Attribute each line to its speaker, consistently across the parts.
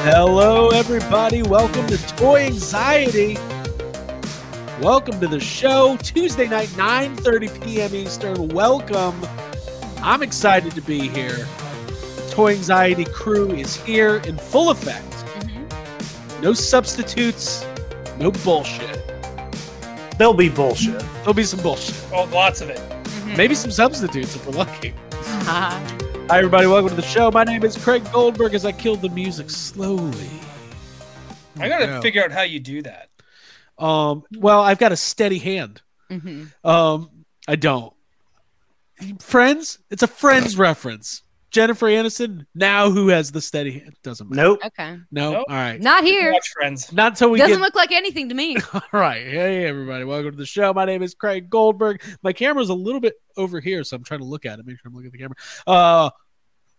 Speaker 1: Hello, everybody. Welcome to Toy Anxiety. Welcome to the show. Tuesday night, 9.30 p.m. Eastern. Welcome. I'm excited to be here. The Toy Anxiety crew is here in full effect.
Speaker 2: Mm-hmm.
Speaker 1: No substitutes, no bullshit.
Speaker 3: They'll be bullshit.
Speaker 1: There'll be some bullshit.
Speaker 2: Oh, lots of it.
Speaker 1: Maybe some substitutes if we're lucky.
Speaker 4: Ah,
Speaker 1: Hi, everybody. Welcome to the show. My name is Craig Goldberg as I kill the music slowly.
Speaker 2: I gotta
Speaker 1: Yeah.
Speaker 2: figure out how you do that.
Speaker 1: Um, well, I've got a steady hand.
Speaker 4: mhm.
Speaker 1: Um, I don't. Friends? It's a Friends reference. Jennifer Aniston. Now, who has the steady hand? Doesn't matter.
Speaker 3: Nope.
Speaker 4: Okay.
Speaker 1: No.
Speaker 2: Nope.
Speaker 1: All right.
Speaker 4: Not here.
Speaker 2: Watch Friends.
Speaker 1: Not until we
Speaker 4: Doesn't
Speaker 1: get.
Speaker 4: look like anything to me.
Speaker 1: All right. Hey, everybody. Welcome to the show. My name is Craig Goldberg. My camera's a little bit over here, so I'm trying to look at it. Make sure I'm looking at the camera. Uh,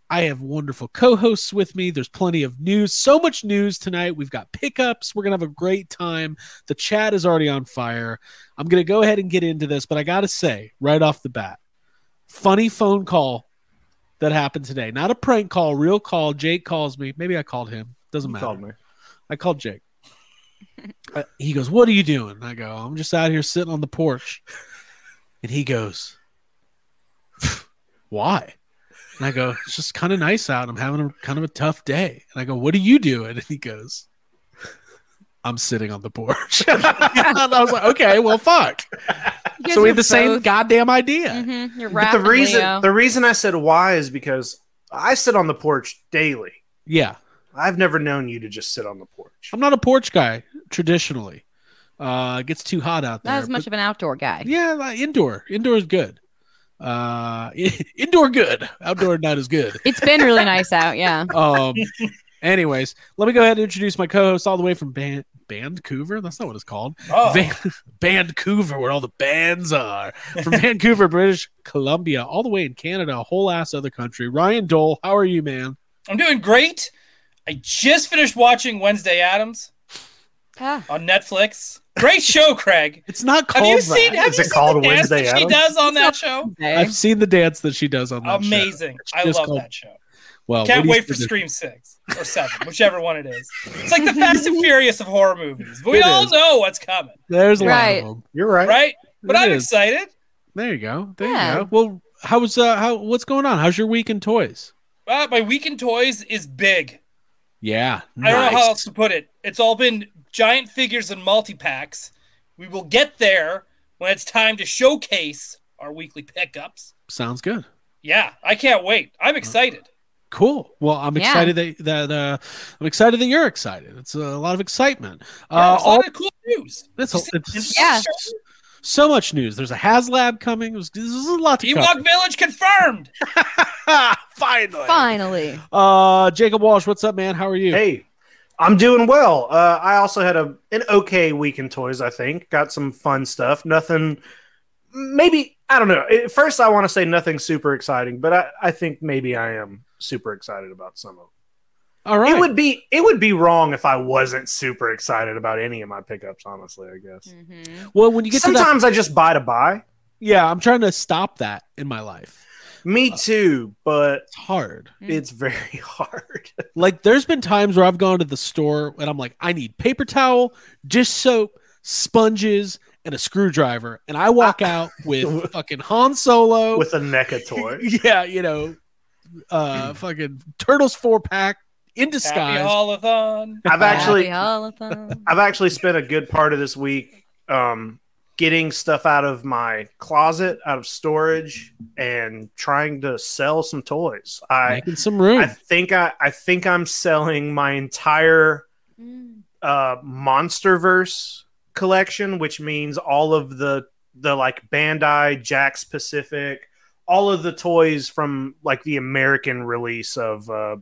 Speaker 1: I have wonderful co-hosts with me. There's plenty of news. So much news tonight. We've got pickups. We're gonna have a great time. The chat is already on fire. I'm gonna go ahead and get into this, but I gotta say right off the bat, funny phone call that happened today. Not a prank call, real call. Jake calls me. Maybe I called him. Doesn't
Speaker 3: You
Speaker 1: matter.
Speaker 3: called me.
Speaker 1: I called Jake. Uh, he goes, "What are you doing?" I go, "I'm just out here sitting on the porch." And he goes, "Why?" And I go, "It's just kind of nice out. I'm having a kind of a tough day." And I go, "What are you doing?" And he goes, "I'm sitting on the porch." and I was like, "Okay, well, fuck."
Speaker 4: You guys
Speaker 1: So we
Speaker 4: are
Speaker 1: had the same
Speaker 4: both-
Speaker 1: goddamn idea.
Speaker 4: Mhm, You're
Speaker 3: But the
Speaker 4: rapidly,
Speaker 3: reason
Speaker 4: uh,
Speaker 3: the reason I said why is because I sit on the porch daily.
Speaker 1: Yeah.
Speaker 3: I've never known you to just sit on the porch.
Speaker 1: I'm not a porch guy traditionally. Uh, it gets too hot out there.
Speaker 4: not as
Speaker 1: but-
Speaker 4: much of an outdoor guy.
Speaker 1: Yeah, like indoor. Indoor is good. Uh, indoor good. Outdoor not as good.
Speaker 4: It's been really nice out. Yeah.
Speaker 1: Um, anyways, let me go ahead and introduce my co-host all the way from Ban- Vancouver. That's not what it's called.
Speaker 2: Oh,
Speaker 1: Van- Vancouver, where all the bands are from Vancouver, British Columbia, all the way in Canada, a whole ass other country. Ryan Dole, how are you, man?
Speaker 2: I'm doing great. I just finished watching Wednesday Adams
Speaker 4: Ah,
Speaker 2: on Netflix. Great show, Craig.
Speaker 1: It's not
Speaker 2: Have
Speaker 1: called.
Speaker 2: you
Speaker 1: that.
Speaker 2: seen? Have
Speaker 3: Is
Speaker 2: you
Speaker 3: it
Speaker 2: seen
Speaker 3: called
Speaker 2: the dance
Speaker 3: Wednesday
Speaker 2: that she
Speaker 3: Adams?
Speaker 2: does on that show?
Speaker 4: okay.
Speaker 1: I've seen the dance that she does on that show.
Speaker 2: Amazing. I
Speaker 1: just
Speaker 2: love
Speaker 1: called-
Speaker 2: that show.
Speaker 1: Well, what
Speaker 2: Can't
Speaker 1: do you
Speaker 2: wait for
Speaker 1: think of-
Speaker 2: Scream Six or Seven, whichever one it is. It's like the Fast and Furious of horror movies. But we
Speaker 1: It
Speaker 2: all
Speaker 1: is.
Speaker 2: know what's coming,
Speaker 1: There's a
Speaker 4: Right.
Speaker 1: lot of them.
Speaker 3: You're right.
Speaker 2: right? But
Speaker 1: It
Speaker 2: I'm
Speaker 1: is.
Speaker 2: excited.
Speaker 1: There you go. There
Speaker 4: Yeah.
Speaker 1: you go. Well, how's uh how what's going on? How's your week in toys?
Speaker 2: Uh, my weekend toys is big.
Speaker 1: Yeah.
Speaker 2: I don't know how else to put it. It's all been giant figures and multi packs. We will get there when it's time to showcase our weekly pickups.
Speaker 1: Sounds good.
Speaker 2: Yeah, I can't wait. I'm
Speaker 1: Uh,
Speaker 2: excited.
Speaker 1: Cool. Well, I'm
Speaker 4: Yeah.
Speaker 1: excited that that uh I'm excited that you're excited. It's a lot of excitement.
Speaker 2: Yeah,
Speaker 1: Uh
Speaker 2: there's a
Speaker 1: all
Speaker 2: lot of cool news.
Speaker 1: this
Speaker 2: You see-
Speaker 1: it's
Speaker 4: Yeah.
Speaker 1: so much news. There's a HasLab coming. There's, there's a lot to
Speaker 2: Ewok
Speaker 1: cover.
Speaker 2: Village confirmed.
Speaker 1: Finally.
Speaker 4: finally.
Speaker 1: Uh Jacob Walsh, what's up, man? How are you?
Speaker 3: Hey, I'm doing well. Uh, I also had a an okay week in toys. I think got some fun stuff. Nothing. Maybe I don't know. At first, I want to say nothing super exciting, but I, I think maybe I am super excited about some of them.
Speaker 1: All right.
Speaker 3: It would be it would be wrong if I wasn't super excited about any of my pickups. Honestly, I guess.
Speaker 4: Mhm.
Speaker 1: well, when you get to that
Speaker 3: Sometimes I just buy to buy.
Speaker 1: Yeah, I'm trying to stop that in my life.
Speaker 3: Me too, but
Speaker 1: It's hard.
Speaker 4: Mm.
Speaker 3: it's very hard.
Speaker 1: Like there's been times where I've gone to the store and I'm like, I need paper towel, dish soap, sponges, and a screwdriver, and I walk out with fucking Han Solo.
Speaker 3: Ah. With a NECA toy.
Speaker 1: Oh. yeah, you know, uh, fucking Turtles four pack in
Speaker 2: Happy
Speaker 1: disguise.
Speaker 2: holothon.
Speaker 3: I've
Speaker 4: Happy
Speaker 3: actually
Speaker 4: Holothon.
Speaker 3: I've actually spent a good part of this week um getting stuff out of my closet, out of storage, and trying to sell some toys. I
Speaker 1: Making some room.
Speaker 3: I think I, I think I'm selling my entire
Speaker 4: Mm.
Speaker 3: uh Monsterverse collection, which means all of the the like Bandai, Jax Pacific, all of the toys from like the American release of uh,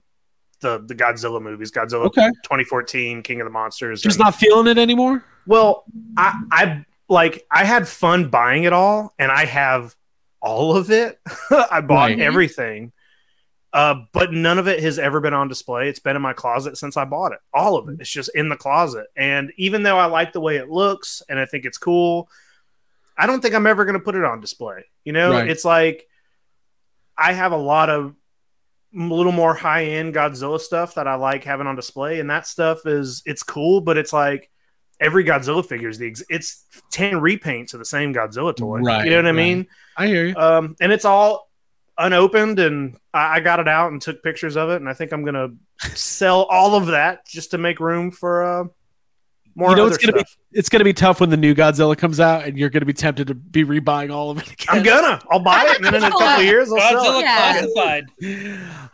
Speaker 3: the the Godzilla movies, Godzilla
Speaker 1: Okay.
Speaker 3: 2014, King of the Monsters.
Speaker 1: Just
Speaker 3: and-
Speaker 1: not feeling it anymore.
Speaker 3: well, I, I like I had fun buying it all, and I have all of it. I bought
Speaker 1: Right.
Speaker 3: everything, uh, but none of it has ever been on display. It's been in my closet since I bought it. All of it. It's just in the closet. And even though I like the way it looks and I think it's cool, I don't think I'm ever going to put it on display. You know,
Speaker 1: Right.
Speaker 3: it's like I have a lot of a little more high end Godzilla stuff that I like having on display, and that stuff is it's cool, but it's like every Godzilla figure is the ex- it's ten repaints of the same Godzilla toy.
Speaker 1: Right,
Speaker 3: you know what I
Speaker 1: right.
Speaker 3: mean?
Speaker 1: I hear you.
Speaker 3: Um, and it's all unopened, and I, I got it out and took pictures of it, and I think I'm gonna sell all of that just to make room for uh, more
Speaker 1: You know
Speaker 3: other
Speaker 1: it's gonna be-
Speaker 3: stuff.
Speaker 1: It's gonna be tough when the new Godzilla comes out, and you're gonna be tempted to be rebuying all of it. Again.
Speaker 3: I'm gonna. I'll buy it, and then in a couple of years, I'll sell
Speaker 2: Godzilla
Speaker 3: it.
Speaker 4: Yeah.
Speaker 2: classified.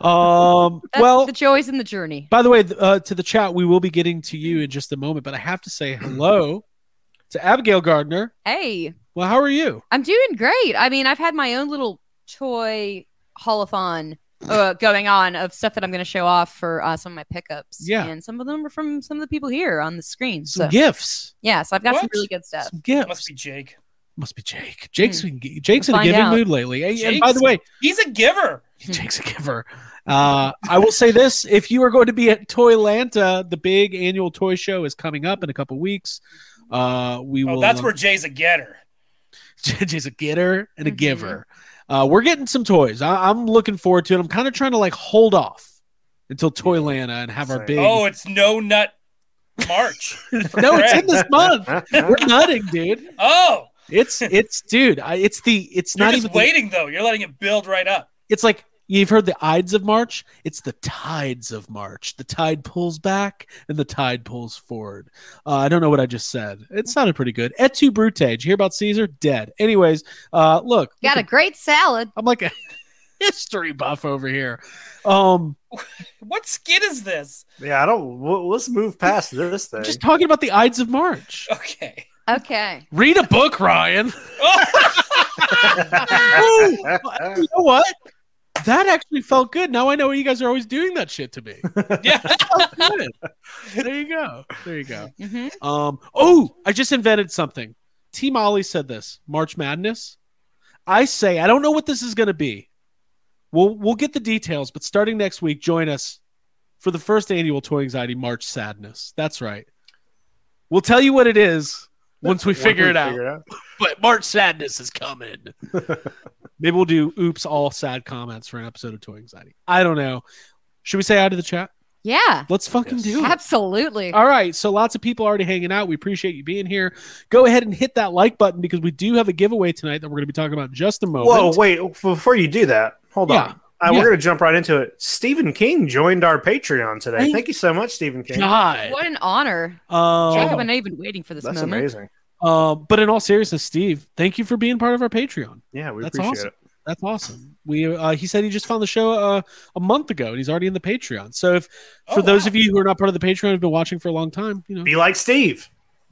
Speaker 1: um.
Speaker 4: That's
Speaker 1: well,
Speaker 4: the joys and the journey.
Speaker 1: by the way, th- uh, to the chat, we will be getting to you in just a moment, but I have to say hello to Abigail Gardner.
Speaker 4: Hey,
Speaker 1: Well, how are you?
Speaker 4: I'm doing great. I mean, I've had my own little toy holothon uh, going on of stuff that I'm going to show off for uh, some of my pickups.
Speaker 1: Yeah.
Speaker 4: and some of them are from some of the people here on the screen. So
Speaker 1: Some gifts.
Speaker 4: yeah, so I've got some
Speaker 2: What?
Speaker 4: really good stuff.
Speaker 1: Some gifts.
Speaker 2: Must be Jake.
Speaker 1: Must be Jake. Jake's been gi- Jake's in a
Speaker 4: Hmm. We'll find
Speaker 1: giving
Speaker 4: out.
Speaker 1: mood lately. Hey, And by the
Speaker 2: Jake's-
Speaker 1: way,
Speaker 2: He's a giver.
Speaker 4: Hmm.
Speaker 1: Jake's a giver. Uh, I will say this: if you are going to be at Toylanta, the big annual toy show is coming up in a couple weeks. Uh, we
Speaker 2: Oh,
Speaker 1: will.
Speaker 2: that's where Jay's a getter.
Speaker 1: Jay's a getter and a
Speaker 4: Mhm.
Speaker 1: giver. Uh, we're getting some toys. I- I'm looking forward to it. I'm kind of trying to like hold off until Toylanta and have our
Speaker 3: Same.
Speaker 1: big.
Speaker 2: Oh, it's no nut March.
Speaker 1: no, it's in this month. We're nutting, dude.
Speaker 2: Oh,
Speaker 1: It's it's dude. I, it's the it's
Speaker 2: you're
Speaker 1: not
Speaker 2: just
Speaker 1: even. the-
Speaker 2: waiting though. You're letting it build right up.
Speaker 1: it's like you've heard the ides of March. It's the tides of March. The tide pulls back and the tide pulls forward. Uh, I don't know what I just said. It sounded pretty good. Et tu, Brute? Did you hear about Caesar? Dead. Anyways, uh, look,
Speaker 4: Got a great salad.
Speaker 1: I'm like a history buff over here. Um,
Speaker 2: What skin is this?
Speaker 3: Yeah, I don't. w- Let's move past this thing.
Speaker 1: just talking about the ides of March.
Speaker 2: Okay.
Speaker 4: Okay,
Speaker 1: Read a book, Ryan.
Speaker 2: Oh,
Speaker 1: Ooh, you know what? That actually felt good. Now I know why you guys are always doing that shit to me.
Speaker 2: yeah.
Speaker 1: Good. There you go. There you go.
Speaker 4: hmm
Speaker 1: Um, oh, I just invented something. T Molly said this March Madness. I say, I don't know what this is going to be. We'll, we'll get the details, but starting next week, join us for the first annual Toy Anxiety March Sadness. That's right. We'll tell you what it is once we figure it out. But March Sadness is coming. Maybe we'll do oops, all sad comments for an episode of Toy Anxiety. I don't know. Should we say hi to the chat?
Speaker 4: yeah,
Speaker 1: Let's fucking do it.
Speaker 4: absolutely.
Speaker 1: All right. So lots of people already hanging out. We appreciate you being here. Go ahead and hit that like button because we do have a giveaway tonight that we're going to be talking about in just a moment.
Speaker 3: Whoa, wait! f- Before you do that, hold
Speaker 1: Oh, Yeah.
Speaker 3: on. Uh,
Speaker 1: Yeah.
Speaker 3: We're going to jump right into it. Stephen King joined our Patreon today.
Speaker 1: Thank-
Speaker 3: Thank you so much, Stephen King.
Speaker 1: God.
Speaker 4: What an honor, Jacob. I'm
Speaker 1: Um,
Speaker 4: not even waiting for this
Speaker 3: That's
Speaker 4: moment.
Speaker 3: amazing.
Speaker 1: um, but in all seriousness, Steve, thank you for being part of our Patreon.
Speaker 3: Yeah, we
Speaker 1: That's
Speaker 3: appreciate
Speaker 1: awesome.
Speaker 3: it.
Speaker 1: That's awesome. We uh, he said he just found the show uh, a month ago and he's already in the Patreon. So if for
Speaker 2: Oh,
Speaker 1: those
Speaker 2: wow.
Speaker 1: of you who are not part of the Patreon, have been watching for a long time, you know,
Speaker 3: Be like Steve.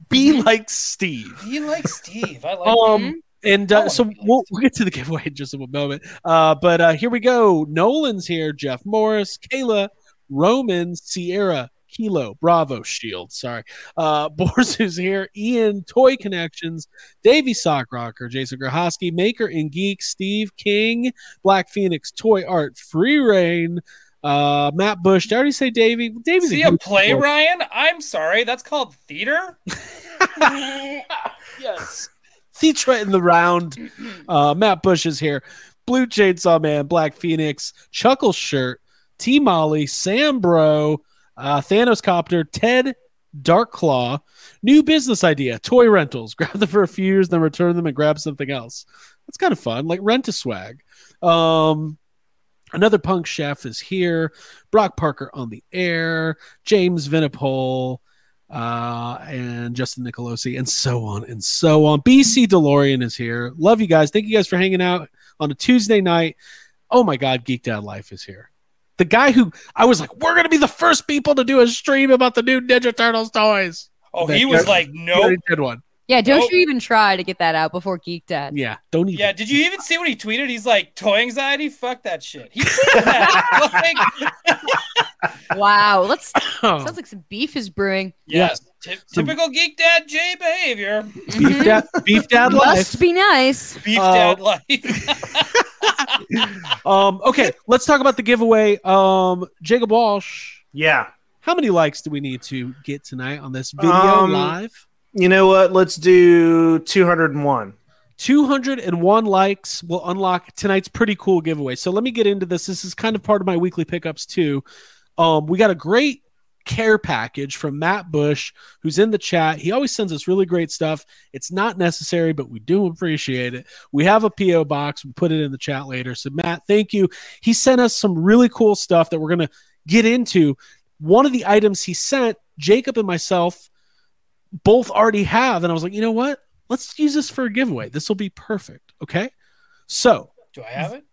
Speaker 1: be like Steve.
Speaker 2: He likes Steve. I like.
Speaker 4: Mm-hmm.
Speaker 1: Um, and
Speaker 2: I
Speaker 1: uh,
Speaker 2: wanna
Speaker 1: so
Speaker 2: be like
Speaker 1: we'll, we'll get to the giveaway in just a moment. Uh, but uh, here we go. Nolan's here. Jeff Morris, Kayla, Roman, Sierra, Kilo, Bravo, Shield. Sorry, uh, Borzu's here. Ian, Toy Connections, Davey Sock Rocker, Jason Grahoski, Maker and Geek, Steve King, Black Phoenix, Toy Art, Free Reign. Uh, Matt Bush. Did I already say Davey? Davey's
Speaker 2: See a
Speaker 1: huge
Speaker 2: play,
Speaker 1: supporter.
Speaker 2: Ryan? I'm sorry. That's called theater.
Speaker 1: yes. Cetra in the round. Uh, Matt Bush is here. Blue Chainsaw Man, Black Phoenix, Chuckle Shirt, T Molly, Sam Bro, uh, Thanos Copter, Ted Dark Claw. New business idea toy rentals. Grab them for a few years, then return them and grab something else. That's kind of fun, like rent a swag. Um, another punk chef is here. Brock Parker on the air. James Vinipole uh, and Justin Nicolosi, and so on and so on. BC DeLorean is here. Love you guys. Thank you guys for hanging out on a Tuesday night. Oh my God, Geeked Out Life is here. The guy who I was like, we're going to be the first people to do a stream about the new Ninja Turtles toys.
Speaker 2: Oh,
Speaker 1: That-
Speaker 2: he was like,
Speaker 1: He
Speaker 2: nope.
Speaker 1: already did one.
Speaker 4: Yeah, don't
Speaker 2: Nope.
Speaker 4: you even try to get that out before Geek Dad.
Speaker 1: Yeah, don't even.
Speaker 2: Yeah, did you even see what he tweeted? He's like, toy anxiety? Fuck that shit. He tweeted that. like,
Speaker 4: Wow, let's sounds like some beef is brewing.
Speaker 2: yes.
Speaker 1: Yes.
Speaker 2: ty- typical geek dad J behavior.
Speaker 1: beef
Speaker 4: Mhm.
Speaker 1: dad, beef dad
Speaker 4: Must
Speaker 1: life.
Speaker 4: be nice.
Speaker 2: Beef
Speaker 1: Uh,
Speaker 2: dad life.
Speaker 1: Um, okay, let's talk about the giveaway. Um, Jacob Walsh,
Speaker 3: Yeah.
Speaker 1: how many likes do we need to get tonight on this video
Speaker 3: Um,
Speaker 1: live?
Speaker 3: You know what? Let's do 201.
Speaker 1: 201 likes will unlock tonight's pretty cool giveaway. So let me get into this. This is kind of part of my weekly pickups too. Um, we got a great care package from Matt Bush, who's in the chat. He always sends us really great stuff. It's not necessary, but we do appreciate it. We have a PO box. We put it in the chat later. So Matt, thank you. He sent us some really cool stuff that we're gonna get into. One of the items he sent, Jacob and myself both already have, and I was like, you know what? let's use this for a giveaway. This will be perfect. Okay. So
Speaker 2: Do I have it?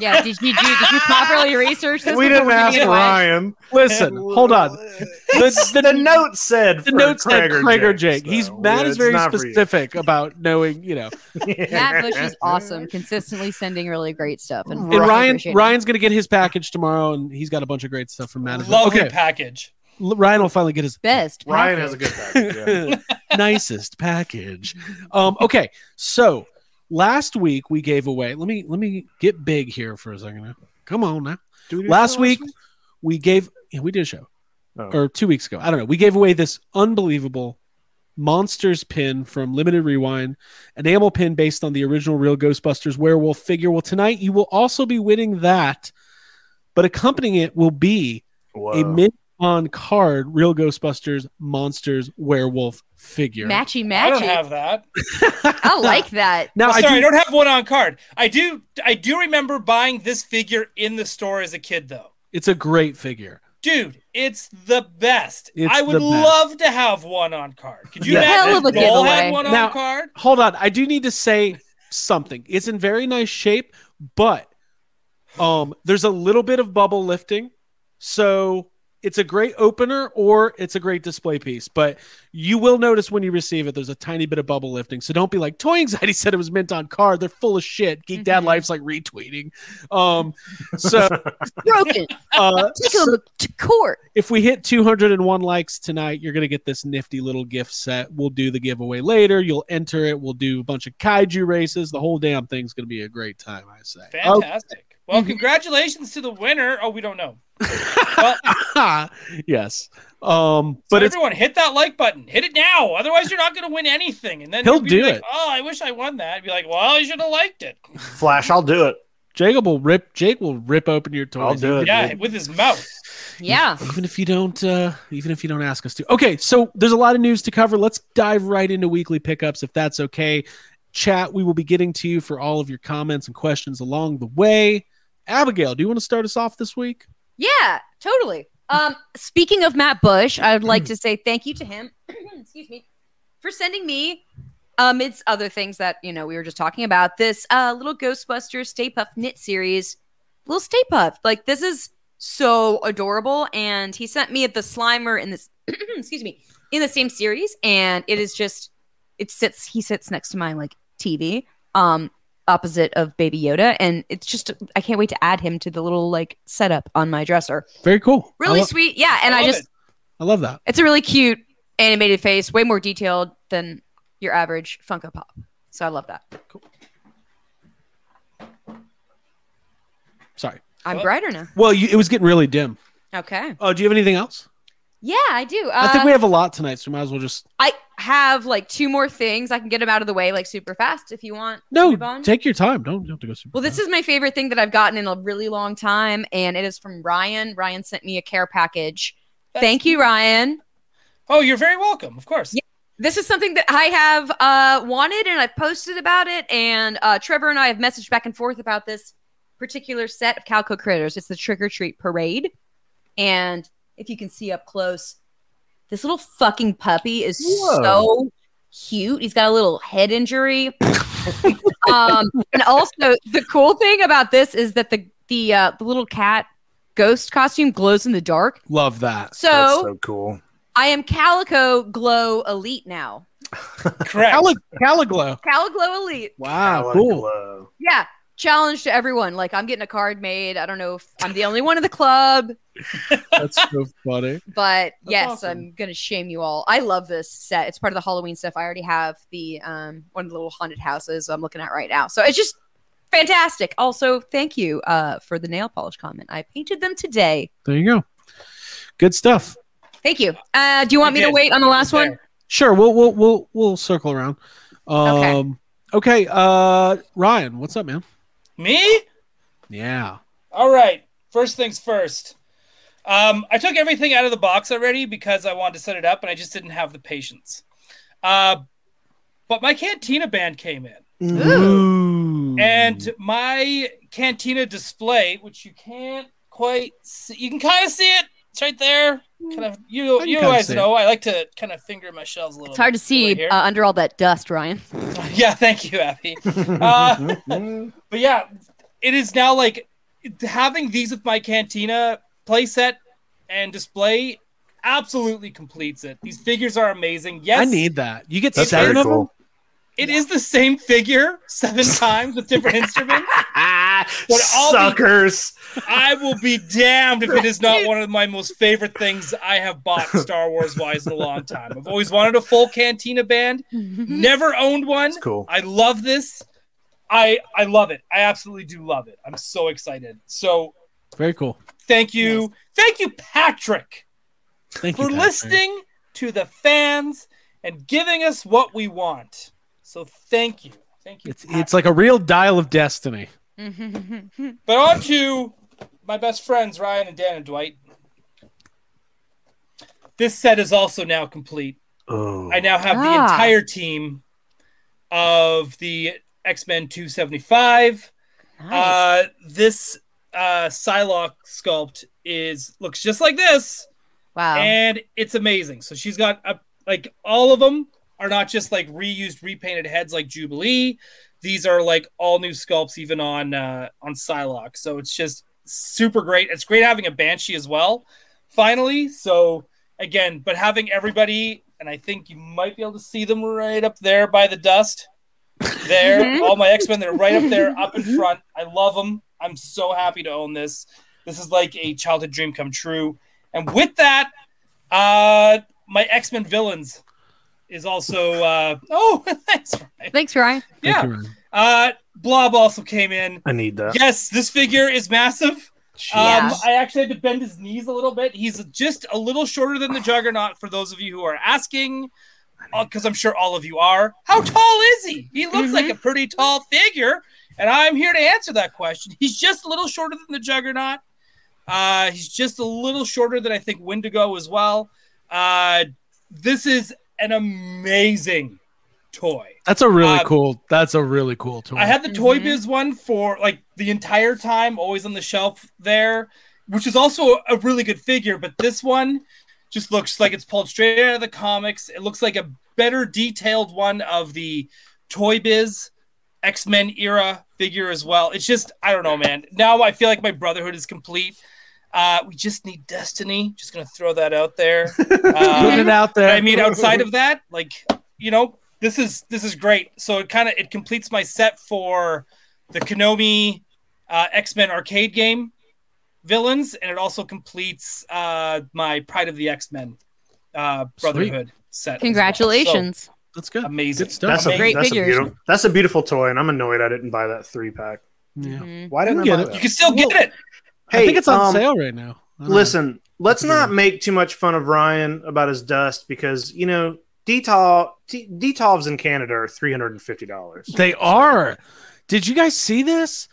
Speaker 4: Yeah, did you, did you did you properly research this?
Speaker 3: we
Speaker 4: before
Speaker 3: didn't
Speaker 4: we're
Speaker 3: ask
Speaker 4: giving away?
Speaker 3: Ryan.
Speaker 1: listen, hold on. The,
Speaker 3: The note said
Speaker 1: the
Speaker 3: for
Speaker 1: note said
Speaker 3: Craig or
Speaker 1: Craig or Jake.
Speaker 3: Jake, so
Speaker 1: He's Matt is
Speaker 3: it's
Speaker 1: very
Speaker 3: not for you.
Speaker 1: specific about knowing, you know.
Speaker 4: Matt Bush is awesome, consistently sending really great stuff. And,
Speaker 1: And
Speaker 4: really
Speaker 1: Ryan
Speaker 4: appreciate it.
Speaker 1: Ryan's gonna get his package tomorrow, and he's got a bunch of great stuff from Matt. as well.
Speaker 2: Lovely
Speaker 1: Okay,
Speaker 2: package.
Speaker 1: L- Ryan will finally get his
Speaker 4: best.
Speaker 3: Ryan
Speaker 4: package.
Speaker 3: has a good package. yeah.
Speaker 1: nicest package. Um, okay, so last week we gave away. Let me let me get big here for a second. Now. Come on now.
Speaker 3: Do we do
Speaker 1: last
Speaker 3: show
Speaker 1: week we gave yeah, we did a show
Speaker 3: Oh.
Speaker 1: or two weeks ago i don't know we gave away this unbelievable monsters pin from limited rewind enamel pin based on the original real ghostbusters werewolf figure well tonight you will also be winning that but accompanying it will be
Speaker 3: Whoa.
Speaker 1: a mint on card real ghostbusters monsters werewolf figure
Speaker 4: Matchy
Speaker 2: I don't
Speaker 4: matchy.
Speaker 2: have that.
Speaker 4: I like that.
Speaker 1: now
Speaker 2: Well, sorry,
Speaker 1: I
Speaker 2: I,
Speaker 1: do,
Speaker 2: don't have one on card. I do. I do remember buying this figure in the store as a kid, though.
Speaker 1: it's a great figure
Speaker 2: Dude, it's the best.
Speaker 1: It's
Speaker 2: I would
Speaker 1: the best.
Speaker 2: love to have one on card. Could you
Speaker 1: Yeah.
Speaker 2: imagine
Speaker 4: Hell
Speaker 2: if
Speaker 4: of a
Speaker 2: Joel had
Speaker 4: giveaway.
Speaker 2: one
Speaker 1: Now-
Speaker 2: on card?
Speaker 1: hold on i do need to say something it's in very nice shape but um there's a little bit of bubble lifting so it's a great opener or it's a great display piece but you will notice when you receive it there's a tiny bit of bubble lifting so don't be like toy anxiety said it was mint on card they're full of shit geek dad
Speaker 4: Mhm.
Speaker 1: life's like retweeting um so
Speaker 4: Broken.
Speaker 1: uh
Speaker 4: Take him to court.
Speaker 1: if we hit 201 likes tonight, you're going to get this nifty little gift set. We'll do the giveaway later. You'll enter it. We'll do a bunch of kaiju races. The whole damn thing's going to be a great time, I say.
Speaker 2: Fantastic. Well,
Speaker 1: Mm-hmm.
Speaker 4: Mhm.
Speaker 2: congratulations to the winner. Oh, we don't know. Well,
Speaker 1: Oh, yes. Um, but
Speaker 2: but
Speaker 1: it's
Speaker 2: everyone, hit that like button. Hit it now. Otherwise, you're not going to win anything. And then
Speaker 1: He'll
Speaker 2: you'll be
Speaker 1: do
Speaker 2: like,
Speaker 1: it.
Speaker 2: Oh, I wish I won that. I'd be like, well, you should have liked it.
Speaker 3: Flash, I'll do it.
Speaker 1: Jacob will rip Jake will rip open your toys.
Speaker 3: I'll do it.
Speaker 2: Yeah, with his mouth.
Speaker 4: Yeah.
Speaker 1: Even if you don't uh even if you don't ask us to. Okay, so there's a lot of news to cover. Let's dive right into weekly pickups if that's okay. Chat, we will be getting to you for all of your comments and questions along the way. Abigail, do you want to start us off this week?
Speaker 4: Yeah, totally. Um, speaking of Matt Bush, I would like to say thank you to him. excuse me for sending me, amidst other things that you know we were just talking about, this uh, little Ghostbusters Stay Puft knit series. Little Stay Puft, like this is so adorable, and he sent me the Slimer in this. excuse me, in the same series, and it is just it sits. He sits next to my like TV. Um, opposite of Baby Yoda. And it's just, I can't wait to add him to the little like setup on my dresser.
Speaker 1: Very cool.
Speaker 4: Really
Speaker 1: I, lo-
Speaker 4: sweet. Yeah. And
Speaker 2: I
Speaker 4: I,
Speaker 2: love
Speaker 4: just,
Speaker 2: it.
Speaker 1: I love that.
Speaker 4: it's a really cute animated face, way more detailed than your average Funko Pop. So I love that.
Speaker 1: Sorry.
Speaker 4: I'm
Speaker 2: Well-
Speaker 4: brighter now.
Speaker 1: Well, you, it was getting really dim.
Speaker 4: Okay.
Speaker 1: Oh, do you have anything else?
Speaker 4: Yeah, I do. Uh,
Speaker 1: I think we have a lot tonight, so we might as well just.
Speaker 4: I have like two more things. I can get them out of the way like super fast if you want. to move
Speaker 1: No,
Speaker 4: on.
Speaker 1: take your time. Don't, you don't have to go super.
Speaker 4: Well, this
Speaker 1: fast.
Speaker 4: is my favorite thing that I've gotten in a really long time, and it is from Ryan. Ryan sent me a care package.
Speaker 2: That's-
Speaker 4: Thank you, Ryan.
Speaker 2: Oh, you're very welcome. Of course.
Speaker 4: Yeah. this is something that I have uh, wanted and I've posted about it. And uh, Trevor and I have messaged back and forth about this particular set of Calco critters. It's the trick or treat parade. And if you can see up close, this little fucking puppy is
Speaker 3: Whoa.
Speaker 4: so cute. He's got a little head injury. um, and also, the cool thing about this is that the the, uh, the little cat ghost costume glows in the dark.
Speaker 1: love that.
Speaker 4: So,
Speaker 3: That's so cool.
Speaker 4: I am Calico Glow Elite now.
Speaker 2: Correct.
Speaker 1: Cali- Caliglow.
Speaker 4: Caliglow Elite.
Speaker 1: Wow,
Speaker 3: Alec
Speaker 1: Ah, cool.
Speaker 3: Lowe.
Speaker 4: Yeah. Challenge to everyone. Like I'm getting a card made. I don't know if I'm the only one in the club,
Speaker 1: That's so funny.
Speaker 4: but yes,
Speaker 1: awesome.
Speaker 4: I'm gonna shame you all. I love this set. It's part of the Halloween stuff. I already have the um one of the little haunted houses I'm looking at right now. So it's just fantastic. Also, thank you uh for the nail polish comment. I painted them today.
Speaker 1: There you go. Good stuff.
Speaker 4: Thank you. Uh do you want me
Speaker 2: You
Speaker 4: to
Speaker 2: did.
Speaker 4: wait on the last
Speaker 2: There.
Speaker 4: one?
Speaker 1: Sure, we'll we'll we'll we'll circle around.
Speaker 4: Okay.
Speaker 1: Um, okay. Uh, Ryan, what's up, man?
Speaker 2: Me?
Speaker 1: Yeah.
Speaker 2: All right. First things first. Um, I took everything out of the box already because I wanted to set it up, and I just didn't have the patience. Uh, but my Cantina band came in.
Speaker 1: Ooh.
Speaker 2: and my cantina display which you can't quite see you can kind of see it it's right there kind of you
Speaker 1: can
Speaker 2: you
Speaker 1: kinda
Speaker 2: guys
Speaker 1: see it.
Speaker 2: know i like to kind of finger my shells a little
Speaker 4: It's hard to
Speaker 2: bit
Speaker 4: see
Speaker 2: here.
Speaker 4: uh, under all that dust, Ryan.
Speaker 2: yeah thank you abby Uh, but yeah it is now like having these with my cantina playset and display absolutely completes it these figures are amazing yes
Speaker 1: I need that. You get
Speaker 3: That's
Speaker 1: seven
Speaker 3: very
Speaker 1: of
Speaker 3: cool.
Speaker 2: it is the same figure seven times with different instruments But I'll be-
Speaker 3: Suckers.
Speaker 2: I will be damned if it is not one of my most favorite things I have bought Star Wars wise in a long time. I've always wanted a full cantina band,
Speaker 4: Mm-hmm.
Speaker 2: never owned one.
Speaker 3: It's cool.
Speaker 2: I love this. I I love it. I absolutely do love it. I'm so excited. So
Speaker 1: them. Very cool.
Speaker 2: thank you, thank you, Patrick,
Speaker 1: Thank you
Speaker 2: for
Speaker 1: Patrick.
Speaker 2: listening to the fans and giving us what we want. So thank you, thank you.
Speaker 1: It's
Speaker 2: Patrick.
Speaker 1: it's like a real dial of destiny.
Speaker 2: But on to my best friends, Ryan and Dan and Dwight. This set is also now complete.
Speaker 3: Oh.
Speaker 2: I now have the
Speaker 4: Ah.
Speaker 2: entire team of the X Men 275.
Speaker 4: Nice.
Speaker 2: Uh, this uh, Psylocke sculpt is looks just like this,
Speaker 4: wow.
Speaker 2: and it's amazing. So she's got a, like all of them are not just like reused, repainted heads like Jubilee. These are like all new sculpts, even on uh, on Psylocke. So it's just super great. It's great having a Banshee as well. Finally, so again, but having everybody, and I think you might be able to see them right up there by the dust. There,
Speaker 4: Mhm.
Speaker 2: all my X Men, they're right up there, up in front. I love them. I'm so happy to own this. This is like a childhood dream come true. And with that, uh, my X Men villains is also. Uh, oh, that's right.
Speaker 4: Thanks, Ryan.
Speaker 1: Thank
Speaker 2: Yeah.
Speaker 1: you, Ryan.
Speaker 2: Uh, Blob also came in.
Speaker 3: I need that.
Speaker 2: Yes, this figure is massive.
Speaker 4: Yeah.
Speaker 2: Um, I actually had to bend his knees a little bit. He's just a little shorter than the Juggernaut, for those of you who are asking, because I'm sure all of you are. How tall is he? He looks like a pretty tall figure, and I'm here to answer that question. He's just a little shorter than the Juggernaut. Uh, he's just a little shorter than I think Wendigo as well. Uh, this is an amazing toy.
Speaker 1: That's a really
Speaker 2: Uh,
Speaker 1: cool. That's a really cool tool.
Speaker 2: I had the Toy
Speaker 4: Mhm.
Speaker 2: Biz one for like the entire time, always on the shelf there, which is also a really good figure. But this one just looks like it's pulled straight out of the comics. It looks like a better detailed one of the Toy Biz X Men era figure as well. It's just, I don't know, man. Now I feel like my brotherhood is complete. Uh, we just need Destiny. Just going to throw that out there. Uh,
Speaker 1: putting it out there.
Speaker 2: but I mean, outside of that, like you know, this is this is great. So it kind of it completes my set for the Konami uh, X Men arcade game villains, and it also completes uh, my Pride of the X Men uh,
Speaker 1: Sweet.
Speaker 2: Brotherhood set. as well.
Speaker 4: Congratulations.
Speaker 1: that's good.
Speaker 2: So, amazing.
Speaker 1: Good stuff.
Speaker 3: That's a,
Speaker 2: Amazing.
Speaker 4: Great
Speaker 3: that's, a
Speaker 4: figures.
Speaker 3: beautiful, that's a beautiful toy, and I'm annoyed I didn't buy that three pack.
Speaker 1: Yeah.
Speaker 4: Mhm.
Speaker 3: Why didn't I
Speaker 1: You can
Speaker 3: buy
Speaker 1: get
Speaker 2: You
Speaker 3: that?
Speaker 2: can still get it.
Speaker 1: I think it's on
Speaker 3: um,
Speaker 1: sale right now. I don't know.
Speaker 3: Listen, let's
Speaker 1: That's a good
Speaker 3: not make too much fun of Ryan about his dust because you know detol T- detovs in Canada are three hundred and fifty dollars.
Speaker 1: They are. Did you guys see this?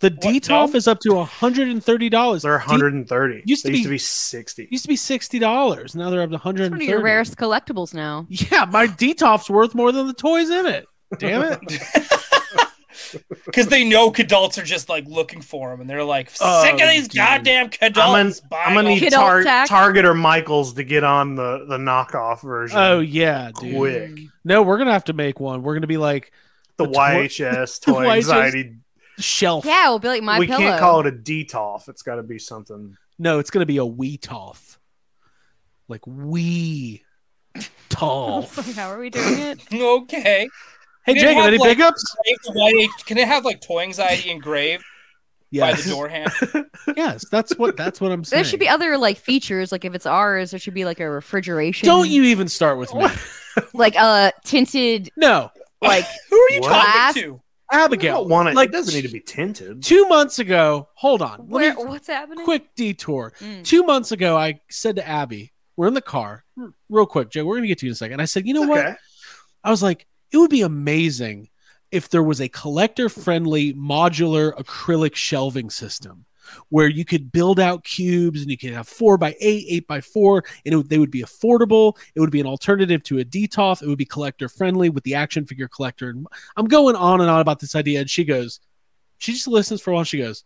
Speaker 1: The
Speaker 2: What,
Speaker 1: DTOF
Speaker 2: no?
Speaker 1: is up to $130.
Speaker 3: They're one hundred and thirty.
Speaker 1: Used
Speaker 3: Used
Speaker 1: to
Speaker 3: to used
Speaker 1: be-
Speaker 3: to be
Speaker 1: It
Speaker 3: sixty.
Speaker 1: used to be $60. Now they're up to
Speaker 4: It's
Speaker 1: 130
Speaker 4: one of your rarest collectibles now.
Speaker 1: Yeah, my DTOF's worth more than the toys in it. Damn it.
Speaker 2: Because they know cadults are just like looking for them, and they're like sick
Speaker 1: Oh,
Speaker 2: of these
Speaker 1: dude.
Speaker 2: goddamn cadults.
Speaker 3: I'm
Speaker 2: buying
Speaker 3: I'm gonna
Speaker 2: all-
Speaker 3: need
Speaker 4: Kidult
Speaker 3: tar-
Speaker 4: tax.
Speaker 3: Target or Michaels to get on the the knockoff version.
Speaker 1: Oh, yeah, dude.
Speaker 3: quick
Speaker 1: No, we're going to have to make one. We're going to be like
Speaker 3: the,
Speaker 1: The toy-
Speaker 3: YHS toy
Speaker 1: YHS.
Speaker 3: anxiety.
Speaker 1: shelf.
Speaker 4: Yeah, it'll be like my
Speaker 3: we
Speaker 4: pillow.
Speaker 3: can't call it a detof. It's got to be something.
Speaker 1: No, it's going to be a WeTOF. like we tall.
Speaker 4: How are we doing it?
Speaker 1: e-
Speaker 2: Okay.
Speaker 1: hey,
Speaker 2: They
Speaker 1: Jacob,
Speaker 2: have,
Speaker 1: any
Speaker 2: like-
Speaker 1: big ups?
Speaker 2: Can it have like toy anxiety engraved by the
Speaker 1: Yes,
Speaker 2: door handle?
Speaker 1: yes, that's what that's what I'm saying.
Speaker 4: There should be other like features. Like if it's ours, there should be like a refrigeration.
Speaker 1: Don't you even start with me?
Speaker 4: like uh, tinted
Speaker 1: No,
Speaker 4: like
Speaker 2: Who are you
Speaker 3: What?
Speaker 4: Glass?
Speaker 2: talking to?
Speaker 3: I
Speaker 1: Abigail.
Speaker 3: don't want it.
Speaker 1: Like-
Speaker 3: it doesn't need to be tinted.
Speaker 1: Two months ago, hold on. Let
Speaker 4: where,
Speaker 1: me-
Speaker 4: what's happening?
Speaker 1: quick detour.
Speaker 4: Mm.
Speaker 1: Two months ago, I said to Abby, we're in the car, r- real quick, Joe. We're gonna get to you in a second. And I said, you know
Speaker 3: Hmm. It's
Speaker 1: what?
Speaker 3: okay.
Speaker 1: I was like, it would be amazing if there was a collector friendly modular acrylic shelving system where you could build out cubes and you could have four by eight, eight by four, and it, would- they would be affordable. It would be an alternative to a DTOF. It would be collector friendly with the action figure collector. And I'm going on and on about this idea. And she goes, she just listens for a while. She goes,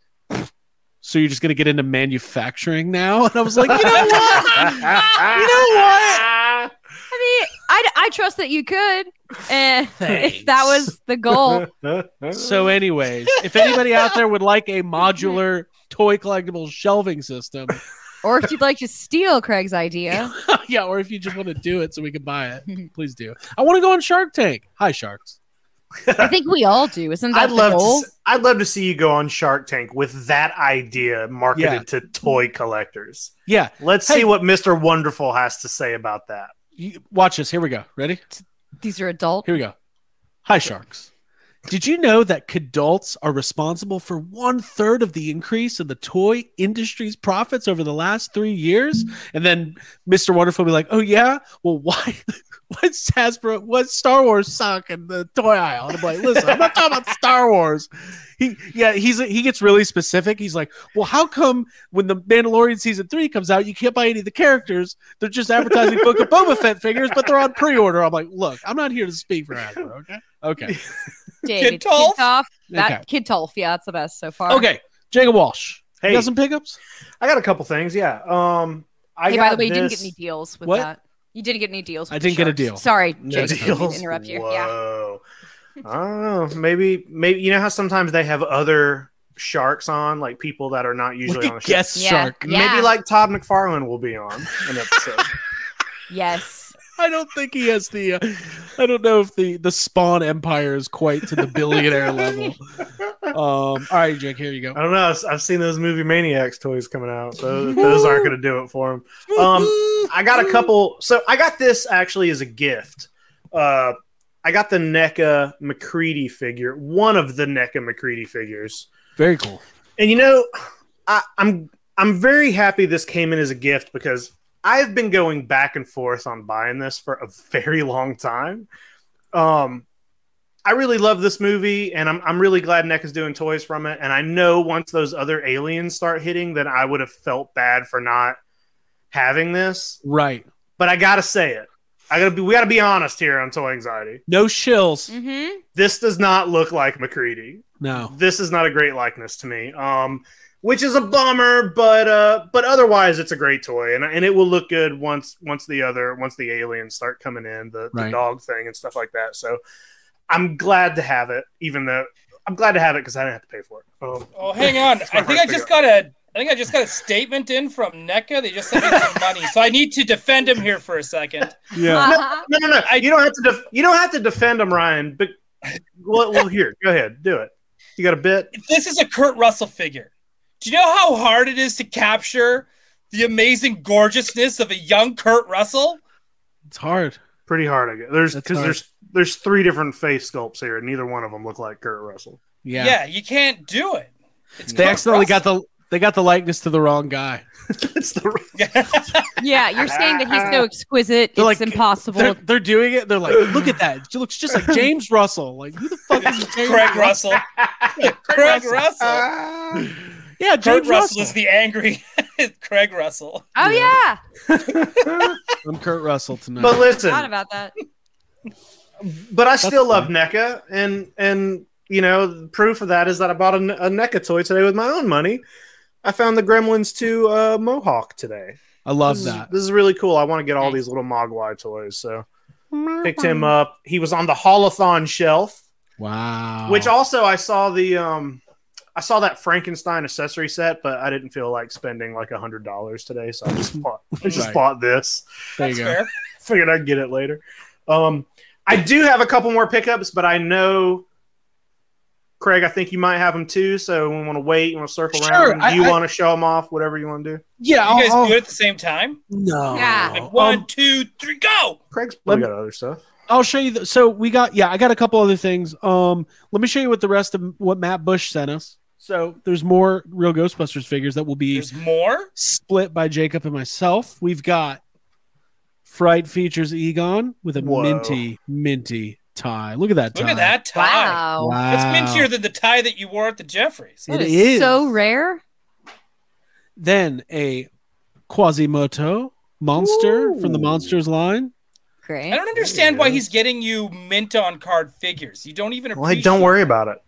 Speaker 1: so you're just going to get into manufacturing now? And I was like, you know what?
Speaker 4: what? I mean, I, I trust that you could. Eh,
Speaker 1: Thanks.
Speaker 4: if that was the goal,
Speaker 1: So, anyways, if anybody out there would like a modular toy collectible shelving system,
Speaker 4: or if you'd like to steal Craig's idea,
Speaker 1: yeah, or if you just want to do it so we can buy it, please do. I want to go on Shark Tank. Hi, sharks.
Speaker 4: I think we all do. Isn't that
Speaker 3: I'd
Speaker 4: the
Speaker 3: love to.
Speaker 4: goal?
Speaker 3: s- I'd love to see you go on Shark Tank with that idea marketed
Speaker 1: Yeah.
Speaker 3: to toy collectors.
Speaker 1: Yeah,
Speaker 3: Let's
Speaker 1: Hey.
Speaker 3: see what Mister Wonderful has to say about that.
Speaker 1: you, watch this. Here we go. Ready?
Speaker 4: These are adult.
Speaker 1: Here we go. Hi, sharks. Did you know that cadults are responsible for one third of the increase in the toy industry's profits over the last three years? And then Mr. Wonderful will be like, oh, yeah? Well, why? What's Hasbro? What's Star Wars sock in the toy aisle? And I'm like, listen, I'm not talking about Star Wars. He, yeah, he's he gets really specific. He's like, well, how come when the Mandalorian season three comes out, you can't buy any of the characters? They're just advertising Book of Boba Fett figures, but they're on pre-order. I'm like, look, I'm not here to speak for Hasbro. Okay. Okay.
Speaker 4: David
Speaker 2: Kid Tolf?
Speaker 4: Kidtolf. That
Speaker 1: Okay.
Speaker 4: Kid Tolf, yeah, that's the best so far.
Speaker 1: Okay. Jacob Walsh.
Speaker 3: Hey,
Speaker 1: You got some pickups?
Speaker 3: I got a couple things. Yeah. Um. I
Speaker 4: hey,
Speaker 3: got
Speaker 4: by the way, you didn't get
Speaker 3: this-
Speaker 4: any deals with
Speaker 1: What?
Speaker 4: that. You didn't get any deals.
Speaker 1: I
Speaker 4: with
Speaker 1: didn't
Speaker 4: the
Speaker 1: get a
Speaker 4: Sharks.
Speaker 1: deal.
Speaker 4: Sorry,
Speaker 3: No
Speaker 4: Jake, I didn't mean
Speaker 3: deals.
Speaker 4: to interrupt you. Yeah.
Speaker 3: Whoa. I don't know. Maybe, maybe you know how sometimes they have other sharks on, like people that are not usually
Speaker 1: Look
Speaker 3: on a
Speaker 1: at
Speaker 3: show.
Speaker 1: guest
Speaker 4: Yeah.
Speaker 1: shark.
Speaker 4: Yeah.
Speaker 3: Maybe like Todd McFarlane will be on an episode.
Speaker 4: Yes.
Speaker 1: I don't think he has the. Uh, I don't know if the the Spawn Empire is quite to the billionaire level. Um. All right, Jake. Here you go.
Speaker 3: I don't know. I've, I've seen those movie maniacs toys coming out. Those, those aren't going to do it for him. Um, I got a couple. So I got this actually as a gift. Uh, I got the NECA McCready figure, one of the NECA McCready figures.
Speaker 1: Very cool.
Speaker 3: And you know, I, I'm I'm very happy this came in as a gift because I've been going back and forth on buying this for a very long time. Um, I really love this movie, and I'm I'm really glad NECA's doing toys from it. And I know once those other aliens start hitting, then I would have felt bad for not having this.
Speaker 1: Right.
Speaker 3: But I gotta say it. I gotta be. We gotta be honest here on toy anxiety.
Speaker 1: No shills.
Speaker 4: Mm-hmm.
Speaker 3: This does not look like McCready
Speaker 1: No.
Speaker 3: this is not a great likeness to me um which is a bummer but uh but otherwise it's a great toy and, and it will look good once once the other once the aliens start coming in the,
Speaker 1: Right.
Speaker 3: the dog thing and stuff like that so i'm glad to have it even though i'm glad to have it because i didn't have to pay for it um,
Speaker 2: Oh, hang on.
Speaker 3: It's my
Speaker 2: I think I
Speaker 3: first
Speaker 2: just
Speaker 3: figure.
Speaker 2: got a. I think I just got a statement in from NECA. They just sent me some money, so I need to defend him here for a second.
Speaker 1: Yeah.
Speaker 4: Uh-huh.
Speaker 3: no no no
Speaker 2: I-
Speaker 3: you don't have to def- you don't have to defend him ryan but well, well here go ahead do it you got a bit
Speaker 2: This is a Kurt Russell figure. Do you know how hard it is to capture the amazing gorgeousness of a young Kurt Russell?
Speaker 1: It's hard.
Speaker 3: pretty hard i guess there's
Speaker 1: That's
Speaker 3: because
Speaker 1: hard.
Speaker 3: there's there's three different face sculpts here and neither one of them look like kurt russell
Speaker 1: Yeah.
Speaker 2: Yeah, you can't do it. It's
Speaker 1: They accidentally got the they got the likeness to the wrong guy.
Speaker 3: it's the
Speaker 2: the.
Speaker 4: Yeah, you're saying that he's so exquisite, it's
Speaker 1: They're like-
Speaker 4: impossible.
Speaker 1: They're, they're doing it. They're like, look at that. It looks just like James Russell. Like, who the fuck is James
Speaker 2: Craig Russell. Craig Russell.
Speaker 1: Yeah,
Speaker 2: Kurt
Speaker 1: James
Speaker 2: Russell
Speaker 1: Russell.
Speaker 2: is the angry Craig Russell.
Speaker 4: oh yeah,
Speaker 1: I'm Kurt Russell tonight.
Speaker 3: But
Speaker 4: thought
Speaker 3: listen,
Speaker 4: about that.
Speaker 3: but I still love
Speaker 1: That's
Speaker 3: NECA, and and you know, proof of that is that I bought a, N- a NECA toy today with my own money. I found the Gremlins 2 uh, Mohawk today.
Speaker 1: I love
Speaker 3: this
Speaker 1: that.
Speaker 3: Is, this is really cool. I want to get all
Speaker 4: Nice.
Speaker 3: these little Mogwai toys. So picked him up. He was on the Holothon shelf,
Speaker 1: Wow.
Speaker 3: which also I saw the um I saw that Frankenstein accessory set, but I didn't feel like spending like a hundred dollars today, so I just bought. I just
Speaker 1: Right.
Speaker 3: bought this.
Speaker 1: There
Speaker 2: That's
Speaker 1: you go.
Speaker 2: fair.
Speaker 3: Figured I'd get it later. Um, I do have a couple more pickups, but I know. Craig, I think you might have them too, so we want to wait. You want to circle
Speaker 1: Sure,
Speaker 3: around. 'em. Do
Speaker 1: I-
Speaker 3: you
Speaker 1: I-
Speaker 3: want to show them off? Whatever you want to do.
Speaker 1: Yeah,
Speaker 2: You guys
Speaker 1: I'll-
Speaker 2: do it at the same time.
Speaker 1: No.
Speaker 4: Yeah.
Speaker 2: Like
Speaker 1: Um,
Speaker 2: one, two, three, go.
Speaker 3: Craig's
Speaker 1: Let
Speaker 3: probably
Speaker 1: me-
Speaker 3: got other stuff.
Speaker 1: I'll show you. The, so we got, yeah, I got a couple other things. Um, let me show you what the rest of what Matt Bush sent us. So there's more real Ghostbusters figures that will be
Speaker 2: There's more.
Speaker 1: split by Jacob and myself. We've got Fried Features Egon with a
Speaker 3: Whoa.
Speaker 1: minty, minty tie. Look at that tie.
Speaker 2: Look at that tie.
Speaker 4: Wow.
Speaker 2: That's
Speaker 1: Wow.
Speaker 2: mintier than the tie that you wore at the Jeffries.
Speaker 1: It
Speaker 4: That
Speaker 1: is.
Speaker 4: so rare.
Speaker 1: Then a Quasimoto monster from the
Speaker 3: Ooh.
Speaker 1: Monsters line.
Speaker 4: Great.
Speaker 2: I don't understand why he's getting you mint on card figures. You don't even
Speaker 3: Well, hey,
Speaker 2: appreciate.
Speaker 3: don't worry about it.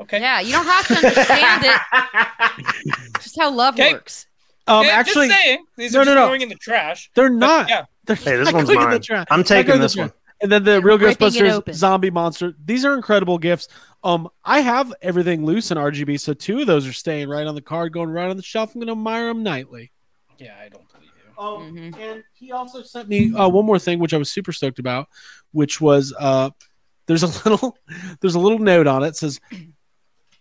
Speaker 2: Okay.
Speaker 4: Yeah, you don't have to understand it. Just how love
Speaker 2: Okay.
Speaker 4: works.
Speaker 1: Um,
Speaker 2: Yeah,
Speaker 1: actually,
Speaker 2: just saying, these
Speaker 1: No,
Speaker 2: are
Speaker 1: no,
Speaker 2: just
Speaker 1: no.
Speaker 2: going in the trash.
Speaker 1: they're
Speaker 2: But,
Speaker 1: not.
Speaker 2: yeah,
Speaker 1: They're
Speaker 3: Hey, this
Speaker 1: not
Speaker 3: one's
Speaker 1: going in
Speaker 3: mine.
Speaker 1: the trash.
Speaker 3: I'm
Speaker 1: Not
Speaker 3: taking
Speaker 1: going
Speaker 3: this
Speaker 1: to
Speaker 3: one.
Speaker 1: And then the
Speaker 4: They're
Speaker 1: Real
Speaker 4: ripping it
Speaker 1: Ghostbusters
Speaker 4: open.
Speaker 1: zombie monster. These are incredible gifts. Um, I have everything loose in RGB, so two of those are staying right on the card, going right on the shelf. I'm going to admire them nightly.
Speaker 2: yeah, I don't believe you.
Speaker 1: Um,
Speaker 4: Mhm.
Speaker 1: and he also sent me uh, one more thing, which I was super stoked about, which was uh, there's a little there's a little note on it says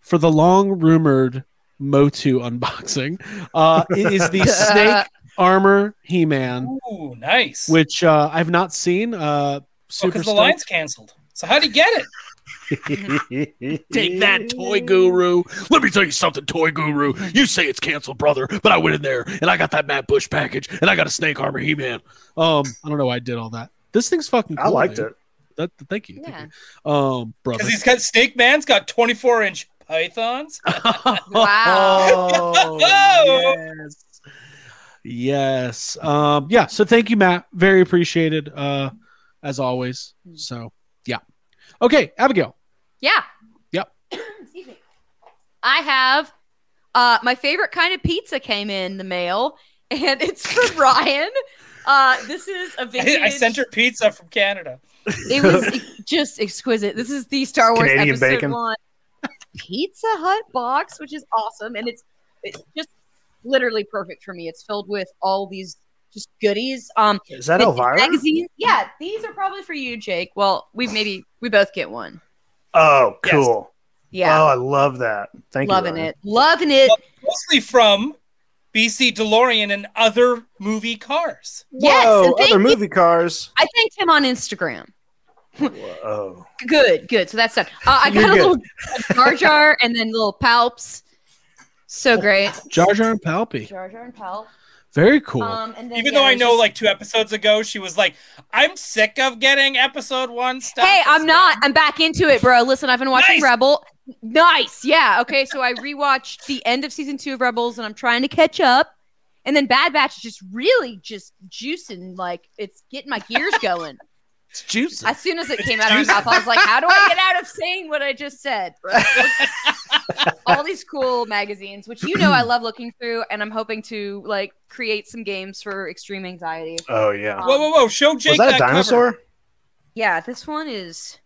Speaker 1: for the long rumored Motu unboxing. Uh, it is the Snake Armor He Man,
Speaker 2: Ooh, nice.
Speaker 1: which uh, I've not seen. Uh, super
Speaker 2: because the
Speaker 1: stoked.
Speaker 2: line's canceled. So how'd he get it?
Speaker 1: Take that, toy guru. Let me tell you something, toy guru. You say it's canceled, brother, but I went in there and I got that Matt Bush package and I got a Snake Armor He Man. Um, I don't know why I did all that. This thing's fucking. Cool,
Speaker 3: I liked
Speaker 1: dude.
Speaker 3: it.
Speaker 1: That, thank you.
Speaker 4: Yeah.
Speaker 1: Thank you. Um, brother.
Speaker 2: Because he's got Snake Man's got 24 inch pythons.
Speaker 1: Oh,
Speaker 4: Wow.
Speaker 3: Oh.
Speaker 2: Oh!
Speaker 1: yes. Yes. Um, yeah. So thank you, Matt. Very appreciated. Uh, as always.
Speaker 4: Hmm.
Speaker 1: So yeah. Okay, Abigail.
Speaker 4: Yeah.
Speaker 1: Yep.
Speaker 4: Excuse me. I have uh, my favorite kind of pizza came in the mail, and it's from Ryan. Uh, this is a
Speaker 2: I,
Speaker 4: vintage.
Speaker 2: I sent her pizza from Canada.
Speaker 4: It was ex- just exquisite. This is the Star Wars
Speaker 3: Canadian
Speaker 4: episode
Speaker 3: bacon.
Speaker 4: one Pizza Hut box, which is awesome, and it's it's just literally perfect for me. It's filled with all these just goodies. Um,
Speaker 3: Is that
Speaker 4: vintage
Speaker 3: Elvira?
Speaker 4: magazines. Yeah, these are probably for you, Jake. Well, we maybe we both get one.
Speaker 3: Oh,
Speaker 2: Yes.
Speaker 3: cool.
Speaker 4: Yeah,
Speaker 3: Oh, I love that. Thank
Speaker 4: loving
Speaker 3: you. Ryan.
Speaker 4: it, loving it.
Speaker 2: Mostly from BC DeLorean and other movie cars.
Speaker 4: Yes,
Speaker 3: Whoa,
Speaker 4: and thank
Speaker 3: Oh, other
Speaker 4: you-
Speaker 3: movie cars.
Speaker 4: I thanked him on Instagram.
Speaker 3: Whoa. Oh,
Speaker 4: Good, good. So that's done. Uh, I
Speaker 3: You're
Speaker 4: got a
Speaker 3: good.
Speaker 4: little Jar Jar and then little Palps. So great.
Speaker 1: Jar Jar and Palpy.
Speaker 4: Jar Jar and Palp.
Speaker 1: Very cool.
Speaker 4: Um, and then,
Speaker 2: Even
Speaker 4: yeah,
Speaker 2: though I
Speaker 4: there's
Speaker 2: know,
Speaker 4: just-
Speaker 2: like two episodes ago, she was like, "I'm sick of getting episode one stuff."
Speaker 4: hey, I'm
Speaker 2: It's
Speaker 4: not. I'm back into it, bro. Listen, I've been watching
Speaker 2: Nice.
Speaker 4: Rebel. Nice. Yeah. Okay. So I rewatched the end of season two of Rebels, and I'm trying to catch up. And then Bad Batch is just really just juicing, like it's getting my gears going.
Speaker 1: it's juicy.
Speaker 4: As soon as it came out of my mouth, I was like, how do I get out of saying what I just said? bro?" All these cool magazines, which you know I love looking through, and I'm hoping to like create some games for extreme anxiety.
Speaker 3: Oh yeah.
Speaker 4: Um,
Speaker 2: Whoa, whoa, whoa! Show Jake
Speaker 3: Was that a
Speaker 2: cover.
Speaker 3: dinosaur?
Speaker 4: Yeah, this one is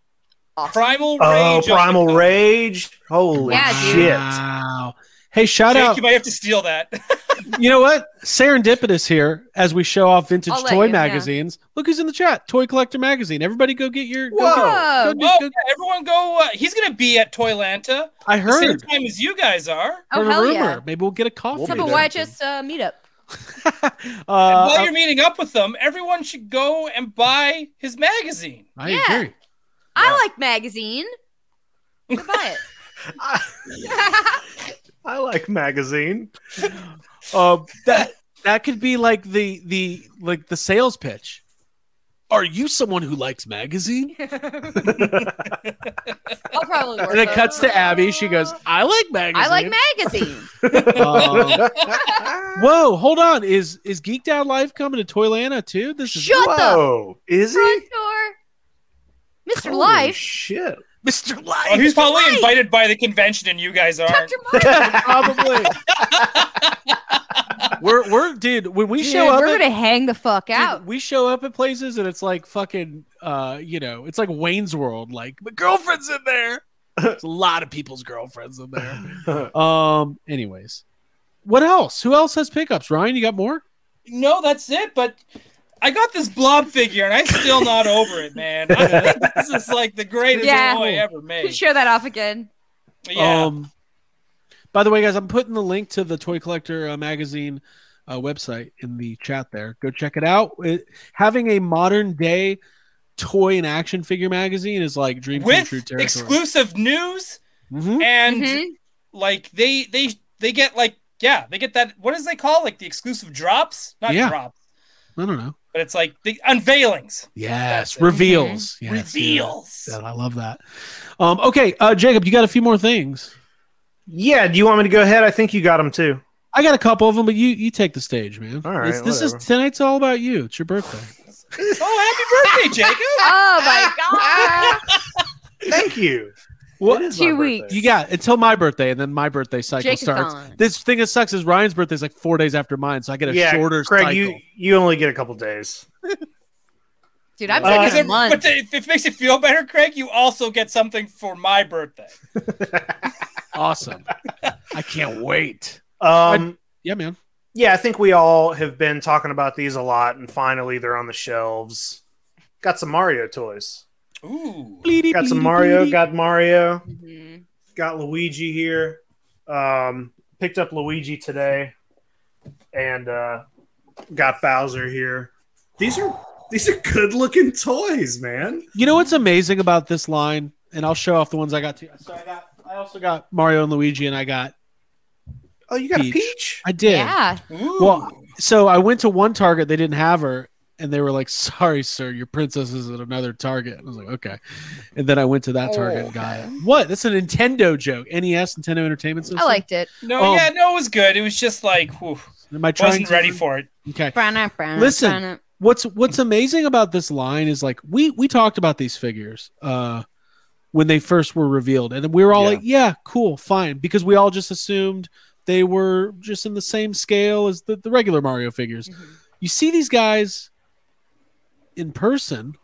Speaker 4: awesome.
Speaker 2: Primal Rage.
Speaker 3: Oh,
Speaker 2: on the
Speaker 3: Primal
Speaker 2: cover.
Speaker 3: Rage. Holy
Speaker 4: Yeah, dude.
Speaker 1: Ah.
Speaker 3: shit.
Speaker 1: Wow. Hey, shout
Speaker 2: Jake,
Speaker 1: out.
Speaker 2: you might have to steal that. Oh,
Speaker 1: You know what? Serendipitous here as we show off vintage
Speaker 4: I'll let
Speaker 1: toy
Speaker 4: you, yeah.
Speaker 1: magazines. Look who's in the chat. Toy Collector Magazine. Everybody go get your. Go,
Speaker 4: Whoa.
Speaker 1: go,
Speaker 2: oh,
Speaker 1: go-
Speaker 2: yeah, everyone go! Uh, he's gonna be at Toylanta
Speaker 1: I
Speaker 2: the same
Speaker 1: heard.
Speaker 2: time as you guys are.
Speaker 4: Oh,
Speaker 1: heard a
Speaker 4: hell
Speaker 1: rumor.
Speaker 4: yeah.
Speaker 1: Maybe we'll get a coffee.
Speaker 3: We'll
Speaker 4: Let's
Speaker 3: be
Speaker 4: have a
Speaker 3: there.
Speaker 4: YHS uh, meetup.
Speaker 2: And while
Speaker 1: uh,
Speaker 2: you're meeting up with them, everyone should go and buy his magazine.
Speaker 1: I
Speaker 4: Yeah.
Speaker 1: agree.
Speaker 4: I like magazine. Go buy
Speaker 3: I,
Speaker 4: it.
Speaker 3: I like magazine.
Speaker 1: Um, that that could be like the the like the sales pitch. Are you someone who likes magazine?
Speaker 3: Um,
Speaker 4: I'll probably work
Speaker 1: And it
Speaker 4: on
Speaker 1: cuts to Abby. She goes, "I like
Speaker 4: I like
Speaker 1: magazine."
Speaker 4: magazine.
Speaker 1: Um, whoa, hold on. Is is Geeked Out Live coming to Toylana too? This is
Speaker 4: Shut the
Speaker 3: Whoa. Is he?
Speaker 4: front door. Mr.
Speaker 3: Holy
Speaker 4: Life.
Speaker 3: Shit.
Speaker 1: Mr.
Speaker 2: Oh,
Speaker 1: Life.
Speaker 2: he's probably
Speaker 4: Right.
Speaker 2: invited by the convention, and you guys aren't.
Speaker 4: Dr. Martin.
Speaker 1: Oh, Probably. we're we're dude. When we show up,
Speaker 4: We're
Speaker 1: at-
Speaker 4: gonna hang the fuck
Speaker 1: dude,
Speaker 4: out.
Speaker 1: we show up at places and it's like fucking, uh, you know, it's like Wayne's World. Like my girlfriend's in there. There's a lot of people's girlfriends in there. Um. Anyways, what else? Who else has pickups? Ryan, you got more?
Speaker 2: No, that's it. But I got this blob figure, and I'm still not over it, man. I mean, this is like the greatest
Speaker 4: Yeah.
Speaker 2: toy ever
Speaker 4: Could
Speaker 2: made.
Speaker 4: share that off again.
Speaker 2: Yeah,
Speaker 1: Um, by the way, guys, I'm putting the link to the Toy Collector uh, magazine uh, website in the chat there. Go check it out. It- having a modern day toy and action figure magazine is like dream come
Speaker 2: with
Speaker 1: true territory.
Speaker 2: exclusive news
Speaker 1: Mhm.
Speaker 2: and
Speaker 4: Mhm.
Speaker 2: like they they they get like yeah they get that what does they call like the exclusive drops not
Speaker 1: Yeah.
Speaker 2: drops
Speaker 1: I don't know.
Speaker 2: but it's like the unveilings
Speaker 1: Yes,
Speaker 2: it.
Speaker 1: reveals. Yes,
Speaker 2: reveals
Speaker 1: yes. Yeah, I love that. Um, okay, uh, Jacob, you got a few more things.
Speaker 3: yeah, do you want me to go ahead? I think you got them too.
Speaker 1: I got a couple of them, but you you take the stage, man.
Speaker 3: All right,
Speaker 1: This- this is
Speaker 3: whatever.
Speaker 1: tonight's all about you. It's your birthday.
Speaker 2: oh happy birthday jacob
Speaker 4: Oh my god!
Speaker 3: Thank you.
Speaker 1: What
Speaker 3: It is
Speaker 4: Two
Speaker 3: my
Speaker 4: weeks.
Speaker 3: birthday.
Speaker 1: You got until my birthday, and then my birthday cycle
Speaker 4: Jake is
Speaker 1: starts.
Speaker 4: gone.
Speaker 1: This thing that sucks is Ryan's birthday is like four days after mine, so I get a shorter
Speaker 3: Craig,
Speaker 1: cycle.
Speaker 3: you you only get a couple days.
Speaker 4: Dude, I'm
Speaker 3: Uh,
Speaker 2: Is
Speaker 4: taking
Speaker 2: it-
Speaker 4: a
Speaker 2: but
Speaker 4: month.
Speaker 2: if it makes you feel better craig you also get something for my birthday
Speaker 1: Awesome! I can't wait.
Speaker 3: Um,
Speaker 1: Yeah, man.
Speaker 3: yeah, I think we all have been talking about these a lot, and finally they're on the shelves. Got some Mario toys.
Speaker 2: ooh
Speaker 3: Got some Mario. Got Mario.
Speaker 4: Mhm.
Speaker 3: Got Luigi here. Um, picked up Luigi today, and uh, got Bowser here.
Speaker 5: These are these are good looking toys, man.
Speaker 1: You know what's amazing about this line, and I'll show off the ones I got too. So I got, I also got Mario and Luigi, and I got,
Speaker 3: Oh, you got
Speaker 1: Peach.
Speaker 3: a peach.
Speaker 1: I did.
Speaker 4: Yeah.
Speaker 2: ooh
Speaker 1: Well, so I went to one Target, they didn't have her, and they were like, "Sorry, sir, your princess is at another Target." I was like, "Okay," and then I went to that Target and got it. What? That's a Nintendo joke. NES, Nintendo Entertainment System.
Speaker 4: I liked it.
Speaker 2: no
Speaker 1: um,
Speaker 2: yeah no it was good it was just like whew,
Speaker 1: Am I trying?
Speaker 2: wasn't
Speaker 1: to-
Speaker 2: ready for it
Speaker 1: Okay.
Speaker 4: Brana, brana,
Speaker 1: Listen.
Speaker 4: brana.
Speaker 1: What's What's amazing about this line is like we we talked about these figures uh, when they first were revealed, and we were all
Speaker 3: Yeah.
Speaker 1: like, "Yeah, cool, fine," because we all just assumed they were just in the same scale as the, the regular Mario figures.
Speaker 4: Mhm.
Speaker 1: You see these guys in person,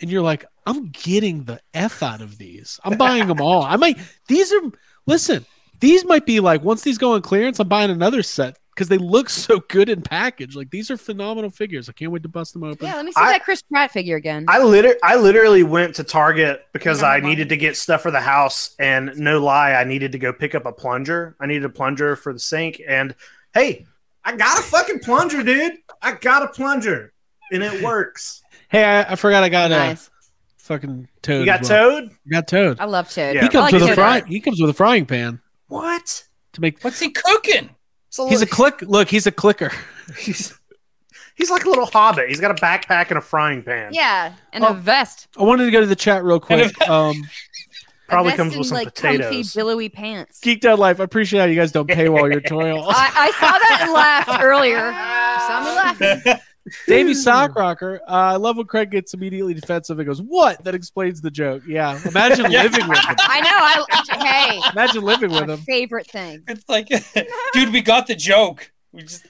Speaker 1: and you're like, "I'm getting the f out of these. I'm buying them all. I might. These are listen." these might be like once these go on clearance, I'm buying another set because they look so good in package. Like these are phenomenal figures. I can't wait to bust them open.
Speaker 4: Yeah, let me see
Speaker 3: I-
Speaker 4: that Chris Pratt figure again.
Speaker 3: I liter- I literally went to Target because
Speaker 4: Never
Speaker 3: I
Speaker 4: mind.
Speaker 3: needed to get stuff for the house, and no lie, I needed to go pick up a plunger. I needed a plunger for the sink, and hey,
Speaker 5: I got a fucking plunger, dude. I got a plunger.
Speaker 3: and it works.
Speaker 1: Hey, I, I forgot I got a
Speaker 4: nice.
Speaker 1: fucking toad.
Speaker 3: You got
Speaker 1: as well.
Speaker 3: Toad?
Speaker 1: I got toad.
Speaker 4: I love Toad.
Speaker 3: Yeah.
Speaker 1: He
Speaker 4: I
Speaker 1: comes
Speaker 4: like
Speaker 1: with a
Speaker 4: Toad
Speaker 1: fry.
Speaker 4: lot.
Speaker 1: He comes with a frying pan
Speaker 3: What?
Speaker 1: to make.
Speaker 2: what's he cooking
Speaker 3: It's a
Speaker 1: He's a
Speaker 3: little-
Speaker 1: click. Look, he's a clicker.
Speaker 3: he's, he's like a little hobbit. He's got a backpack and a frying pan.
Speaker 4: Yeah, and
Speaker 1: Oh.
Speaker 4: a vest.
Speaker 1: I wanted to go to the chat real quick. Um,
Speaker 4: a
Speaker 3: Probably
Speaker 4: vest
Speaker 3: comes
Speaker 4: and,
Speaker 3: with some
Speaker 4: like comfy
Speaker 3: potatoes.
Speaker 4: billowy pants.
Speaker 1: Geeked Out Life. I appreciate how you guys don't paywall your toil.
Speaker 4: I, I saw that and laughed earlier. You saw me laughing.
Speaker 1: Davey Sockrocker. Uh, I love when Craig gets immediately defensive and goes, "What?" That explains the joke. Yeah. Imagine
Speaker 2: Yeah.
Speaker 1: living with him.
Speaker 4: I know. I
Speaker 1: Imagine living
Speaker 4: hey,
Speaker 1: with
Speaker 4: my
Speaker 1: him.
Speaker 4: favorite thing.
Speaker 2: it's like dude we got the joke we just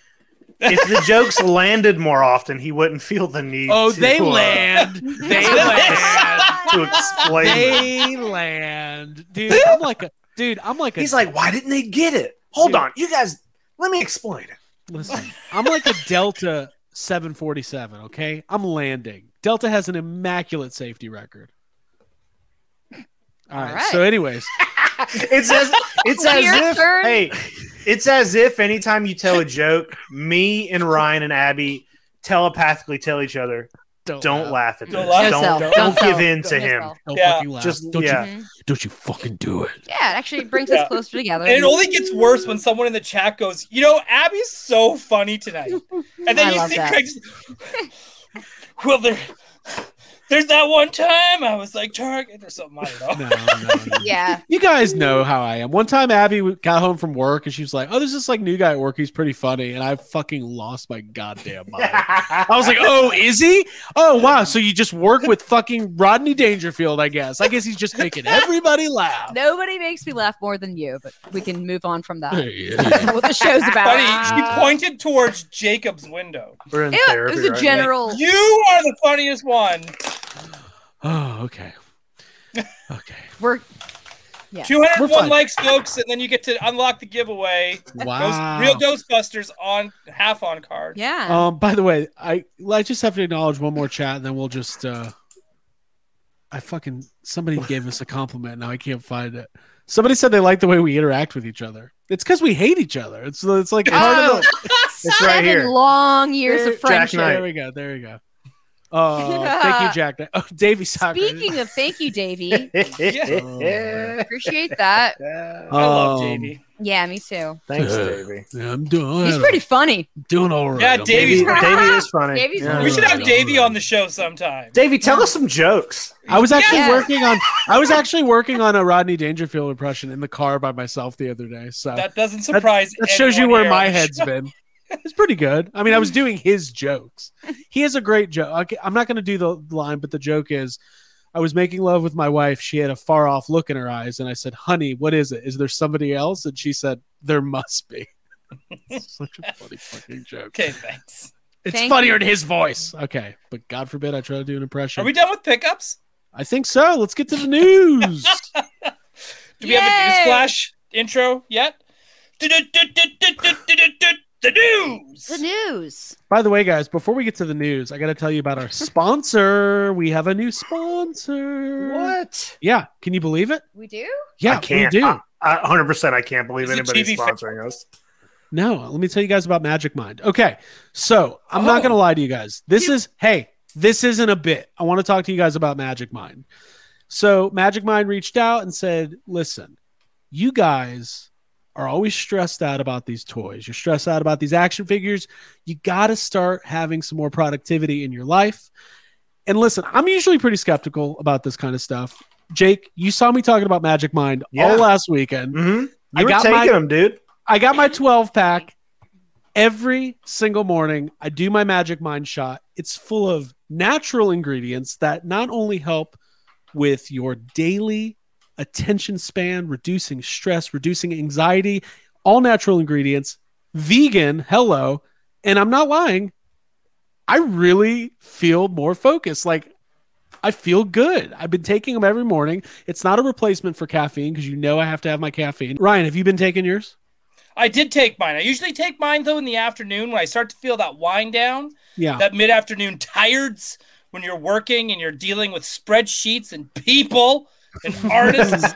Speaker 3: if the jokes landed more often, he wouldn't feel the need.
Speaker 1: Oh,
Speaker 3: to,
Speaker 1: they
Speaker 3: uh,
Speaker 1: land. They land.
Speaker 3: to explain. them.
Speaker 1: They land. Dude, I'm like a dude, I'm like a
Speaker 3: He's like, why didn't they get it? Hold
Speaker 1: Dude.
Speaker 3: on, you guys. Let me explain it.
Speaker 1: listen, I'm like a Delta 747, okay? I'm landing. Delta has an immaculate safety record. All right.
Speaker 4: All right.
Speaker 1: So anyways,
Speaker 3: It's as it's as
Speaker 4: Weird
Speaker 3: if
Speaker 4: turn.
Speaker 3: hey, it's as if anytime you tell a joke, me and Ryan and Abby telepathically tell each other,
Speaker 1: don't,
Speaker 3: "Don't laugh at this.
Speaker 2: Don't laugh.
Speaker 3: Don't
Speaker 4: sell.
Speaker 3: don't,
Speaker 4: Don't
Speaker 3: give
Speaker 4: sell.
Speaker 3: in to
Speaker 4: Don't
Speaker 3: him.
Speaker 4: sell.
Speaker 1: Don't
Speaker 2: Yeah.
Speaker 1: fucking laugh.
Speaker 3: Just
Speaker 1: don't
Speaker 3: yeah,
Speaker 1: you
Speaker 4: Mhm.
Speaker 1: don't you fucking do it.
Speaker 4: Yeah, it actually brings
Speaker 2: Yeah.
Speaker 4: us closer together.
Speaker 2: And it only gets worse when someone in the chat goes, "You know, Abby's so funny tonight," and then
Speaker 4: I
Speaker 2: you
Speaker 4: love
Speaker 2: see
Speaker 4: that.
Speaker 2: Craig. Just, well, there, there's that one time I was like Target or something. I don't know.
Speaker 1: No, no, no.
Speaker 4: Yeah.
Speaker 1: You guys know how I am. One time, Abby w- got home from work and she was like, "Oh, there's this like new guy at work. He's pretty funny," and I fucking lost my goddamn mind. I was like, "Oh, is he? Oh, wow. So you just work with fucking Rodney Dangerfield? I guess. I guess he's just making everybody laugh."
Speaker 4: Nobody makes me laugh more than you, but we can move on from that.
Speaker 1: Yeah.
Speaker 4: what the show's about.
Speaker 2: Funny, she pointed towards Jacob's window.
Speaker 3: We're in
Speaker 4: Ew,
Speaker 3: therapy,
Speaker 4: it was a
Speaker 3: right?
Speaker 4: general.
Speaker 2: You are the funniest one.
Speaker 1: Oh, okay. Okay.
Speaker 4: We're Yes.
Speaker 2: 201
Speaker 1: fine.
Speaker 2: likes, folks, and then you get to unlock the giveaway.
Speaker 1: Wow.
Speaker 2: Ghost, real Ghostbusters on half on card.
Speaker 4: Yeah.
Speaker 1: Um, by the way, I I just have to acknowledge one more chat, and then we'll just. Uh, I fucking somebody gave us a compliment. Now I can't find it. Somebody said they like the way we interact with each other. It's because we hate each other. It's it's like
Speaker 3: Part of the-
Speaker 4: Seven
Speaker 3: right here.
Speaker 4: long years of
Speaker 3: Jack
Speaker 4: friendship.
Speaker 3: Knight.
Speaker 1: there we go. There we go. Oh, thank you, Jack. Oh, Davey Soccer.
Speaker 4: Speaking of thank you, Davey.
Speaker 1: Yeah.
Speaker 4: Appreciate that.
Speaker 2: I love
Speaker 1: Um,
Speaker 2: Davey.
Speaker 4: Yeah, me too.
Speaker 3: Oh, Thanks, Davey.
Speaker 1: yeah, I'm doing.
Speaker 4: He's pretty funny.
Speaker 1: doing all right.
Speaker 2: Yeah,
Speaker 1: I'm
Speaker 2: Davey's-
Speaker 3: Davey,
Speaker 1: doing all right.
Speaker 3: Davey is funny.
Speaker 4: Davey's
Speaker 3: Yeah.
Speaker 4: funny.
Speaker 2: We should have
Speaker 6: Yeah.
Speaker 2: Davey on the show sometime.
Speaker 3: Davey, tell us some jokes.
Speaker 1: I was actually
Speaker 4: Yeah.
Speaker 1: working on. I was actually working on a Rodney Dangerfield impression in the car by myself the other day. So
Speaker 2: That doesn't surprise.
Speaker 1: That shows you
Speaker 2: anyone
Speaker 1: where
Speaker 2: here
Speaker 1: my
Speaker 2: on the
Speaker 1: head's
Speaker 2: show.
Speaker 1: been. It's pretty good. I mean, I was doing his jokes. He has a great joke. I- I'm not going to do the line, but the joke is I was making love with my wife. She had a far off look in her eyes. And I said, Honey, what is it? Is there somebody else? And she said, There must be. It's Such a funny fucking joke.
Speaker 2: Okay, thanks.
Speaker 1: It's
Speaker 4: Thank
Speaker 1: funnier in his voice. Okay. But God forbid I try to do an impression.
Speaker 2: Are we done with pickups?
Speaker 1: I think so. Let's get to the news.
Speaker 2: Do we have a
Speaker 4: Yay!
Speaker 2: newsflash intro yet? The
Speaker 4: The
Speaker 2: news.
Speaker 4: news.
Speaker 1: By the way, guys, before we get to the news, I got to tell you about our sponsor. We have a new sponsor.
Speaker 3: What?
Speaker 1: Yeah, can you believe it?
Speaker 4: We do?
Speaker 1: Yeah,
Speaker 3: I can't.
Speaker 1: we do.
Speaker 3: I, I, 100%. I can't believe
Speaker 2: Is it
Speaker 3: anybody's
Speaker 2: TV
Speaker 3: sponsoring us.
Speaker 1: no, let me tell you guys about Magic Mind. Okay, so I'm
Speaker 2: Oh.
Speaker 1: not gonna lie to you guys. This is hey, this isn't a bit. I want to talk to you guys about Magic Mind. So Magic Mind reached out and said, "Listen, you guys are always stressed out about these toys. You're stressed out about these action figures. You got to start having some more productivity in your life." And listen, I'm usually pretty skeptical about this kind of stuff. Jake, you saw me talking about Magic Mind
Speaker 3: Yeah.
Speaker 1: all last weekend.
Speaker 3: Mm-hmm. You
Speaker 1: I
Speaker 3: were
Speaker 1: got
Speaker 3: taking
Speaker 1: my-
Speaker 3: them, dude.
Speaker 1: I got my 12 pack every single morning. I do my Magic Mind shot. It's full of natural ingredients that not only help with your daily attention span, reducing stress, reducing anxiety, all natural ingredients, vegan, hello. And I'm not lying. I really feel more focused. Like, I feel good. I've been taking them every morning. It's not a replacement for caffeine because you know I have to have my caffeine. Ryan, have you been taking yours?
Speaker 2: I did take mine. I usually take mine though in the afternoon when I start to feel that wind down,
Speaker 1: Yeah.
Speaker 2: that mid afternoon tireds when you're working and you're dealing with spreadsheets and people and artists.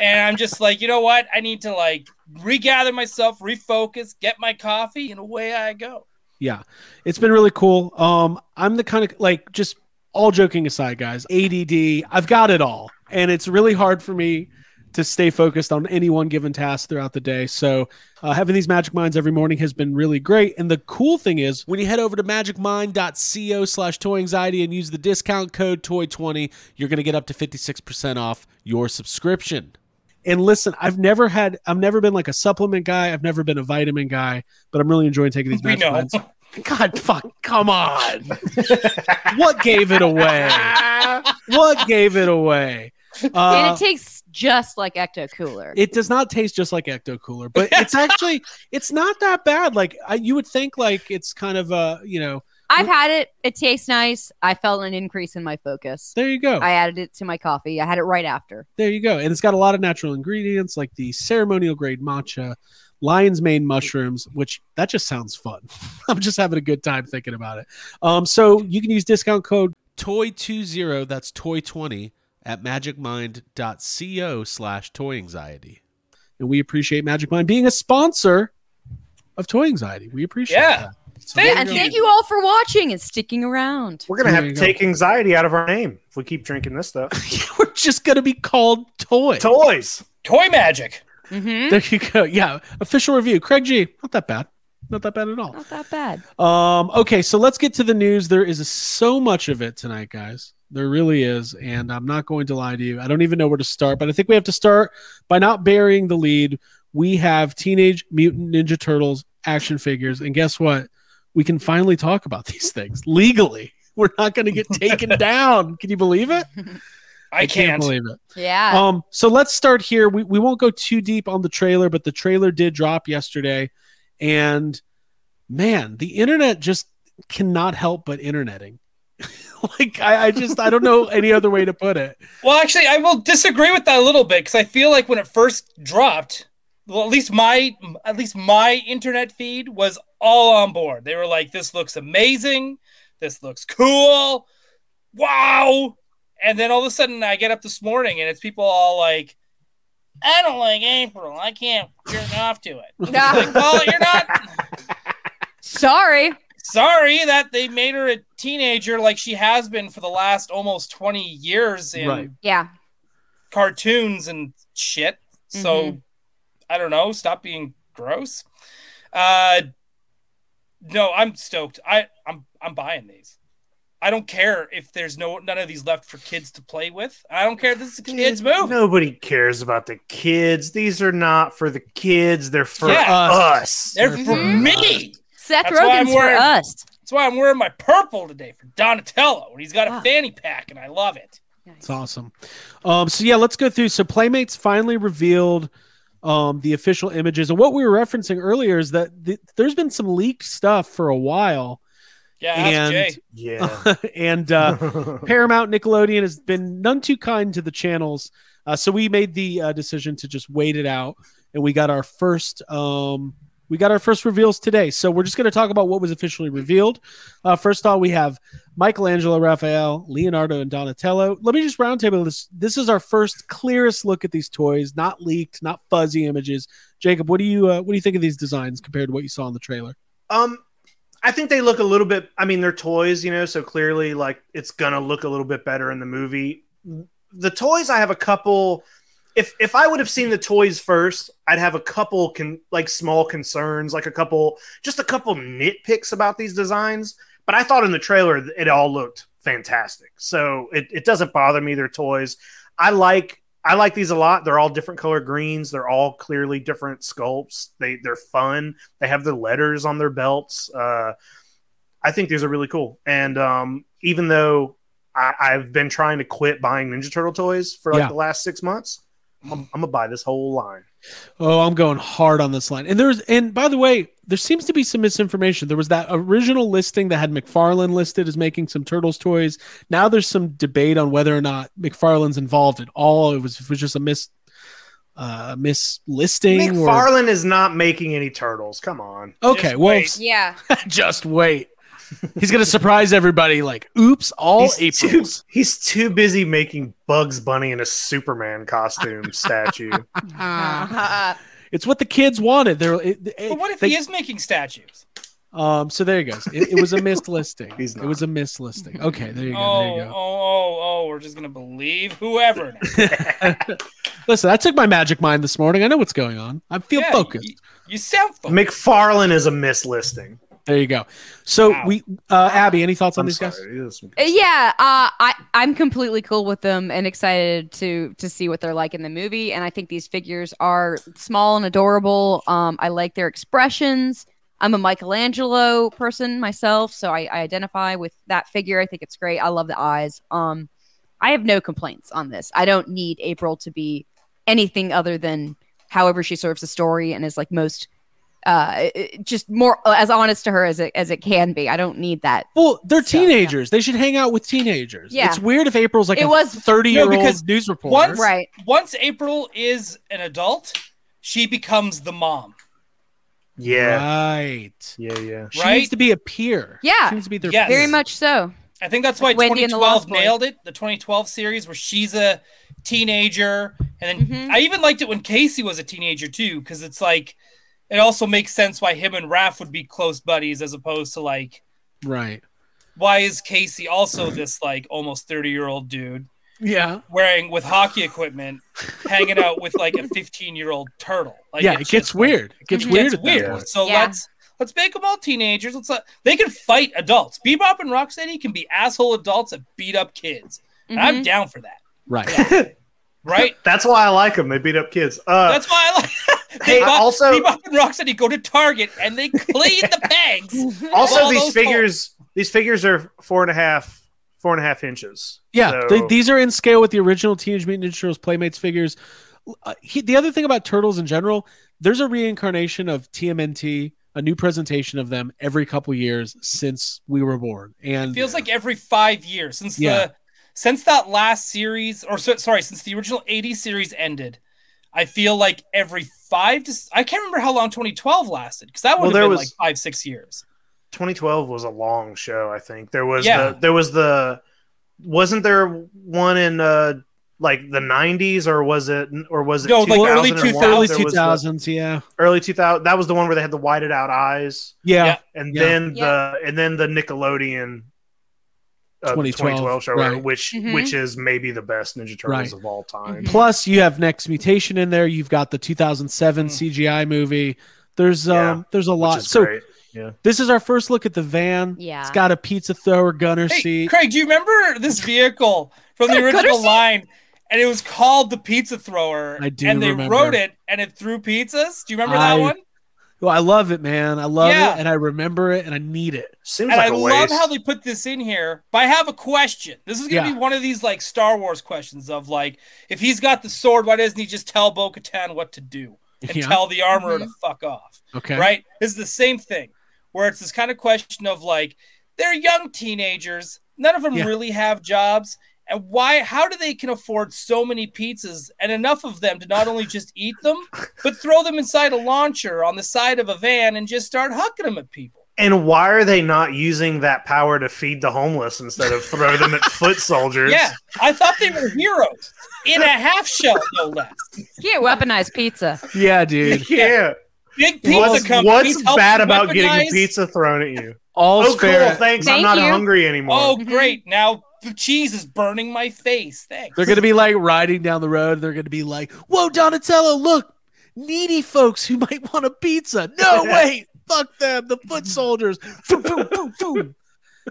Speaker 2: and I'm just like, you know what? I need to like regather myself, refocus, get my coffee, and away I go.
Speaker 1: yeah. It's been really cool. Um, I'm the kind of like just all joking aside, guys, ADD, I've got it all. And it's really hard for me to stay focused on any one given task throughout the day. So uh, having these magic minds every morning has been really great. And the cool thing is when you head over to magicmind.co slash toy anxiety and use the discount code toy20, you're going to get up to 56% off your subscription. And listen, I've never had, I've never been like a supplement guy. I've never been a vitamin guy, but I'm really enjoying taking these
Speaker 2: We
Speaker 1: magic
Speaker 2: know.
Speaker 1: minds. God, fuck, come on. what gave it away? What gave it away?
Speaker 4: and
Speaker 1: Uh,
Speaker 4: it tastes just like Ecto Cooler.
Speaker 1: it does not taste just like Ecto Cooler, but it's actually it's not that bad. Like I, you would think, like it's kind of uh, you know.
Speaker 4: I've had it. It tastes nice. I felt an increase in my focus.
Speaker 1: There you go,
Speaker 2: Oh.
Speaker 4: I added it to my coffee. I had it right after.
Speaker 1: there you go, and it's got a lot of natural ingredients like the ceremonial grade matcha, lion's mane mushrooms, which that just sounds fun. I'm just having a good time thinking about it. Um, so you can use discount code toy20 that's toy20 at magicmind.co slash toy anxiety and we appreciate magic mind being a sponsor of toy anxiety we appreciate
Speaker 2: Yeah.
Speaker 1: that So
Speaker 2: Thank
Speaker 1: there
Speaker 4: and
Speaker 1: you go.
Speaker 4: thank you all for watching and sticking around.
Speaker 3: We're going to
Speaker 1: There
Speaker 3: have
Speaker 1: you
Speaker 3: to
Speaker 1: go.
Speaker 3: take anxiety out of our name if we keep drinking this stuff.
Speaker 1: we're just gonna be called toy
Speaker 3: Toys.
Speaker 2: Toy magic.
Speaker 4: hmm
Speaker 1: there you go yeah official review craig g not that bad not that bad at all
Speaker 4: Not that bad.
Speaker 1: Um, okay, so let's get to the news. There is so much of it tonight, guys. There really is, and I'm not going to lie to you. I don't even know where to start, but I think we have to start by not burying the lead. We have Teenage Mutant Ninja Turtles action figures, and guess what? We can finally talk about these things legally. We're not going to get taken down. Can you believe it?
Speaker 2: I, can't.
Speaker 1: believe it.
Speaker 4: Yeah.
Speaker 1: Um, so let's start here. We, we won't go too deep on the trailer, but the trailer did drop yesterday. And man, the internet just cannot help but interneting. like I, I just I don't know any other way to put it.
Speaker 2: Well, actually, I will disagree with that a little bit because I feel like when it first dropped, well, at least my at least my internet feed was all on board. They were like, "This looks amazing. This looks cool. Wow!" And then all of a sudden, I get up this morning and it's people all like, "I don't like April. I can't jerk off to it." Like, well, you're not
Speaker 4: Sorry.
Speaker 2: sorry that they made her a teenager like she has been for the last almost 20 years in
Speaker 1: Right.
Speaker 4: Yeah.
Speaker 2: cartoons and shit. So I don't know, stop being gross. Uh no, I'm stoked. I I'm I'm buying these. I don't care if there's no none of these left for kids to play with. I don't care if this is a kids
Speaker 3: Dude,
Speaker 2: movie.
Speaker 3: Nobody cares about the kids. These are not for the kids. They're for
Speaker 2: Yeah.
Speaker 3: us.
Speaker 2: They're for
Speaker 4: Mhm.
Speaker 2: me.
Speaker 4: Seth
Speaker 2: That's why I'm
Speaker 4: Rogen's for
Speaker 2: worried.
Speaker 4: us.
Speaker 2: That's why I'm wearing my purple today for Donatello, and he's got a
Speaker 1: Ah.
Speaker 4: Wow.
Speaker 2: fanny pack, and I love it.
Speaker 1: It's awesome. Um, so yeah, let's go through. So Playmates finally revealed um, the official images, and what we were referencing earlier is that th- there's been some leaked stuff for a while,
Speaker 2: Yeah, ask
Speaker 1: And-
Speaker 2: Jay.
Speaker 3: Yeah.
Speaker 1: and uh, Paramount Nickelodeon has been none too kind to the channels, uh, so we made the uh, decision to just wait it out, and we got our first um, we got our first reveals today. So we're just going to talk about what was officially revealed. Uh, first off, we have Michelangelo, Raphael, Leonardo, and Donatello. Let me just roundtable this. This is our first clearest look at these toys, not leaked, not fuzzy images. Jacob, what do you uh, what do you think of these designs compared to what you saw in the trailer?
Speaker 3: Um, I think they look a little bit. I mean, they're toys, you know, so clearly, like, it's gonna look a little bit better in the movie. The toys, I have a couple. If if I would have seen the toys first, I'd have a couple can like small concerns, like a couple, just a couple nitpicks about these designs. But I thought in the trailer it all looked fantastic, so it, it doesn't bother me. They're toys. I like. I like these a lot. They're all different color greens. They're all clearly different sculpts. They they're fun they have the letters on their belts uh, i think these are really cool and um, even though I, i've been trying to quit buying ninja turtle toys for like
Speaker 1: Yeah.
Speaker 3: the last six months I'm, I'm gonna buy this whole line
Speaker 1: Oh, I'm going hard on this line. And there's and by the way, there seems to be some misinformation. There was that original listing that had McFarlane listed as making some Turtles toys. Now there's some debate on whether or not McFarlane's involved at all. It was it was just a mis uh mislisting or
Speaker 3: mcfarlane is not making any turtles come on
Speaker 1: Okay,
Speaker 2: Just
Speaker 1: well
Speaker 2: wait.
Speaker 1: s-
Speaker 4: Yeah.
Speaker 1: just wait. He's going to surprise everybody like oops all
Speaker 3: he's too,
Speaker 1: Aprils.
Speaker 3: he's too busy making bugs bunny in a superman costume statue
Speaker 4: Uh-huh.
Speaker 1: It's what the kids wanted. They're it,
Speaker 2: But what if
Speaker 1: they-
Speaker 2: he is making statues?
Speaker 1: um so there you go. It, it was a mislisting.
Speaker 3: He's
Speaker 1: it
Speaker 3: not.
Speaker 1: was a mislisting. Okay, there you go.
Speaker 2: oh,
Speaker 1: there you go.
Speaker 2: oh, oh, oh, we're just gonna believe whoever. now.
Speaker 1: Listen, I took my magic mind this morning. I know what's going on. I feel
Speaker 2: Yeah,
Speaker 1: focused.
Speaker 2: You, you sound focused.
Speaker 3: mcfarlane is a mislisting
Speaker 1: there you go. So
Speaker 2: Wow.
Speaker 1: we, uh, Abby, any thoughts on
Speaker 3: i'm
Speaker 1: these guys?
Speaker 3: sorry This-
Speaker 4: Uh, yeah, uh, I I'm completely cool with them and excited to to see what they're like in the movie. And I think these figures are small and adorable. Um, I like their expressions. I'm a Michelangelo person myself, so I, I identify with that figure. I think it's great. I love the eyes. Um, I have no complaints on this. I don't need April to be anything other than however she serves the story and is like most uh just more as honest to her as it as it can be. I don't need that.
Speaker 1: Well, they're
Speaker 4: So, yeah.
Speaker 1: teenagers. They should hang out with teenagers.
Speaker 4: Yeah.
Speaker 1: It's weird if April's like
Speaker 4: It
Speaker 1: a
Speaker 4: was-
Speaker 1: thirty-year-old
Speaker 2: No, because
Speaker 1: news reporter.
Speaker 2: once-
Speaker 4: Right.
Speaker 2: Once April is an adult, she becomes the mom.
Speaker 3: yeah
Speaker 1: Right.
Speaker 3: yeah yeah
Speaker 1: She
Speaker 2: Right?
Speaker 1: needs to be a peer.
Speaker 4: Yeah.
Speaker 1: She needs to be their
Speaker 2: Yes.
Speaker 1: peer.
Speaker 4: Very much so.
Speaker 2: I think that's why
Speaker 4: Like Wendy and the
Speaker 2: 2012
Speaker 4: Lost Boys.
Speaker 2: nailed it. The 2012 series where she's a teenager, and then
Speaker 4: Mhm.
Speaker 2: I even liked it when Casey was a teenager too, because it's like it also makes sense why him and Raph would be close buddies as opposed to like
Speaker 1: Right.
Speaker 2: why is Casey also
Speaker 1: Mm-hmm.
Speaker 2: this like almost 30 year old dude
Speaker 1: Yeah.
Speaker 2: wearing with hockey equipment, hanging out with like a 15 year old turtle. Like
Speaker 1: yeah. It
Speaker 2: it's
Speaker 1: gets
Speaker 2: just, like,
Speaker 1: weird. It gets
Speaker 4: Mhm.
Speaker 1: weird.
Speaker 2: It's
Speaker 1: at that
Speaker 2: weird.
Speaker 1: point.
Speaker 2: So
Speaker 4: Yeah.
Speaker 2: let's let's make them all teenagers. Let's let, they can fight adults. Bebop and Rocksteady can be asshole adults that beat up kids. And
Speaker 4: Mm-hmm.
Speaker 2: I'm down for that.
Speaker 1: Right.
Speaker 2: Right?
Speaker 3: that's why i like them they beat up kids uh,
Speaker 2: That's why I like
Speaker 3: hey
Speaker 2: Bebop,
Speaker 3: also
Speaker 2: Bebop and Rocksteady go to Target and they clean the
Speaker 4: Mm-hmm.
Speaker 2: pegs.
Speaker 3: also
Speaker 2: All
Speaker 3: these
Speaker 2: those
Speaker 3: figures these figures are four and a half four and a half inches
Speaker 1: Yeah, they, these are in scale with the original Teenage Mutant Ninja Turtles Playmates figures. Uh, he, the other thing about turtles in general, there's a reincarnation of TMNT a new presentation of them every couple years since we were born. And
Speaker 2: feels like every five years since
Speaker 1: Yeah.
Speaker 2: the since that last series or so, sorry since the original 80 series ended i feel like every five to s- i can't remember how long 2012 lasted because that
Speaker 3: Well,
Speaker 2: would have
Speaker 3: there
Speaker 2: been
Speaker 3: was-
Speaker 2: like five six years
Speaker 3: 2012 was a long show. I think there was
Speaker 2: Yeah.
Speaker 3: the there was the wasn't there one in uh like the 90s or was it or was it
Speaker 2: No, like early
Speaker 3: 2001?
Speaker 1: early
Speaker 3: There was the-
Speaker 1: 2000s, yeah.
Speaker 3: early 2000 that was the one where they had the whited out eyes
Speaker 1: yeah,
Speaker 2: Yeah.
Speaker 3: and
Speaker 1: Yeah.
Speaker 3: then
Speaker 4: Yeah.
Speaker 3: the and then the Nickelodeon uh,
Speaker 1: 2012,
Speaker 3: 2012 show
Speaker 1: right.
Speaker 3: which
Speaker 4: Mhm.
Speaker 3: which is maybe the best Ninja Turtles
Speaker 1: Right.
Speaker 3: of all time.
Speaker 4: Mhm.
Speaker 1: Plus, you have Next Mutation in there. You've got the 2007
Speaker 2: Mm.
Speaker 1: CGI movie. There's
Speaker 3: Yeah,
Speaker 1: um, there's a
Speaker 3: Which
Speaker 1: lot.
Speaker 3: is
Speaker 1: So
Speaker 3: great.
Speaker 1: this is our first look at the van.
Speaker 4: Yeah.
Speaker 1: It's got a pizza thrower gunner
Speaker 2: hey
Speaker 1: seat.
Speaker 2: craig do you remember this vehicle from
Speaker 4: Is
Speaker 2: the
Speaker 4: that a gutter
Speaker 2: original
Speaker 4: seat?
Speaker 2: line and it was called the pizza thrower
Speaker 1: I do
Speaker 2: and they
Speaker 1: remember.
Speaker 2: wrote it and it threw pizzas do you remember
Speaker 1: I-
Speaker 2: that
Speaker 1: Well,
Speaker 2: one
Speaker 1: Oh, I love it, man. I love
Speaker 2: Yeah.
Speaker 1: it, and I remember it, and I need it.
Speaker 3: Seems
Speaker 2: and I
Speaker 3: like a
Speaker 2: love
Speaker 3: waste.
Speaker 2: how they put this in here. But I have a question. This is gonna
Speaker 1: Yeah.
Speaker 2: be one of these like Star Wars questions of like, if he's got the sword, why doesn't he just tell Bo Katan what to do and
Speaker 1: Yeah.
Speaker 2: tell the armorer
Speaker 4: Mm-hmm.
Speaker 2: to fuck off?
Speaker 1: Okay.
Speaker 2: Right? This is the same thing where it's this kind of question of like, they're young teenagers, none of them
Speaker 1: Yeah.
Speaker 2: really have jobs. And why, how do they can afford so many pizzas and enough of them to not only just eat them, but throw them inside a launcher on the side of a van and just start hucking them at people?
Speaker 3: and why are they not using that power to feed the homeless instead of throw them at foot soldiers?
Speaker 2: Yeah, I thought they were heroes in a half shell, no less.
Speaker 4: Yeah, weaponized pizza.
Speaker 1: Yeah, dude.
Speaker 3: Yeah.
Speaker 2: Big pizza
Speaker 3: What's,
Speaker 2: companies.
Speaker 3: what's
Speaker 2: help
Speaker 3: bad
Speaker 2: you
Speaker 3: about getting
Speaker 2: weaponize-
Speaker 3: a pizza thrown at you?
Speaker 1: All's
Speaker 3: Oh, cool.
Speaker 1: fair.
Speaker 3: Thanks. I'm
Speaker 4: Thank
Speaker 3: not
Speaker 4: you.
Speaker 3: hungry anymore.
Speaker 2: Oh,
Speaker 4: Mhm.
Speaker 2: great! Now the cheese is burning my face. Thanks.
Speaker 1: They're gonna be like riding down the road. They're gonna be like, "Whoa, Donatello! Look, needy folks who might want a pizza. No, wait, fuck them. The foot soldiers. Boom, boom, boom, boom.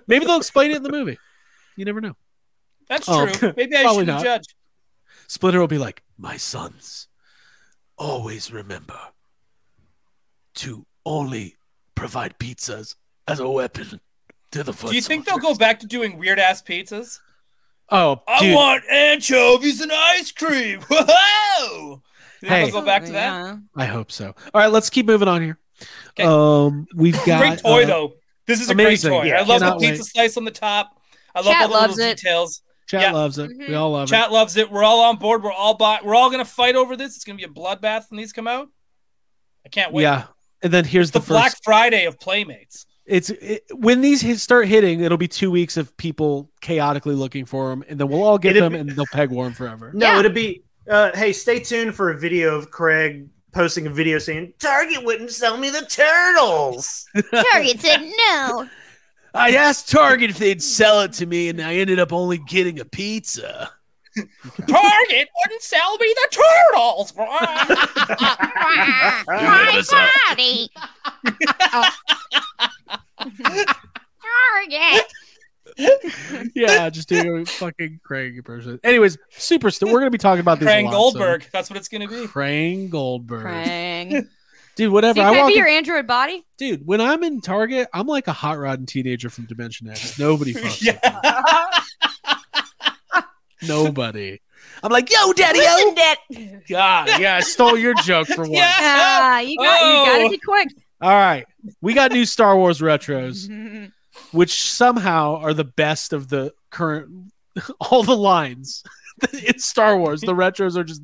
Speaker 1: Maybe they'll explain it in the movie. You never know.
Speaker 2: That's
Speaker 1: Oh,
Speaker 2: true. Maybe I
Speaker 1: probably
Speaker 2: shouldn't
Speaker 1: not.
Speaker 2: judge.
Speaker 1: Splinter will be like, "My sons, always remember to only provide pizzas as a weapon to the foot."
Speaker 2: Do you think they'll
Speaker 1: soldiers."
Speaker 2: go back to doing weird ass pizzas?
Speaker 1: Oh,
Speaker 2: I
Speaker 1: dude,
Speaker 2: want anchovies and ice cream. Whoa! You think
Speaker 1: Hey.
Speaker 2: they'll go back to that?
Speaker 4: Yeah.
Speaker 1: I hope so. All right, let's keep moving on here.
Speaker 2: Okay.
Speaker 1: Um, we've got
Speaker 2: Great toy
Speaker 1: uh,
Speaker 2: though. This is a
Speaker 1: amazing.
Speaker 2: great toy.
Speaker 3: Yeah,
Speaker 2: I love the
Speaker 1: cannot wait.
Speaker 2: pizza slice on the top. I love
Speaker 4: Chat
Speaker 2: all the
Speaker 4: loves
Speaker 2: little
Speaker 4: it.
Speaker 2: details.
Speaker 1: Chat
Speaker 2: Yeah.
Speaker 1: loves it. We
Speaker 4: Mhm.
Speaker 1: all love it.
Speaker 2: Chat loves it. We're all on board. We're all bought. We're all gonna fight over this. It's gonna be a bloodbath when these come out. I can't wait.
Speaker 1: Yeah. And then here's
Speaker 2: it's the,
Speaker 1: the,
Speaker 2: Black
Speaker 1: first.
Speaker 2: Friday of playmates.
Speaker 1: It's it, when these hit, start hitting, it'll be two weeks of people chaotically looking for them, and then we'll all get
Speaker 3: It'd
Speaker 1: them,
Speaker 3: be-
Speaker 1: and they'll peg warm forever.
Speaker 3: No,
Speaker 4: Yeah.
Speaker 3: it'd be. Uh, hey, stay tuned for a video of Craig posting a video saying Target wouldn't sell me the turtles.
Speaker 7: Target said no.
Speaker 1: I asked Target if they'd sell it to me, and I ended up only getting a pizza.
Speaker 2: Target wouldn't sell me the turtles.
Speaker 7: My body. Target.
Speaker 1: Yeah, just doing a fucking Craig impression. Anyways, super. St- we're gonna be talking about these.
Speaker 2: Crane
Speaker 1: a lot, so-
Speaker 2: Goldberg. That's what it's gonna be.
Speaker 1: Crane Goldberg.
Speaker 4: Krang. See,
Speaker 1: Dude, whatever.
Speaker 4: can
Speaker 1: I
Speaker 4: I
Speaker 1: walk
Speaker 4: be
Speaker 1: in-
Speaker 4: your android body?
Speaker 1: dude, when I'm in Target, I'm like a hot rod and teenager from Dimension X. Nobody fucks. with me.
Speaker 2: yeah.
Speaker 1: Nobody. I'm like, yo, daddy, yo.
Speaker 4: that.
Speaker 1: God, yeah, I stole your joke for one.
Speaker 2: Yeah.
Speaker 4: Ah, you got. You got
Speaker 2: Oh.
Speaker 4: to be quick.
Speaker 1: All right. We got new Star Wars retros,
Speaker 3: Mm-hmm.
Speaker 1: which somehow are the best of the current all the lines in Star Wars. The retros are just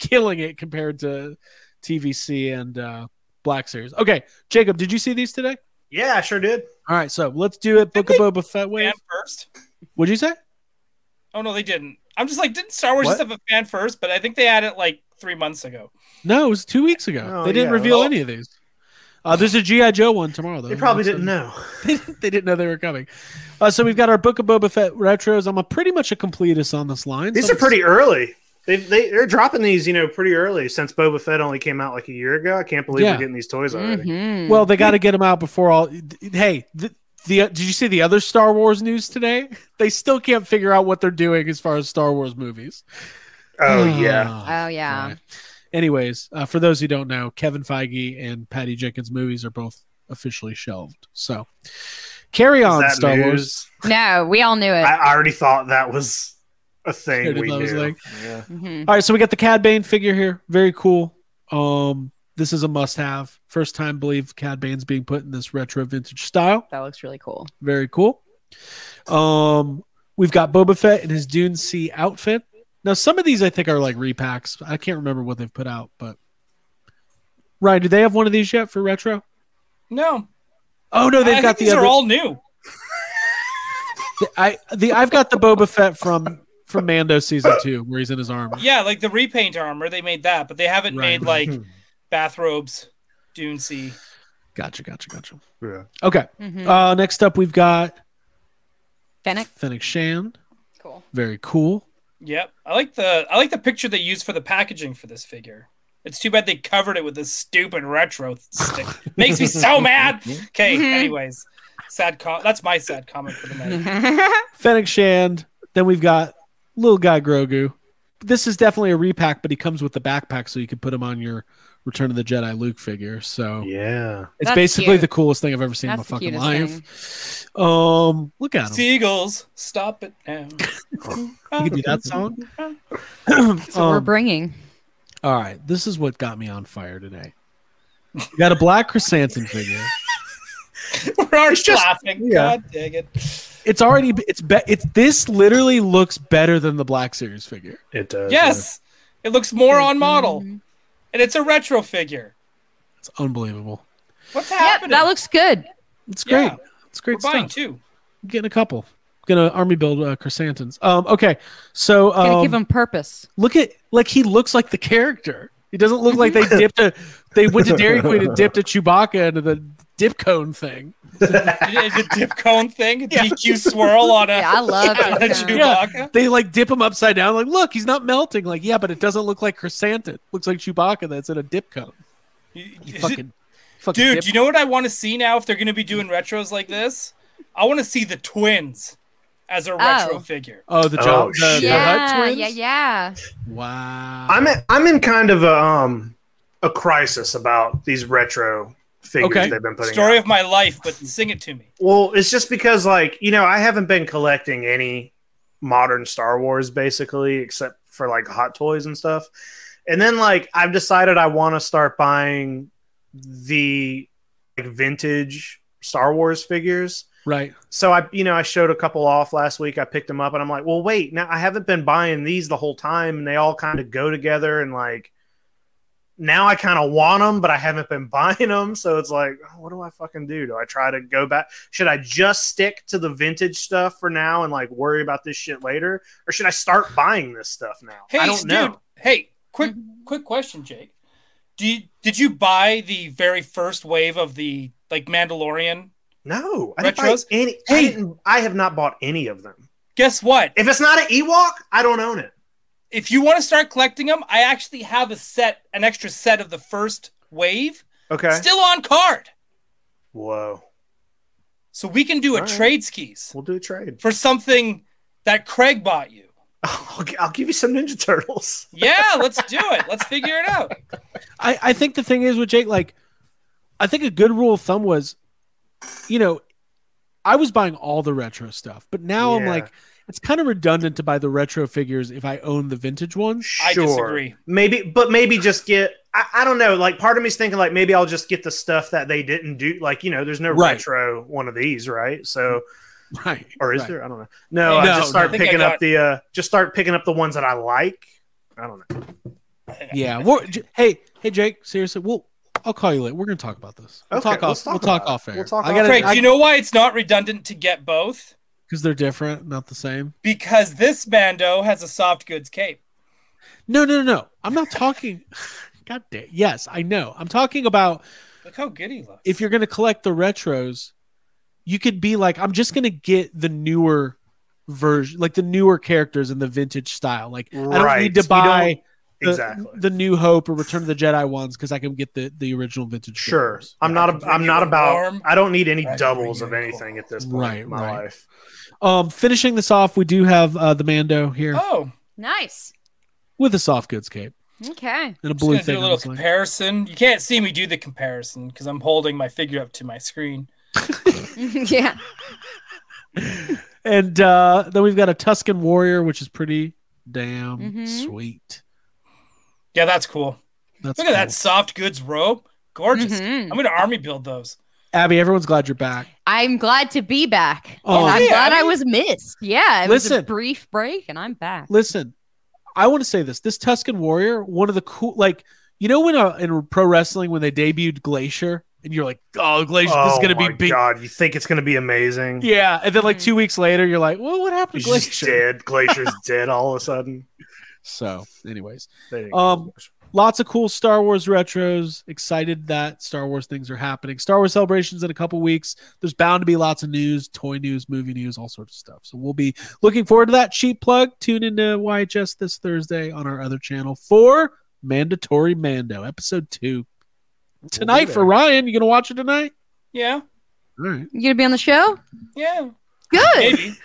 Speaker 1: killing it compared to TVC and uh Black Series. Okay, Jacob, did you see these today?
Speaker 3: yeah, I sure did.
Speaker 1: All right, so let's do it. Book of Boba Fett wave.
Speaker 2: Fan first.
Speaker 1: What'd you say?
Speaker 2: Oh no, they didn't. I'm just like, didn't Star Wars
Speaker 1: What?
Speaker 2: just have a fan first? But I think they had it like three months ago.
Speaker 1: No, it was two weeks ago.
Speaker 3: Oh,
Speaker 1: they didn't
Speaker 3: yeah.
Speaker 1: reveal
Speaker 2: Oh.
Speaker 1: any of these. Uh, there's a GI Joe one tomorrow, though.
Speaker 3: They probably
Speaker 1: So-
Speaker 3: didn't know.
Speaker 1: they didn't know they were coming. Uh, so we've got our Book of Boba Fett retros. I'm a pretty much a completist on this line.
Speaker 3: These
Speaker 1: so
Speaker 3: are pretty early. They, they they're dropping these, you know, pretty early since Boba Fett only came out like a year ago. I can't believe
Speaker 1: Yeah.
Speaker 3: we're getting these toys
Speaker 4: Mm-hmm.
Speaker 3: already.
Speaker 1: Well, they got to get them out before all. Hey, the, the uh, did you see the other Star Wars news today? They still can't figure out what they're doing as far as Star Wars movies.
Speaker 3: Oh yeah.
Speaker 4: Oh yeah.
Speaker 1: Right. Anyways, uh, for those who don't know, Kevin Feige and Patty Jenkins movies are both officially shelved. So carry
Speaker 3: Is
Speaker 1: on,
Speaker 3: that
Speaker 1: Star Wars.
Speaker 3: news?
Speaker 4: No, we all knew it.
Speaker 3: I, I already thought that was a thing
Speaker 1: Sure did,
Speaker 3: we
Speaker 1: I was
Speaker 3: knew.
Speaker 1: like-
Speaker 3: yeah.
Speaker 4: Mhm.
Speaker 1: All right, so we got the Cad Bane figure here. Very cool. Um, This is a must have. First time, believe Cad Bane's being put in this retro vintage style.
Speaker 4: That looks really cool.
Speaker 1: Very cool. Um, we've got Boba Fett in his Dune Sea outfit. Now, some of these I think are like repacks. I can't remember what they've put out, but Ryan, do they have one of these yet for retro?
Speaker 2: No,
Speaker 1: Oh no, they've
Speaker 2: I
Speaker 1: got
Speaker 2: think
Speaker 1: the
Speaker 2: these
Speaker 1: other.
Speaker 2: are all new.
Speaker 1: I the I've got the Boba Fett from from Mando season two, where he's in his armor.
Speaker 2: Yeah, like the repaint armor, they made that, but they haven't
Speaker 1: Right.
Speaker 2: made like bathrobes, Dune Sea.
Speaker 1: Gotcha, gotcha, gotcha.
Speaker 3: Yeah.
Speaker 1: Okay.
Speaker 4: Mm-hmm.
Speaker 1: Uh, next up, we've got
Speaker 4: Fennec.
Speaker 1: Fennec Shan.
Speaker 4: Cool.
Speaker 1: Very cool.
Speaker 2: Yep, I like the I like the picture they used for the packaging for this figure. It's too bad they covered it with this stupid retro stick. Makes me so mad. Okay,
Speaker 4: Mhm.
Speaker 2: anyways, sad. Com- that's my sad comment for the night.
Speaker 1: Fennec Shand. Then we've got little guy Grogu. This is definitely a repack, but he comes with the backpack, so you can put him on your Return of the Jedi Luke figure. So
Speaker 3: Yeah.
Speaker 1: it's
Speaker 4: That's
Speaker 1: basically
Speaker 4: cute.
Speaker 1: the coolest thing I've ever seen
Speaker 4: That's the
Speaker 1: in my fucking
Speaker 4: cutest
Speaker 1: life. Um, look at him.
Speaker 2: Seagulls, stop it now.
Speaker 1: you can do that song.
Speaker 4: That's what we're
Speaker 1: Um,
Speaker 4: bringing.
Speaker 1: All right, this is what got me on fire today. We got a black chrysanthemum figure.
Speaker 2: We're already
Speaker 3: It's just-
Speaker 2: laughing.
Speaker 3: yeah.
Speaker 2: God dang it.
Speaker 1: It's already it's be, it's this literally looks better than the black series figure.
Speaker 3: It does.
Speaker 2: Yes, it looks more
Speaker 4: Mm-hmm.
Speaker 2: on model, and it's a retro figure.
Speaker 1: It's unbelievable.
Speaker 2: What's
Speaker 4: Yep,
Speaker 2: happening?
Speaker 4: that looks good.
Speaker 1: It's great.
Speaker 2: Yeah.
Speaker 1: It's
Speaker 2: We're
Speaker 1: great
Speaker 2: buying
Speaker 1: stuff.
Speaker 2: two.
Speaker 1: I'm getting a couple. I'm gonna army build uh, chrysanthemums. Um, okay, so
Speaker 4: Gonna
Speaker 1: um,
Speaker 4: give him purpose.
Speaker 1: look at like he looks like the character. He doesn't look like they dipped a they went to Dairy Queen and dipped a Chewbacca into the dip cone thing.
Speaker 2: Is it dip cone thing? DQ swirl on a,
Speaker 4: Yeah, I love
Speaker 2: on a
Speaker 4: dip cone.
Speaker 2: Chewbacca.
Speaker 1: They like dip him upside down. Like, look, he's not melting. Like, yeah, but it doesn't look like chrysanthemum. Looks like Chewbacca that's in a dip cone.
Speaker 2: You-
Speaker 1: You
Speaker 2: you-
Speaker 1: fucking, fucking
Speaker 2: dude,
Speaker 1: dip-
Speaker 2: do you know what I want to see now if they're going to be doing retros like this? I want to see the twins as a retro
Speaker 4: Oh.
Speaker 2: figure.
Speaker 1: Oh, the
Speaker 3: Oh,
Speaker 1: job. the,
Speaker 3: shit.
Speaker 1: the Hutt
Speaker 4: yeah,
Speaker 1: twins?
Speaker 4: yeah, yeah.
Speaker 1: Wow.
Speaker 3: I'm in, I'm in kind of a um a crisis about these retro figures
Speaker 1: Okay.
Speaker 3: they've been putting
Speaker 2: Story
Speaker 3: out.
Speaker 2: of my life, but sing it to me.
Speaker 3: Well, it's just because like, you know, I haven't been collecting any modern Star Wars basically except for like Hot Toys and stuff. And then like I've decided I want to start buying the like vintage Star Wars figures.
Speaker 1: right.
Speaker 3: so I, you know, I showed a couple off last week. I picked them up, and I'm like, well, wait, now I haven't been buying these the whole time, and they all kind of go together, and like, now I kind of want them, but I haven't been buying them, so it's like, oh, what do I fucking do? Do I try to go back? Should I just stick to the vintage stuff for now and like worry about this shit later, or should I start buying this stuff now?
Speaker 2: Hey,
Speaker 3: I don't
Speaker 2: dude.
Speaker 3: know.
Speaker 2: Hey, quick, quick question, Jake. Do you, did you buy the very first wave of the like Mandalorian?
Speaker 3: No, I didn't buy
Speaker 2: Retros?
Speaker 3: any. I,
Speaker 2: Hey.
Speaker 3: didn't, I have not bought any of them.
Speaker 2: Guess what?
Speaker 3: If it's not an Ewok, I don't own it.
Speaker 2: If you want to start collecting them, I actually have a set, an extra set of the first wave,
Speaker 3: Okay.
Speaker 2: still on card.
Speaker 3: Whoa.
Speaker 2: So we can do a
Speaker 3: All right.
Speaker 2: trade skis
Speaker 3: We'll do a trade.
Speaker 2: for something that Craig bought you.
Speaker 3: I'll, I'll give you some Ninja Turtles.
Speaker 2: Yeah, let's do it. Let's figure it out.
Speaker 1: I, I think the thing is with Jake, like, I think a good rule of thumb was, you know, I was buying all the retro stuff, but now I'm
Speaker 3: Yeah.
Speaker 1: like, it's kind of redundant to buy the retro figures if I own the vintage ones.
Speaker 2: I disagree.
Speaker 3: Maybe, but maybe just get. I, I don't know. Like, part of me's thinking like maybe I'll just get the stuff that they didn't do. Like, you know, there's no
Speaker 1: Right.
Speaker 3: retro one of these, right? So,
Speaker 1: Right.
Speaker 3: or is
Speaker 1: right.
Speaker 3: there? I don't know. No, I
Speaker 1: No,
Speaker 3: just
Speaker 2: I
Speaker 3: start
Speaker 2: think I
Speaker 3: picking
Speaker 2: got-
Speaker 3: up the. uh Just start picking up the ones that I like. I don't know.
Speaker 1: Yeah. We're, J- hey, hey, Jake. Seriously, we'll I'll call you later. We're gonna talk about this. We'll
Speaker 3: Okay,
Speaker 1: talk
Speaker 3: let's
Speaker 1: off.
Speaker 3: talk
Speaker 1: we'll talk
Speaker 3: about it.
Speaker 1: off air.
Speaker 3: We'll talk
Speaker 1: I
Speaker 3: off
Speaker 1: gotta
Speaker 3: air.
Speaker 2: Craig, do you know why it's not redundant to get both?
Speaker 1: because they're different, not the same.
Speaker 2: Because this Mando has a soft goods cape.
Speaker 1: No, no, no, no. I'm not talking. God damn. Yes, I know. I'm talking about
Speaker 2: Look how good he looks.
Speaker 1: if you're gonna collect the retros, you could be like, I'm just gonna get the newer version, like the newer characters in the vintage style. Like I don't
Speaker 3: Right.
Speaker 1: need to
Speaker 3: You don't-
Speaker 1: buy the,
Speaker 3: exactly.
Speaker 1: the New Hope or Return of the Jedi ones because I can get the the original vintage.
Speaker 3: Sure.
Speaker 1: figures.
Speaker 3: I'm not. A, I'm not about. I don't need any
Speaker 2: Right,
Speaker 3: doubles of
Speaker 2: right.
Speaker 3: anything at this point
Speaker 1: Right,
Speaker 3: in my
Speaker 1: right.
Speaker 3: life.
Speaker 1: Um, finishing this off, we do have uh, the Mando here
Speaker 2: Oh,
Speaker 4: Nice.
Speaker 1: with a soft goods cape
Speaker 4: Okay.
Speaker 1: and a
Speaker 2: just
Speaker 1: blue
Speaker 2: gonna
Speaker 1: thing.
Speaker 2: do
Speaker 1: on
Speaker 2: a little
Speaker 1: his leg.
Speaker 2: comparison. You can't see me do the comparison because I'm holding my figure up to my screen.
Speaker 4: yeah.
Speaker 1: and uh, then we've got a Tuscan
Speaker 2: Mm-hmm.
Speaker 1: warrior, which is pretty damn
Speaker 4: Mhm.
Speaker 1: sweet.
Speaker 2: Yeah, that's cool.
Speaker 1: That's
Speaker 2: Look at that soft goods robe. Gorgeous.
Speaker 4: Mhm.
Speaker 2: I'm gonna army build those.
Speaker 1: Abby, everyone's glad you're back.
Speaker 4: I'm glad to be back.
Speaker 1: Oh.
Speaker 4: and I'm
Speaker 2: Yeah,
Speaker 4: glad
Speaker 2: I
Speaker 4: I,
Speaker 2: mean-
Speaker 4: was missed. Yeah, it was a
Speaker 1: Listen.
Speaker 4: brief break and I'm back.
Speaker 1: Listen, I want to say this. This Tuscan Warrior, one of the cool, like, you know, when uh, in pro wrestling, when they debuted Glacier, and you're like, oh, Glacier, this is going to be
Speaker 3: my
Speaker 1: big.
Speaker 3: God, you think it's gonna be amazing?
Speaker 1: Yeah. And then, like,
Speaker 4: Mhm.
Speaker 1: two weeks later, you're like, well, what happened
Speaker 3: He's
Speaker 1: to
Speaker 3: just
Speaker 1: Glacier?
Speaker 3: dead. Glacier's dead all of a sudden.
Speaker 1: So, anyways.
Speaker 3: There you go.
Speaker 1: Um, lots of cool Star Wars retros. Excited that Star Wars things are happening. Star Wars celebrations in a couple weeks. There's bound to be lots of news, toy news, movie news, all sorts of stuff. So we'll be looking forward to that. Cheap plug. Tune into YHS this Thursday on our other channel for Mandatory Mando episode two tonight for Ryan. You gonna watch it tonight?
Speaker 2: Yeah,
Speaker 1: All right.
Speaker 4: You gonna be on the show?
Speaker 2: yeah,
Speaker 4: Good.
Speaker 2: maybe.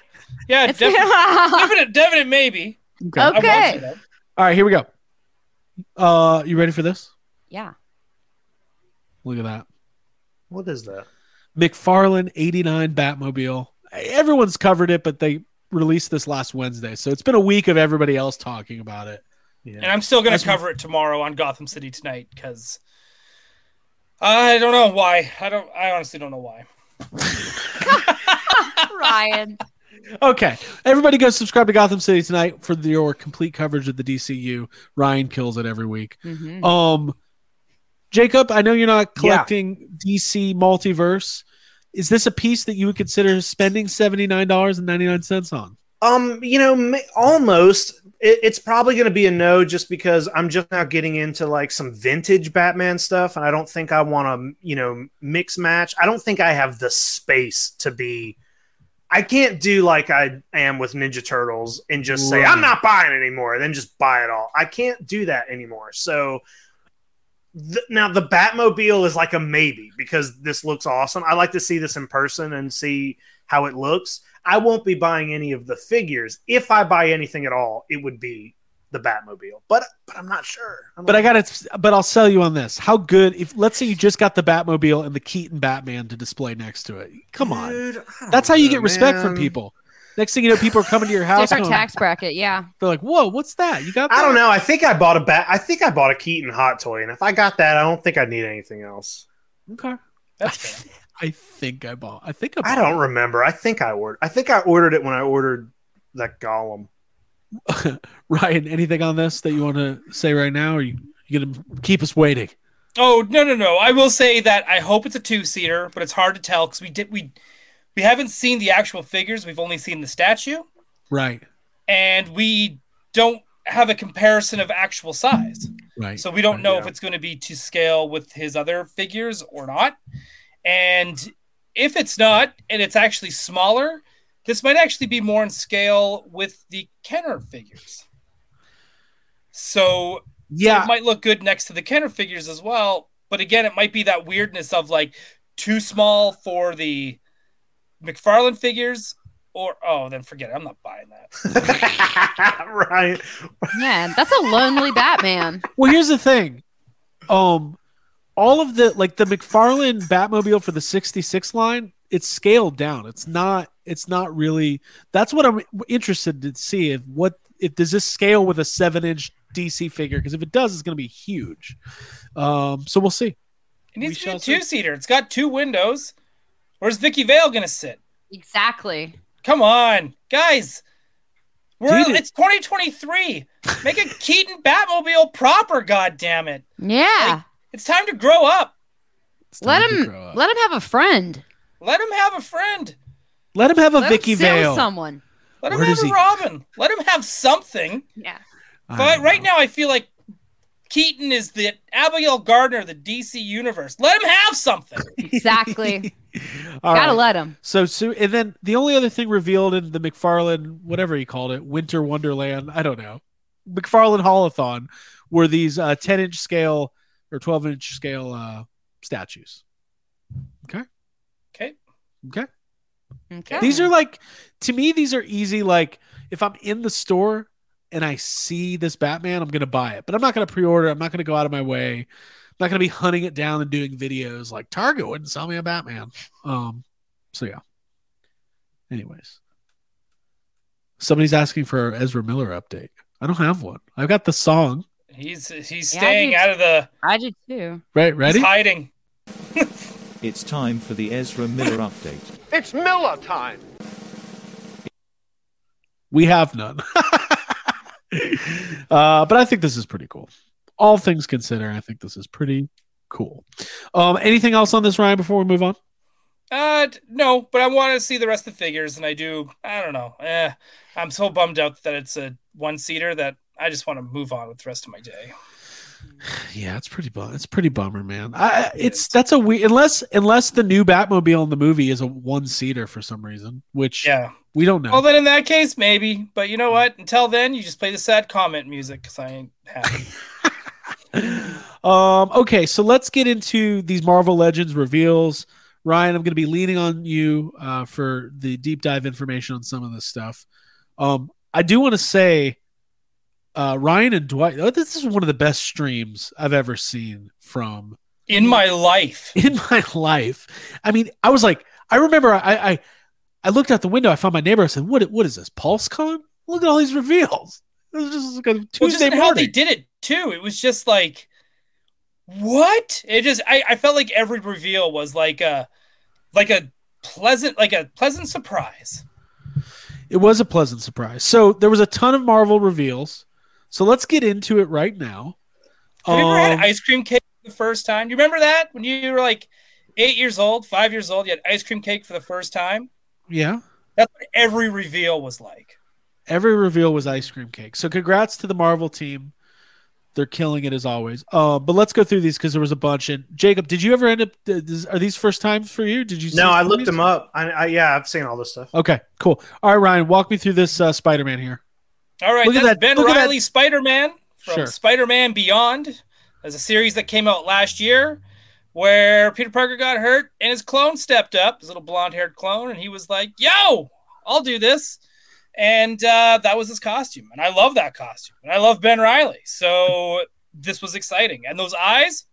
Speaker 2: Yeah,
Speaker 4: It's-
Speaker 2: definitely, definite, definite, maybe.
Speaker 1: Okay.
Speaker 2: I won't
Speaker 4: Okay.
Speaker 2: say that.
Speaker 1: All right. Here we go. Uh, you ready for this?
Speaker 4: yeah.
Speaker 1: Look at that.
Speaker 3: what is that?
Speaker 1: McFarlane 89 Batmobile. Everyone's covered it, but they released this last Wednesday. So it's been a week of everybody else talking about it.
Speaker 2: And I'm still gonna
Speaker 1: That's-
Speaker 2: cover it tomorrow on Gotham City tonight because I don't know why. I don't. I honestly don't know why.
Speaker 4: Ryan.
Speaker 1: Okay. Everybody go subscribe to Gotham City tonight for your complete coverage of the DCU. Ryan kills it every week.
Speaker 4: Mhm.
Speaker 1: Um Jacob, I know you're not
Speaker 3: Yeah.
Speaker 1: collecting DC multiverse. Is this a piece that you would consider spending $79.99 on?
Speaker 3: Um, you know, ma- almost. It, it's probably going to be a no, just because I'm just now getting into like some vintage Batman stuff, and I don't think I want to, you know, mix match. I don't think I have the space to be. I can't do like I am with Ninja Turtles and just say
Speaker 1: Right.
Speaker 3: I'm not buying it anymore, and then just buy it all. I can't do that anymore. So th- now the Batmobile is like a maybe because this looks awesome. I like to see this in person and see how it looks. I won't be buying any of the figures. If I buy anything at all, it would be the Batmobile. But but I'm not sure. I'm
Speaker 1: But I
Speaker 3: like-
Speaker 1: got to but I'll sell you on this. How good if let's say you just got the Batmobile and the Keaton Batman to display next to it. Come on.
Speaker 5: Dude, I don't
Speaker 1: That's how you
Speaker 5: know,
Speaker 1: get respect from
Speaker 5: man.
Speaker 1: people. Next thing you know, people are coming to your house.
Speaker 4: It's our
Speaker 1: going,
Speaker 4: tax bracket. Yeah.
Speaker 1: They're like, "Whoa, what's that? You got?" That?
Speaker 3: I don't know. I think I bought a bat. I think I bought a Keaton hot toy, and if I got that, I don't think I need anything else.
Speaker 1: Okay.
Speaker 2: That's fair.
Speaker 1: I think I bought. I think I. Bought
Speaker 3: I don't remember. I think I ordered. I think I ordered it when I ordered that Gollum.
Speaker 1: Ryan, anything on this that you want to say right now? Or you you gonna keep us waiting?
Speaker 2: Oh no no no! I will say that I hope it's a two seater, but it's hard to tell because we did we we haven't seen the actual figures. We've only seen the statue,
Speaker 1: Right.
Speaker 2: and we don't have a comparison of actual size,
Speaker 1: Right.
Speaker 2: so we don't know if
Speaker 3: Yeah.
Speaker 2: it's going to be to scale with his other figures or not. And if it's not, and it's actually smaller, this might actually be more in scale with the Kenner figures. So
Speaker 1: yeah.
Speaker 2: it might look good next to the Kenner figures as well. But again, it might be that weirdness of like too small for the McFarlane figures, or oh, then forget it. I'm not buying that.
Speaker 3: right.
Speaker 4: Man, that's a lonely Batman.
Speaker 1: Well, here's the thing. Um, all of the like the McFarlane Batmobile for the '66 line, it's scaled down. It's not. It's not really. That's what I'm interested to see if what if does this scale with a seven-inch DC figure? Because if it does, it's going to be huge. Um, so we'll see.
Speaker 2: It
Speaker 1: We
Speaker 2: needs to be
Speaker 1: shall
Speaker 2: a
Speaker 1: see.
Speaker 2: two seater. It's got two windows. Where's Vicky Vale gonna sit?
Speaker 4: Exactly.
Speaker 2: Come on, guys. We're
Speaker 1: Dude, it-
Speaker 2: it's 2023. Make a Keaton Batmobile proper. God damn it!
Speaker 4: Yeah.
Speaker 2: It's time to grow up.
Speaker 1: It's
Speaker 4: let
Speaker 1: time to
Speaker 4: him
Speaker 1: grow up.
Speaker 4: let him have a friend.
Speaker 2: Let him have a friend.
Speaker 1: let him have a
Speaker 4: Let
Speaker 1: Oh, Vicky
Speaker 4: him sit with
Speaker 1: Vale.
Speaker 4: someone.
Speaker 2: Let him
Speaker 1: Where
Speaker 2: have
Speaker 1: does
Speaker 2: a
Speaker 1: he-
Speaker 2: Robin. Let him have something.
Speaker 4: Yeah.
Speaker 1: I
Speaker 2: But
Speaker 1: don't
Speaker 2: right
Speaker 1: know.
Speaker 2: now, I feel like Keaton is the Abigail Gardner of the DC universe. Let him have something.
Speaker 4: Exactly.
Speaker 1: All
Speaker 4: Gotta
Speaker 1: right.
Speaker 4: let him.
Speaker 1: So, so, and then the only other thing revealed in the McFarlane, whatever he called it, Winter Wonderland, I don't know, McFarlane Holothon, were these uh, 10 inch scale or 12 inch scale uh, statues.
Speaker 2: Okay.
Speaker 4: Okay.
Speaker 1: These are like, to me, these are easy. Like, if I'm in the store and I see this Batman, I'm going to buy it, but I'm not going to pre order. I'm not going to go out of my way. I'm not going to be hunting it down and doing videos like Target wouldn't sell me a Batman. Um, so yeah. Anyways, somebody's asking for our Ezra Miller update. I don't have one. I've got the song.
Speaker 2: He's he's
Speaker 4: Yeah, I
Speaker 2: staying
Speaker 4: do
Speaker 2: out of the
Speaker 4: I did too.
Speaker 1: Right, ready?
Speaker 2: he's hiding.
Speaker 8: It's time for the Ezra Miller update.
Speaker 1: We have none. uh, but I think this is pretty cool. All things considered, I think this is pretty cool. Um, anything else on this, Ryan, before we move on?
Speaker 2: Uh, d- no, but I want to see the rest of the figures, and I do. I don't know. Eh, I'm so bummed out that it's a one seater that I just want to move on with the rest of my day.
Speaker 1: Yeah, it's pretty bum. It's pretty bummer, man. I, it's that's a we unless unless the new Batmobile in the movie is a one seater for some reason, which
Speaker 2: Yeah.
Speaker 1: we don't know.
Speaker 2: Well, then in that case, maybe. But you know what? Until then, you just play the sad comment music because I ain't happy.
Speaker 1: um, okay, so let's get into these Marvel Legends reveals. Ryan, I'm going to be leaning on you uh, for the deep dive information on some of this stuff. Um, I do want to say, uh, Ryan and Dwight, oh, this is one of the best streams I've ever seen from
Speaker 2: in my life.
Speaker 1: in my life. I mean, I was like, I remember I I, I looked out the window. I found my neighbor. I said, "What what is this? PulseCon? Look at all these reveals." It was just like a
Speaker 2: Well, just
Speaker 1: Tuesday
Speaker 2: how they
Speaker 1: morning.
Speaker 2: did it too. It was just like, what? It just I, I felt like every reveal was like a like a pleasant like a pleasant surprise.
Speaker 1: It was a pleasant surprise. So there was a ton of Marvel reveals. So let's get into it right now.
Speaker 2: Have you ever had
Speaker 1: Um,
Speaker 2: ice cream cake the first time? You remember that when you were like eight years old, five years old, you had ice cream cake for the first time.
Speaker 1: yeah.
Speaker 2: That's what every reveal was like.
Speaker 1: Every reveal was ice cream cake. So congrats to the Marvel team. They're killing it as always. Uh, but let's go through these because there was a bunch. And Jacob, did you ever end up? th- this- are these first times for you? Did you?
Speaker 3: No, I looked
Speaker 1: them
Speaker 3: him up. I, I yeah, I've seen all this stuff.
Speaker 1: Okay, cool. All right, Ryan, walk me through this uh, Spider-Man here.
Speaker 2: All right,
Speaker 1: Look at
Speaker 2: that's
Speaker 1: that-
Speaker 2: Ben
Speaker 1: look at that-
Speaker 2: Riley Spider Man from
Speaker 1: Sure.
Speaker 2: Spider Man Beyond. There's a series that came out last year where Peter Parker got hurt and his clone stepped up, his little blonde haired clone, and he was like, Yo, I'll do this. And uh, that was his costume. And I love that costume. And I love Ben Riley. So this was exciting. And those eyes,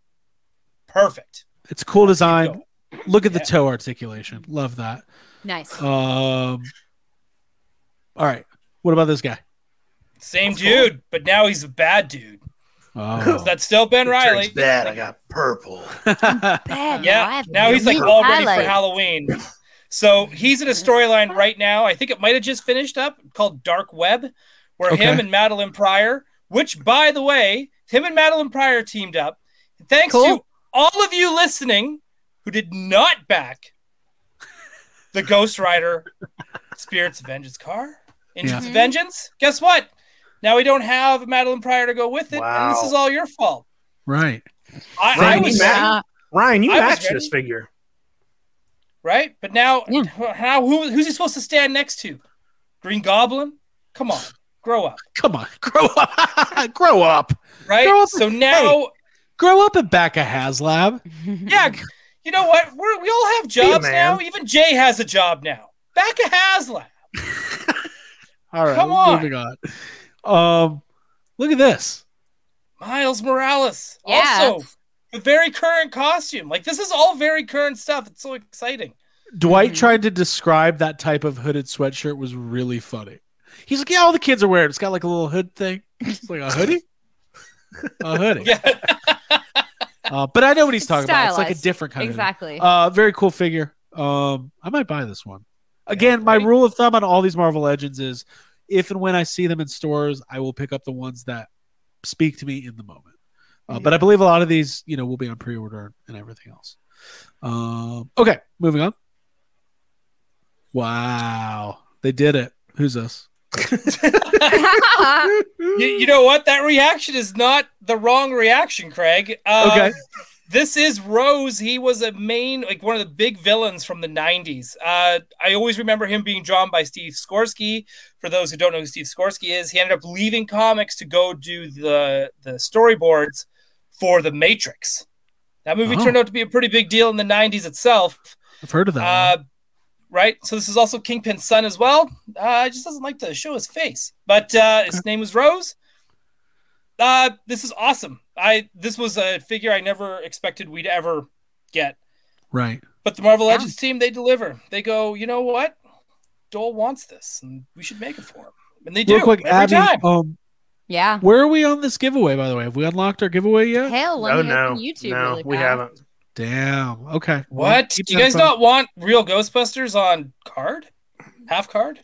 Speaker 2: perfect.
Speaker 1: It's a cool design.
Speaker 2: Go.
Speaker 1: Look at the
Speaker 2: Yeah.
Speaker 1: toe articulation. Love that.
Speaker 4: Nice.
Speaker 1: Um, all right. What about this guy?
Speaker 2: Same dude, but now he's a bad dude.
Speaker 1: Oh.
Speaker 2: So that's still Ben Riley.
Speaker 5: Turns bad. I got purple.
Speaker 4: Bad
Speaker 2: Yeah,
Speaker 4: life.
Speaker 2: now he's like
Speaker 4: Real
Speaker 2: all ready for
Speaker 4: highlight.
Speaker 2: Halloween. So he's in a storyline right now. I think it might have just finished up called Dark Web, where
Speaker 1: Okay.
Speaker 2: him and Madeline Pryor, which by the way, him and Madeline Pryor teamed up. Thanks to
Speaker 4: Cool.
Speaker 2: all of you listening who did not back the Ghost Rider Spirits of Vengeance car. Engines
Speaker 4: Yeah.
Speaker 2: of Vengeance. Guess what? Now we don't have Madeline Pryor to go with it, and this
Speaker 3: Wow.
Speaker 2: is all your fault.
Speaker 1: right.
Speaker 2: I, I
Speaker 3: Right.
Speaker 2: was
Speaker 4: Yeah.
Speaker 3: Ryan, you
Speaker 2: I was
Speaker 3: matched
Speaker 2: ready.
Speaker 3: this figure.
Speaker 2: right? But now,
Speaker 4: Yeah.
Speaker 2: how who who's he supposed to stand next to? Green Goblin? Come on, grow up,
Speaker 1: Come on, grow up, grow up,
Speaker 2: right?
Speaker 1: Grow up.
Speaker 2: So now,
Speaker 1: grow up and back a HasLab.
Speaker 2: yeah, you know what? We're, we all have jobs
Speaker 3: man.
Speaker 2: now. Even Jay has a job now. Back a Haslab.
Speaker 1: All right.
Speaker 2: Come on.
Speaker 1: Moving on. Um, look at this.
Speaker 2: Miles Morales.
Speaker 4: Yeah.
Speaker 2: Also, the very current costume. Like this is all very current stuff. It's so exciting.
Speaker 1: Dwight
Speaker 4: Mhm.
Speaker 1: tried to describe that type of hooded sweatshirt was really funny. He's like, yeah, all the kids are wearing. it. It's got like a little hood thing. It's like a hoodie. a hoodie.
Speaker 2: Yeah.
Speaker 1: Uh, but I know what he's
Speaker 4: It's
Speaker 1: talking about. It's like a
Speaker 4: stylized.
Speaker 1: different kind of
Speaker 4: Exactly.
Speaker 1: Uh, very cool figure. Um, I might buy this one. Again, my
Speaker 2: right?
Speaker 1: rule of thumb on all these Marvel Legends is if and when I see them in stores, I will pick up the ones that speak to me in the moment. Uh, But I believe a lot of these, you know, will be on pre order and everything else. Um, okay, moving on. Wow. They did it. Who's this?
Speaker 2: You, you know what? That reaction is not the wrong reaction, Craig. Uh,
Speaker 1: Okay.
Speaker 2: This is Rose. He was a main, like one of the big villains from the 90s. Uh, I always remember him being drawn by Steve Skorsky. For those who don't know who Steve Skorsky is, he ended up leaving comics to go do the, the storyboards for The Matrix. That movie
Speaker 1: Oh.
Speaker 2: turned out to be a pretty big deal in the 90s itself.
Speaker 1: I've heard of that.
Speaker 2: Uh, right. So this is also Kingpin's son as well. Uh, he just doesn't like to show his face, but uh, his name is Rose. Uh, this is awesome. I this was a figure I never expected we'd ever get,
Speaker 1: one. right.
Speaker 2: but the Marvel
Speaker 4: Yeah.
Speaker 2: Legends team they deliver. They go, you know what? Dole wants this, and we should make it for him, and they do
Speaker 1: Real quick,
Speaker 2: every
Speaker 1: Abby,
Speaker 2: time.
Speaker 1: um,
Speaker 4: Yeah.
Speaker 1: Where are we on this giveaway, by the way? Have we unlocked our giveaway yet?
Speaker 4: Hell, let
Speaker 3: oh
Speaker 4: me
Speaker 3: no,
Speaker 4: open YouTube
Speaker 3: no,
Speaker 4: really
Speaker 3: we
Speaker 4: fast.
Speaker 3: haven't.
Speaker 1: Damn. Okay.
Speaker 2: What?
Speaker 1: Keep
Speaker 2: Do you
Speaker 1: that
Speaker 2: guys
Speaker 1: fun-
Speaker 2: not want real Ghostbusters on card? Half card?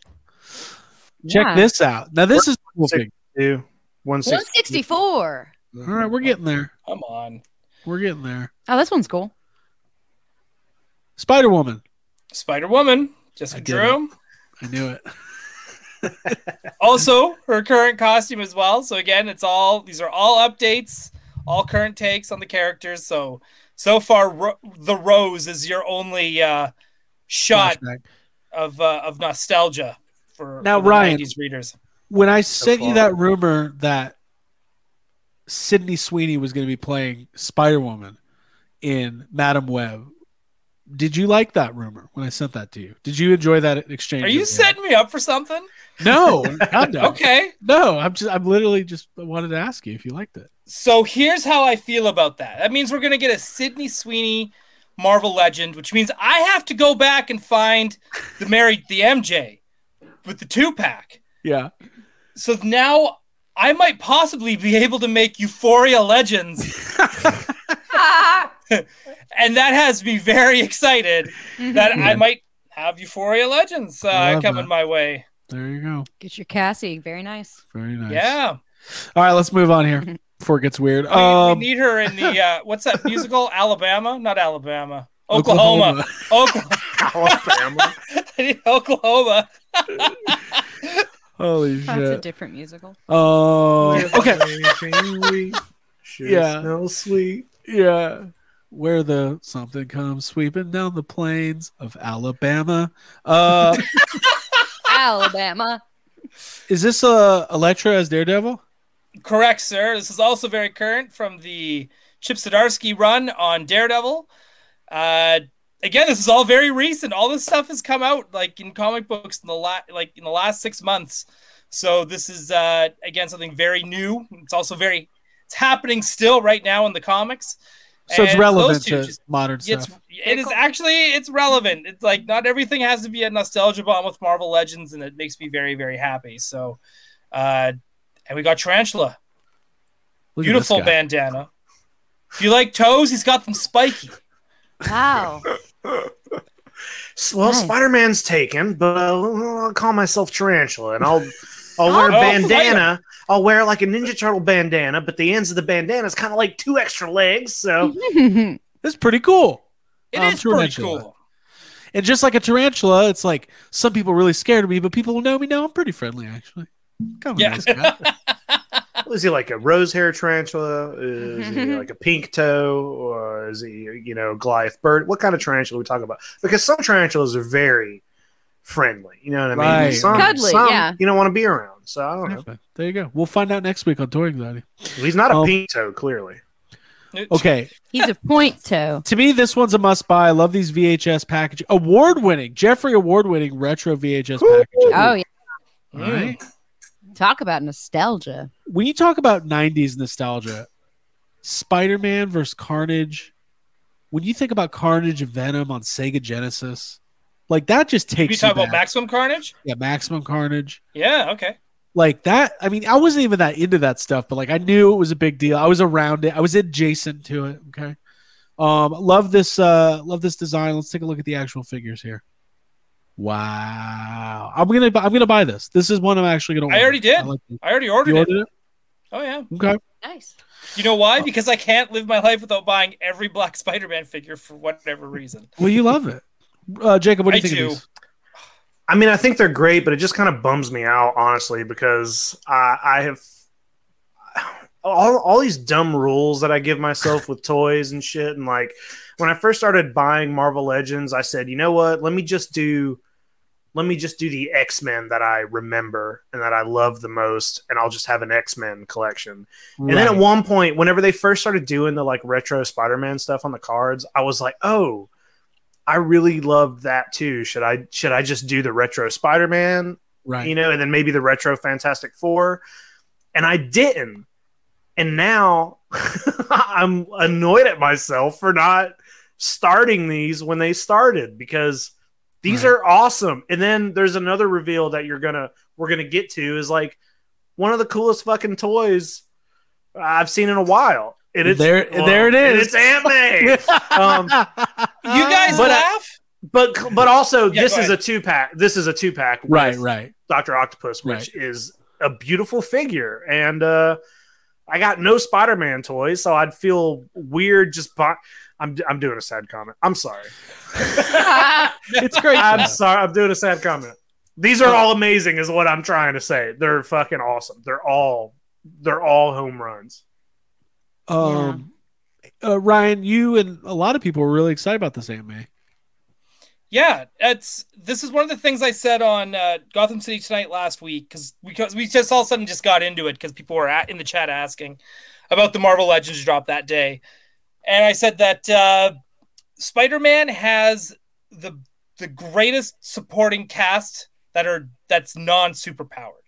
Speaker 1: Check
Speaker 4: Yeah.
Speaker 1: this out. Now this is cool
Speaker 3: Six-
Speaker 1: thing.
Speaker 3: Two, one six.
Speaker 4: 164.
Speaker 1: All right, we're getting there.
Speaker 2: Come on.
Speaker 1: We're getting there.
Speaker 4: Oh, this one's cool.
Speaker 1: Spider Woman.
Speaker 2: Spider Woman, Jessica
Speaker 1: I did
Speaker 2: Drew.
Speaker 1: I knew it.
Speaker 2: Also, her current costume as well. So again, it's all these are all updates, all current takes on the characters. So so far, Ro- the Rose is your only uh, shot
Speaker 1: Flashback.
Speaker 2: of uh, of nostalgia for
Speaker 1: Now,
Speaker 2: for the
Speaker 1: Ryan.
Speaker 2: 90s readers.
Speaker 1: When I sent you
Speaker 3: far.
Speaker 1: that rumor that Sydney Sweeney was going to be playing Spider Woman in Madam Web, did you like that rumor when I sent that to you? Did you enjoy that exchange?
Speaker 2: Are you
Speaker 1: Yeah.
Speaker 2: setting me up for something?
Speaker 1: No. God, no.
Speaker 2: Okay.
Speaker 1: No, I'm just I'm literally just wanted to ask you if you liked it.
Speaker 2: So here's how I feel about that. That means we're gonna get a Sydney Sweeney Marvel Legend, which means I have to go back and find the married the MJ with the two pack.
Speaker 1: Yeah.
Speaker 2: So now I might possibly be able to make Euphoria Legends,
Speaker 4: Ah!
Speaker 2: and that has me very excited
Speaker 4: Mm-hmm.
Speaker 2: that I might have Euphoria Legends
Speaker 1: I
Speaker 2: uh,
Speaker 1: love
Speaker 2: coming
Speaker 1: that.
Speaker 2: my way.
Speaker 1: There you go.
Speaker 4: Get your Cassie. Very nice.
Speaker 1: Very nice.
Speaker 2: Yeah,
Speaker 1: All right, let's move on here before it gets weird.
Speaker 2: We-
Speaker 1: Um,
Speaker 2: we Oh, need her in the uh, what's that musical? Alabama? Not Alabama. Oklahoma. Oklahoma.
Speaker 3: Alabama.
Speaker 2: I need Oklahoma.
Speaker 1: Holy
Speaker 4: That's a
Speaker 1: shit.
Speaker 4: different musical.
Speaker 1: Um, okay.
Speaker 5: Sure
Speaker 1: Yeah.
Speaker 5: Smells sweet.
Speaker 1: Yeah. Where the something comes sweeping down the plains of Alabama. Uh,
Speaker 4: Alabama.
Speaker 1: is this uh, Electra as Daredevil?
Speaker 2: Correct, sir. This is also very current from the Chip Zdarsky run on Daredevil. Uh, again, this is all very recent. All this stuff has come out like in comic books in the la- like in the last six months. So this is uh, again something very new. It's also very it's happening still right now in the comics.
Speaker 1: So it's
Speaker 2: And
Speaker 1: relevant
Speaker 2: those two
Speaker 1: to
Speaker 2: just-
Speaker 1: modern
Speaker 2: it's
Speaker 1: stuff.
Speaker 2: it is actually it's relevant. It's like not everything has to be a nostalgia bomb with Marvel Legends, and it makes me very very happy. So, uh, and we got Tarantula.
Speaker 1: Look at this
Speaker 2: Beautiful
Speaker 1: guy.
Speaker 2: bandana. If you like toes, he's got them spiky.
Speaker 4: Wow.
Speaker 3: S- Well,
Speaker 4: Nice.
Speaker 3: Spider Man's taken, but uh, I'll call myself Tarantula, and I'll I'll wear a
Speaker 2: Oh,
Speaker 3: bandana. I'll wear like a Ninja Turtle bandana, but the ends of the bandana is kind of like two extra legs. So Oh.
Speaker 1: This is pretty cool.
Speaker 2: It is
Speaker 1: Um,
Speaker 2: pretty
Speaker 1: tarantula.
Speaker 2: cool.
Speaker 1: And just like a tarantula, it's like some people are really scared of me, but people who know me know I'm pretty friendly, actually. Come on,
Speaker 2: Yeah.
Speaker 1: nice guy.
Speaker 3: is he like a rose hair tarantula? Is he like a pink toe? Or is he you know Goliath bird? What kind of tarantula are we talking about? Because some tarantulas are very friendly. You know what I mean?
Speaker 1: Right.
Speaker 3: Some,
Speaker 4: Cuddly,
Speaker 3: some
Speaker 4: yeah.
Speaker 3: You don't want to be around. So I don't know.
Speaker 1: Perfect. There you go. We'll find out next week on Tour Anxiety.
Speaker 3: He's not a
Speaker 1: Um,
Speaker 3: pink toe, clearly.
Speaker 1: Okay.
Speaker 4: He's a point toe.
Speaker 1: To me, this one's a must buy. I love these VHS packages. Award winning, Jeffrey Award winning retro VHS packages.
Speaker 4: Oh, yeah.
Speaker 1: All right.
Speaker 4: Talk about nostalgia.
Speaker 1: When you talk about 90s nostalgia, Spider Man versus Carnage, when you think about Carnage and Venom on Sega Genesis, like that just
Speaker 2: you
Speaker 1: takes you
Speaker 2: talk about
Speaker 1: back.
Speaker 2: Maximum Carnage?
Speaker 1: yeah, Maximum Carnage.
Speaker 2: Yeah, okay.
Speaker 1: like that i mean i wasn't even that into that stuff but like i knew it was a big deal i was around it i was adjacent to it okay um love this uh love this design let's take a look at the actual figures here wow i'm gonna bu- i'm gonna buy this this is one i'm actually gonna
Speaker 2: I already did.
Speaker 1: like it.
Speaker 2: I already
Speaker 1: You
Speaker 2: ordered it.
Speaker 1: ordered Oh. it?
Speaker 2: Oh yeah.
Speaker 1: okay
Speaker 4: Nice.
Speaker 2: You know why? Because I can't live my life without buying every black Spider-Man figure for whatever reason.
Speaker 1: well you love it uh jacob what do you
Speaker 2: I
Speaker 1: think
Speaker 2: do.
Speaker 1: of these?
Speaker 3: I mean, I think they're great, but it just kind of bums me out, honestly, because I, I have all, all these dumb rules that I give myself with toys and shit. And like when I first started buying Marvel Legends, I said, you know what? Let me just do. Let me just do the X Men that I remember and that I love the most, and I'll just have an X Men collection. And then at
Speaker 1: Right.
Speaker 3: one point, whenever they first started doing the like retro Spider Man stuff on the cards, I was like, oh, I really loved that too. Should I should I just do the retro Spider Man,
Speaker 1: right
Speaker 3: you know, and then maybe the retro Fantastic Four? And I didn't. And now I'm annoyed at myself for not starting these when they started because these
Speaker 1: Right.
Speaker 3: are awesome. And then there's another reveal that you're gonna we're gonna get to is like one of the coolest fucking toys I've seen in a while. And it's
Speaker 1: There- there it
Speaker 3: and
Speaker 1: is.
Speaker 3: It's Aunt May. um,
Speaker 2: You guys
Speaker 3: But, uh,
Speaker 2: laugh?
Speaker 3: but but also
Speaker 2: Yeah,
Speaker 3: this
Speaker 2: go
Speaker 3: is a
Speaker 2: ahead.
Speaker 3: two pack. This is a two pack.
Speaker 1: Right, right.
Speaker 3: Doctor Octopus, which is a beautiful figure. And uh, I got no Spider Man toys, so I'd feel weird just. Bu- I'm I'm doing a sad comment. I'm sorry.
Speaker 1: It's great. Oh.
Speaker 3: I'm
Speaker 1: stuff.
Speaker 3: sorry. I'm doing a sad comment. These are all amazing, is what I'm trying to say. They're fucking awesome. They're all they're all home runs.
Speaker 1: Um, uh, Ryan, you and a lot of people were really excited about this anime.
Speaker 2: Yeah, it's this is one of the things I said on uh, Gotham City Tonight last week because we 'cause we just all of a sudden just got into it because people were at, in the chat asking about the Marvel Legends drop that day, and I said that uh, Spider Man has the the greatest supporting cast that are that's non superpowered,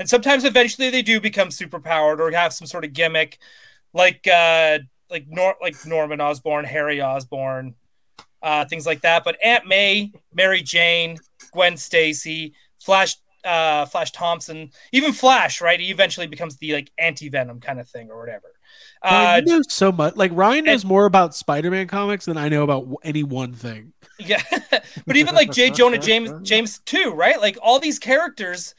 Speaker 2: and sometimes eventually they do become superpowered or have some sort of gimmick, like uh, like Nor- like Norman Osborn, Harry Osborn, uh, things like that. But Aunt May, Mary Jane, Gwen Stacy, Flash, uh, Flash Thompson, even Flash, right? He eventually becomes the like anti Venom kind of thing or whatever. Uh,
Speaker 1: Ryan, you know so much. Like Ryan knows
Speaker 2: and-
Speaker 1: more about Spider-Man comics than I know about w- any one thing.
Speaker 2: yeah, but even like J. Jonah James, James too, right? Like all these characters.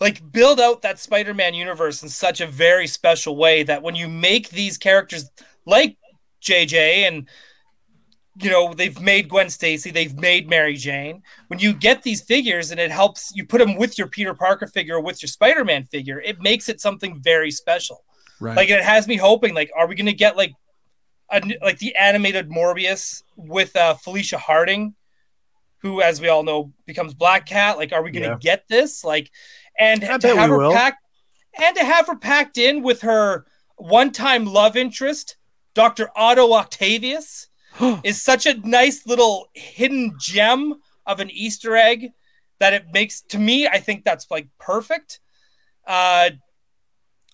Speaker 2: Like build out that Spider-Man universe in such a very special way that when you make these characters like JJ and you know they've made Gwen Stacy, they've made Mary Jane. When you get these figures and it helps you put them with your Peter Parker figure or with your Spider-Man figure, it makes it something very special.
Speaker 1: Right.
Speaker 2: Like it has me hoping like are we going to get like a, n- like the animated Morbius with uh, Felicia Harding who as we all know becomes Black Cat? Like are we going to
Speaker 3: Yeah.
Speaker 2: get this? Like and
Speaker 3: I
Speaker 2: to
Speaker 3: bet
Speaker 2: have
Speaker 3: we
Speaker 2: her
Speaker 3: will.
Speaker 2: packed and to have her packed in with her one-time love interest Dr. Otto Octavius is such a nice little hidden gem of an Easter egg that it makes to me. I think that's like perfect. Uh,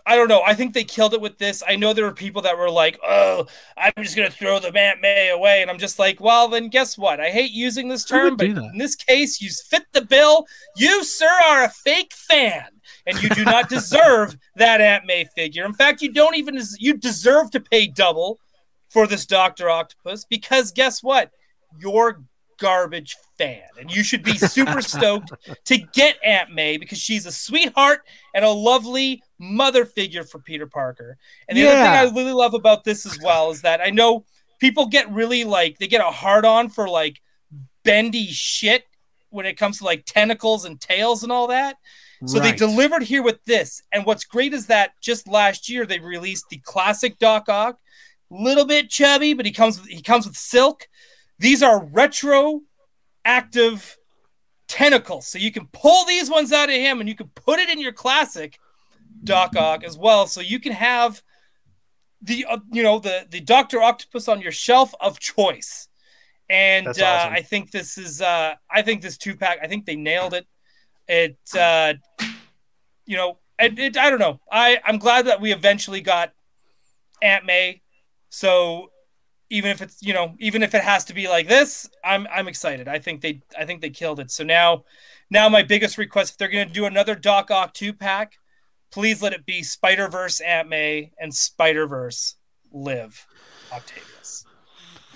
Speaker 2: I don't know. I think they killed it with this. I know there were people that were like, "Oh, I'm just gonna throw the Aunt May away," and I'm just like, "Well, then guess what? I hate using this
Speaker 1: Who would
Speaker 2: term, but
Speaker 1: do that?
Speaker 2: in this case, you fit the bill. You, sir, are a fake fan." And you do not deserve that Aunt May figure. In fact, you don't even des- you deserve to pay double for this Doctor Octopus because guess what? You're garbage fan, and you should be super stoked to get Aunt May because she's a sweetheart and a lovely mother figure for Peter Parker. And the
Speaker 1: Yeah.
Speaker 2: other thing I really love about this as well is that I know people get really like they get a hard on for like bendy shit when it comes to like tentacles and tails and all that. So they
Speaker 1: Right.
Speaker 2: delivered here with this. And what's great is that just last year they released the classic Doc Ock, little bit chubby, but he comes with, he comes with silk. These are retro active tentacles. So you can pull these ones out of him and you can put it in your classic Doc Ock as well. So you can have the uh, you know the the Doctor Octopus on your shelf of choice. And
Speaker 3: That's
Speaker 2: uh,
Speaker 3: awesome.
Speaker 2: I think this is uh, I think this two pack I think they nailed it. It uh, you know it, it, I don't know I I'm glad that we eventually got Aunt May. So even if it's you know even if it has to be like this i'm i'm excited i think they i think they killed it so now now my biggest request if they're going to do another doc ock 2 pack please let it be spider verse aunt may and spider verse live octavius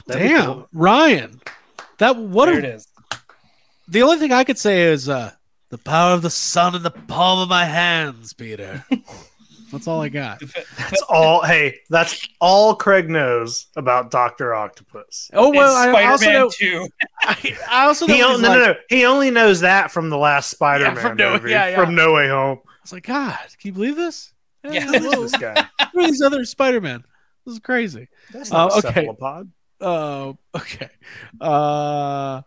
Speaker 3: That'd be
Speaker 1: Damn,
Speaker 3: cool.
Speaker 1: Ryan, that what
Speaker 2: there
Speaker 1: a
Speaker 2: it is
Speaker 1: The only thing I could say is uh, the power of the sun in the palm of my hands, Peter. That's all I got.
Speaker 3: That's all. Hey, that's all Craig knows about Doctor Octopus.
Speaker 1: Oh
Speaker 2: well,
Speaker 1: well, I also
Speaker 2: spider-man
Speaker 1: know.
Speaker 2: 2
Speaker 1: I, I also know.
Speaker 3: He
Speaker 1: he's
Speaker 3: on- no,
Speaker 1: like,
Speaker 3: no, no. He only knows that from the last Spider-Man
Speaker 1: from No-
Speaker 3: movie,
Speaker 1: yeah, yeah.
Speaker 3: from No Way Home.
Speaker 1: I was like, God, can you believe this?
Speaker 2: Yeah.
Speaker 1: Who
Speaker 3: Who is this guy?
Speaker 1: are these other Spider Man? This is crazy.
Speaker 3: That's
Speaker 1: Oh,
Speaker 3: not a
Speaker 1: okay.
Speaker 3: cephalopod.
Speaker 1: Oh, okay. Uh,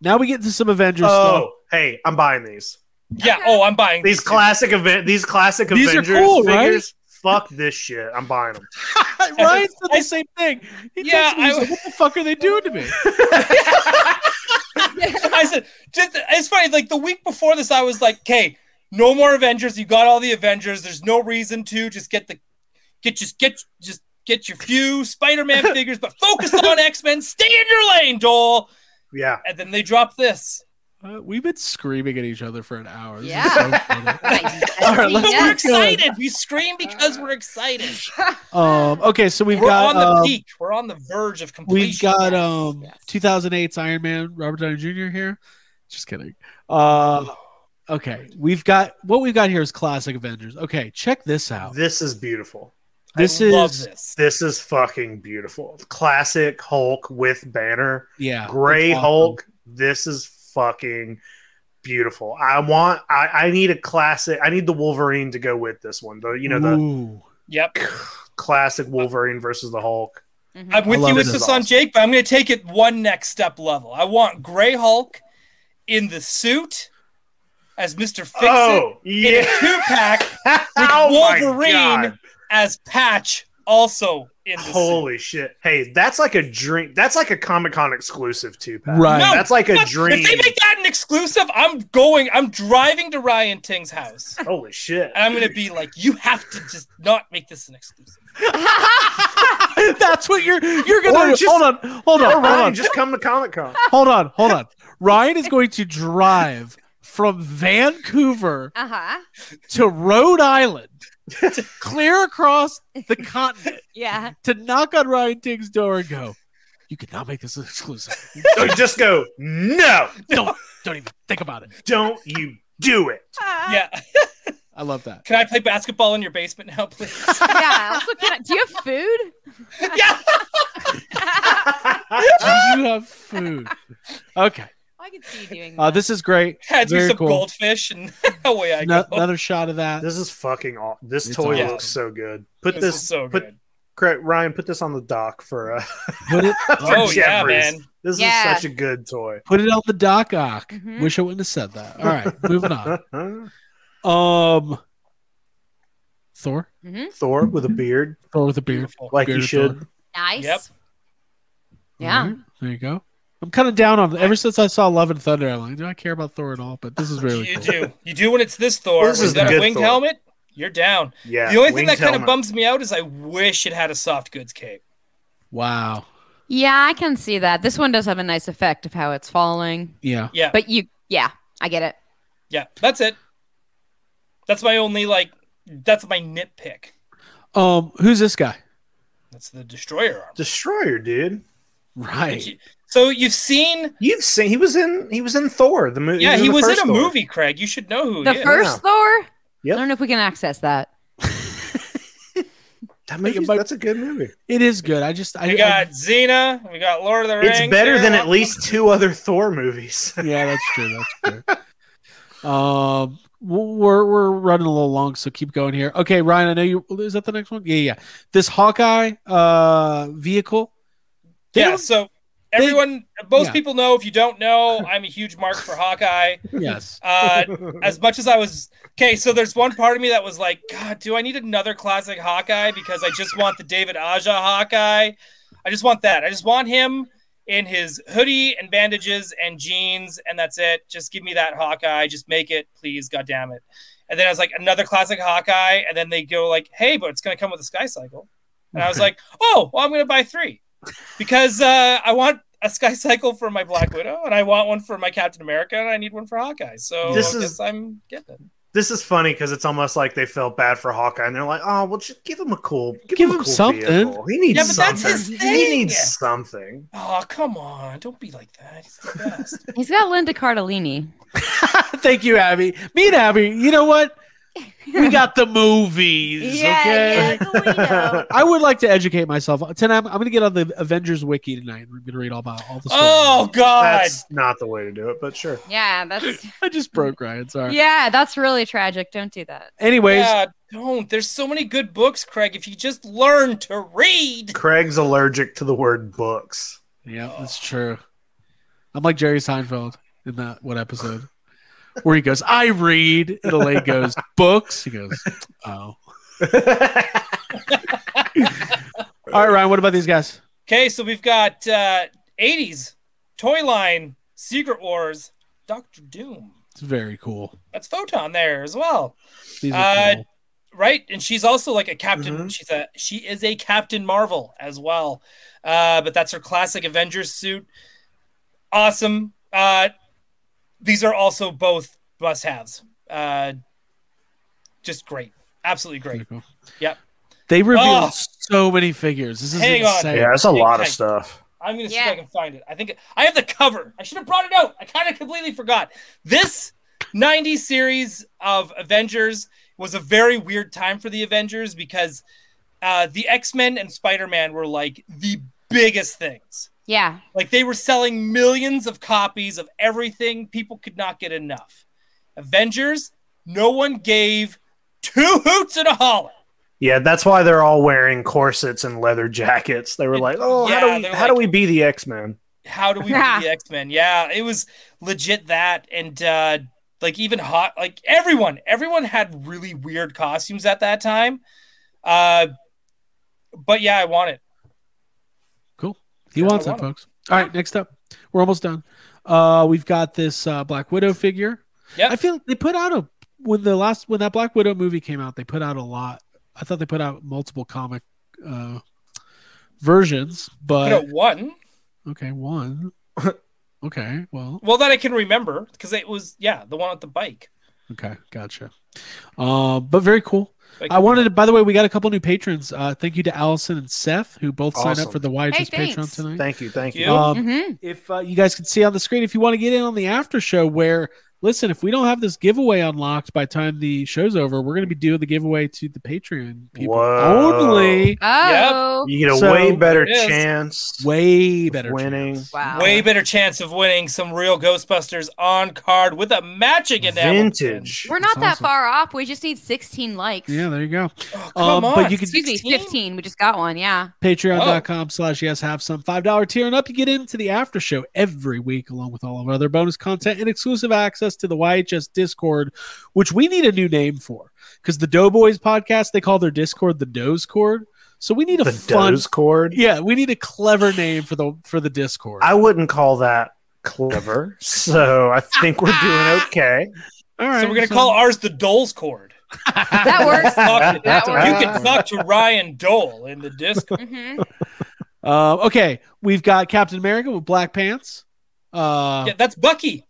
Speaker 1: now we get to some Avengers
Speaker 3: Oh, hey, I'm buying these.
Speaker 2: yeah oh i'm buying
Speaker 3: These classic event. These classic
Speaker 1: These are
Speaker 3: Avengers
Speaker 1: cool, right?
Speaker 3: figures. Fuck this shit. I'm buying them.
Speaker 1: stuff. Ryan said the same thing. He
Speaker 2: Yeah,
Speaker 1: texted me, he's
Speaker 2: I-
Speaker 1: like, what the fuck are they doing to me?
Speaker 2: I said, just it's funny. Like the week before this, I was like, "Okay, no more Avengers. You got all the Avengers. There's no reason to just get the get just get just get your few Spider-Man figures, but focus on X-Men. Stay in your lane, Dole."
Speaker 3: Yeah.
Speaker 2: And then they dropped this.
Speaker 1: Uh, we've been screaming at each other for an hour. This is
Speaker 4: Yeah.
Speaker 1: so funny. All right, let's
Speaker 2: We're
Speaker 1: keep going.
Speaker 2: excited. We scream because we're excited.
Speaker 1: Um, okay, so we've
Speaker 2: we're
Speaker 1: got
Speaker 2: on the
Speaker 1: um,
Speaker 2: peak. We're on the verge of completion.
Speaker 1: we've got um
Speaker 4: yes.
Speaker 1: 2008's Iron Man, Robert Downey Jr. here. Just kidding. Uh, okay, we've got what we've got here is classic Avengers. Okay, check this out.
Speaker 3: This is beautiful.
Speaker 2: I
Speaker 1: This
Speaker 2: love
Speaker 1: is
Speaker 2: this.
Speaker 3: This is fucking beautiful. Classic Hulk with Banner.
Speaker 1: yeah,
Speaker 3: Gray
Speaker 1: it's awesome.
Speaker 3: Hulk. This is fucking beautiful. I want. I, I need a classic. I need the Wolverine to go with this one. The you know the
Speaker 1: Ooh.
Speaker 2: Yep.
Speaker 3: classic Wolverine versus the Hulk.
Speaker 4: Mm-hmm.
Speaker 2: I'm
Speaker 1: I
Speaker 2: with
Speaker 1: love
Speaker 2: you
Speaker 1: it.
Speaker 2: with
Speaker 1: This
Speaker 2: this
Speaker 3: is
Speaker 2: on
Speaker 3: awesome.
Speaker 2: Jake, but I'm going to take it one next step level. I want Gray Hulk in the suit as Mr. Fix It
Speaker 3: oh
Speaker 2: in
Speaker 3: yeah!
Speaker 2: a two pack with
Speaker 3: oh my
Speaker 2: Wolverine
Speaker 3: god!
Speaker 2: as Patch also in the suit.
Speaker 3: Holy shit! Hey, that's like a dream. That's like a Comic Con exclusive too. Pat.
Speaker 1: Right.
Speaker 2: No,
Speaker 3: That's like a
Speaker 2: Fuck,
Speaker 3: dream.
Speaker 2: If they make that an exclusive, I'm going. I'm driving to Ryan Ting's house.
Speaker 3: Holy shit!
Speaker 2: And I'm going to be like, you have to just not make this an exclusive.
Speaker 1: That's what you're you're gonna
Speaker 3: Or
Speaker 1: do.
Speaker 3: just-
Speaker 1: hold on, hold on,
Speaker 3: All
Speaker 1: hold
Speaker 3: right,
Speaker 1: on,
Speaker 3: just come to Comic Con.
Speaker 1: hold on, hold on. Ryan is going to drive from Vancouver
Speaker 4: Uh huh.
Speaker 1: to Rhode Island, clear across the continent
Speaker 4: Yeah.
Speaker 1: to knock on Ryan Ting's door and go, "You cannot make this exclusive.
Speaker 3: just go. No,
Speaker 1: Don't don't even think about it."
Speaker 3: don't you do it.
Speaker 2: Yeah.
Speaker 1: I love that.
Speaker 2: Can I play basketball in your basement now, please?
Speaker 4: yeah. Also, can I, do you have food?
Speaker 2: yeah.
Speaker 1: Do you have food? Okay,
Speaker 4: I can see you doing that.
Speaker 1: uh, this is great.
Speaker 2: Had you
Speaker 1: Very
Speaker 2: some
Speaker 1: cool.
Speaker 2: goldfish and away I
Speaker 1: No-
Speaker 2: go.
Speaker 1: another shot of that.
Speaker 3: This is fucking aw This
Speaker 1: It's
Speaker 3: toy
Speaker 1: awesome.
Speaker 3: looks so good. Put
Speaker 2: This
Speaker 3: this,
Speaker 2: is so
Speaker 3: put-
Speaker 2: good.
Speaker 3: correct, Ryan. Put this on the dock for uh,
Speaker 1: Put it
Speaker 3: for
Speaker 2: Oh yeah,
Speaker 3: Jeffries.
Speaker 2: man.
Speaker 3: This
Speaker 4: Yeah.
Speaker 3: is such a good toy.
Speaker 1: put it on the dock ock.
Speaker 4: Mhm.
Speaker 1: Wish I wouldn't have said that. All right, moving on. Uh.
Speaker 3: Thor
Speaker 1: Um, Thor,
Speaker 3: with a beard,
Speaker 1: Thor with a beard,
Speaker 2: Beautiful.
Speaker 3: like you
Speaker 1: Bearded
Speaker 3: should.
Speaker 1: Thor.
Speaker 4: Nice.
Speaker 2: Yep.
Speaker 4: Yeah.
Speaker 1: Alright, there you go. I'm kind of down on ever since I saw Love and Thunder. I'm like, do I care about Thor at all? But this is really
Speaker 2: you
Speaker 1: cool.
Speaker 2: do. You do when it's this Thor.
Speaker 3: This
Speaker 2: This
Speaker 3: is
Speaker 2: that
Speaker 3: good
Speaker 2: winged
Speaker 3: Thor.
Speaker 2: helmet. You're down.
Speaker 3: Yeah.
Speaker 2: the only thing
Speaker 3: winged
Speaker 2: that kind of
Speaker 3: helmet.
Speaker 2: bums me out is I wish it had a soft goods cape.
Speaker 1: Wow.
Speaker 4: Yeah, I can see that. This one does have a nice effect of how it's falling.
Speaker 1: Yeah.
Speaker 2: Yeah,
Speaker 4: But you, yeah, I get it.
Speaker 2: yeah. That's it. That's my only like. That's my nitpick.
Speaker 1: Um, who's this guy?
Speaker 2: That's the destroyer arm.
Speaker 3: Destroyer, dude.
Speaker 1: Right.
Speaker 2: So you've seen.
Speaker 3: You've seen he was in he was in Thor the movie.
Speaker 2: Yeah, he was,
Speaker 3: the
Speaker 2: in,
Speaker 3: first
Speaker 2: a
Speaker 3: Thor.
Speaker 2: movie, Craig. You should know who
Speaker 4: The
Speaker 2: he is.
Speaker 4: first Thor.
Speaker 3: Yep.
Speaker 4: I don't know if we can access that.
Speaker 3: That movie,
Speaker 1: Like,
Speaker 3: that's a good movie.
Speaker 1: It is good. I just I,
Speaker 2: We got Xena. We got Lord of the Rings.
Speaker 3: It's better than
Speaker 2: there.
Speaker 3: at least two other Thor movies.
Speaker 1: I- yeah, that's true. That's true. um, we're we're running a little long, so keep going here. Okay, Ryan, I know you. Is that the next one? Yeah, yeah. This Hawkeye uh vehicle. They
Speaker 2: Yeah,
Speaker 1: don't-
Speaker 2: so
Speaker 1: they-
Speaker 2: everyone, most
Speaker 1: yeah.
Speaker 2: people know. If you don't know, I'm a huge mark for Hawkeye.
Speaker 1: Yes.
Speaker 2: Uh, as much as I was okay, so there's one part of me that was like, God, do I need another classic Hawkeye? Because I just want the David Aja Hawkeye. I just want that. I just want him in his hoodie and bandages and jeans, and that's it. Just give me that Hawkeye. Just make it, please. God damn it. And then I was like, another classic Hawkeye. And then they go like, hey, but it's gonna come with a Sky Cycle. And I was like, oh, well, I'm gonna buy three because uh, I want a Sky Cycle for my Black Widow, and I want one for my Captain America, and I need one for Hawkeye. So
Speaker 3: This
Speaker 2: I
Speaker 3: is-
Speaker 2: guess I'm getting it.
Speaker 3: This is funny because it's almost like they felt bad for Hawkeye, and they're like, "Oh, well, just give him a cool, give, him, a cool
Speaker 1: something.
Speaker 3: vehicle. He needs
Speaker 2: Yeah, but that's
Speaker 3: something.
Speaker 2: his
Speaker 3: He
Speaker 2: thing.
Speaker 3: needs something."
Speaker 2: Oh, come on! Don't be like that. He's the best.
Speaker 4: He's got Linda Cardellini.
Speaker 1: Thank you, Abby. Me and Abby. You know what? We got the movies. okay. I would like to educate myself. Tonight, I'm, I'm going to get on the Avengers wiki tonight. and I'm going to read all about all the stories.
Speaker 2: oh God!
Speaker 3: That's not the way to do it, but sure.
Speaker 4: Yeah, that's
Speaker 1: I just broke Ryan. Sorry.
Speaker 4: yeah, that's really tragic. Don't do that.
Speaker 1: Anyways,
Speaker 2: Yeah, don't. There's so many good books, Craig. If you just learn to read.
Speaker 3: Craig's allergic to the word books.
Speaker 1: yeah, that's true. I'm like Jerry Seinfeld in that one episode where he goes, "I read," and Elaine goes, "Books." He goes, "Oh." All right, Ryan. What about these guys?
Speaker 2: Okay, so we've got uh, 80s toy line, Secret Wars, Doctor Doom.
Speaker 1: It's very cool.
Speaker 2: That's Photon there as well.
Speaker 1: These are
Speaker 2: Uh,
Speaker 1: cool.
Speaker 2: right and she's also like a captain
Speaker 3: Mhm.
Speaker 2: she's a she is a captain marvel as well uh but that's her classic avengers suit awesome uh these are also both must haves. Uh, just great, absolutely great.
Speaker 1: Cool.
Speaker 2: Yep.
Speaker 1: They revealed
Speaker 2: Oh.
Speaker 1: so many figures. This is
Speaker 2: Hang on.
Speaker 1: insane.
Speaker 3: Yeah, it's a lot of
Speaker 2: Okay.
Speaker 3: stuff.
Speaker 2: I'm gonna see
Speaker 4: Yeah.
Speaker 2: if I can find it. I think I have the cover. I should have brought it out. I kind of completely forgot. This 90 series of Avengers was a very weird time for the Avengers because uh, the X Men and Spider Man were like the biggest things.
Speaker 4: Yeah.
Speaker 2: Like they were selling millions of copies of everything. People could not get enough. Avengers, no one gave two hoots and a holler.
Speaker 3: Yeah, that's why they're all wearing corsets and leather jackets. They were like, "Oh, how
Speaker 2: Yeah,
Speaker 3: do we
Speaker 2: they're
Speaker 3: how do
Speaker 2: like-
Speaker 3: we be the X Men?"
Speaker 2: how do we
Speaker 4: Yeah.
Speaker 2: be the x-men yeah it was legit that and uh like even hot like everyone everyone had really weird costumes at that time uh but yeah i want it
Speaker 1: Cool. He
Speaker 2: Yeah,
Speaker 1: wants
Speaker 2: I
Speaker 1: it,
Speaker 2: want it.
Speaker 1: folks. All right, next up. We're almost done. Uh we've got this uh Black Widow figure.
Speaker 2: Yep.
Speaker 1: I feel like they put out a when the last when that Black Widow movie came out, they put out a lot. I thought they put out multiple comic uh versions,
Speaker 2: I
Speaker 1: but
Speaker 2: don't one
Speaker 1: okay, one. okay, well,
Speaker 2: well that i can remember because it was yeah the one with the bike
Speaker 1: okay, gotcha. Uh, but very cool.
Speaker 2: Like-
Speaker 1: I wanted to, by the way, we got a couple new patrons. Uh, thank you to Allison and Seth, who both signed
Speaker 3: Awesome.
Speaker 1: up for the YHS
Speaker 4: Hey,
Speaker 1: Patreon
Speaker 4: thanks.
Speaker 1: tonight.
Speaker 3: Thank you, thank you.
Speaker 2: You?
Speaker 1: Um,
Speaker 4: Mm-hmm.
Speaker 1: if uh, you guys can see on the screen, if you want to get in on the after show, where listen, if we don't have this giveaway unlocked by the time the show's over, we're going to be doing the giveaway to the Patreon people
Speaker 3: Whoa.
Speaker 1: only.
Speaker 4: Oh.
Speaker 3: You get a
Speaker 1: So-
Speaker 3: way better
Speaker 2: There it is.
Speaker 3: chance.
Speaker 1: Way better
Speaker 3: Winning.
Speaker 1: chance.
Speaker 4: Wow.
Speaker 2: way better chance of winning some real ghostbusters on card with a matching enamel
Speaker 3: vintage.
Speaker 4: We're not
Speaker 1: That's
Speaker 4: that
Speaker 1: awesome.
Speaker 4: far off. We just need 16 likes.
Speaker 1: Yeah, there you go.
Speaker 2: pin. Oh, come
Speaker 1: Um,
Speaker 2: on
Speaker 1: but you can-
Speaker 4: Excuse me,
Speaker 2: 16?
Speaker 4: 15. We just got one. Yeah.
Speaker 1: Patreon.com slash yes have some five dollar tier and up. You get into the after show every week, along with all of our other bonus content and exclusive access to the YHS Discord, which we need a new name for because the Doughboys podcast they call their Discord the Doughs Cord. So we need a
Speaker 3: The
Speaker 1: fun
Speaker 3: Doe's cord.
Speaker 1: Yeah, we need a clever name for the for the Discord.
Speaker 3: I wouldn't call that clever. so I think we're doing okay.
Speaker 1: All
Speaker 2: so we're gonna call ours the dole's cord
Speaker 4: That works.
Speaker 2: Talk to-
Speaker 4: That
Speaker 2: you
Speaker 4: works.
Speaker 2: can talk to ryan dole in the discord
Speaker 4: hmm
Speaker 1: Uh, okay, we've got Captain America with black pants. Uh,
Speaker 2: yeah, that's bucky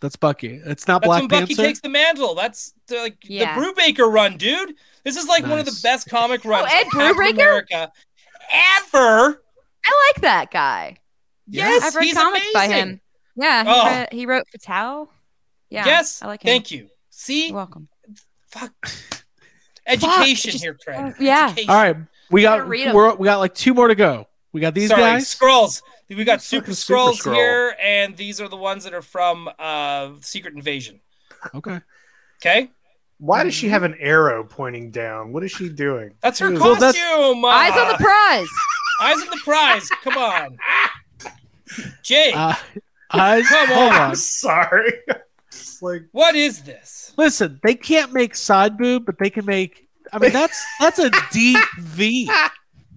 Speaker 1: that's Bucky. It's not
Speaker 2: That's
Speaker 1: Black
Speaker 2: when Bucky
Speaker 1: Panther.
Speaker 2: takes the mantle. That's the, like
Speaker 4: Yeah. Oh,
Speaker 2: the Brubaker run, dude. This is like one of the
Speaker 1: Nice.
Speaker 2: best comic runs
Speaker 4: Ed
Speaker 2: of Captain
Speaker 4: Brubaker?
Speaker 2: America ever.
Speaker 4: I like that guy.
Speaker 2: Yes,
Speaker 4: I've read
Speaker 2: he's
Speaker 4: comics by
Speaker 2: amazing.
Speaker 4: him. Yeah. He,
Speaker 2: Oh.
Speaker 4: wrote, he wrote Fatale. Yeah.
Speaker 2: yes,
Speaker 4: I like him.
Speaker 2: thank you. See,
Speaker 4: You're welcome.
Speaker 2: fuck, education
Speaker 4: just-
Speaker 2: here, Craig.
Speaker 4: yeah.
Speaker 2: Education.
Speaker 1: All right, we
Speaker 4: gotta
Speaker 1: got
Speaker 4: read 'em.
Speaker 1: we're, we got like two more to go. We got these
Speaker 2: Sorry,
Speaker 1: guys.
Speaker 2: scrolls. We got
Speaker 3: Fucking
Speaker 2: super
Speaker 3: Super
Speaker 2: scrolls
Speaker 3: Skrull.
Speaker 2: here, and these are the ones that are from uh, Secret Invasion.
Speaker 1: Okay,
Speaker 2: Okay,
Speaker 3: Why does she have an arrow pointing down? What is she doing?
Speaker 2: that's her
Speaker 3: Well,
Speaker 1: that's-
Speaker 2: costume. uh,
Speaker 4: Eyes on the prize.
Speaker 2: eyes on the prize. Come on, Jake.
Speaker 1: uh, I,
Speaker 2: Come
Speaker 1: hold
Speaker 2: on.
Speaker 1: on.
Speaker 3: I'm sorry. It's like
Speaker 2: what is this?
Speaker 1: Listen, they can't make side boob, but they can make. I mean, that's that's a deep V.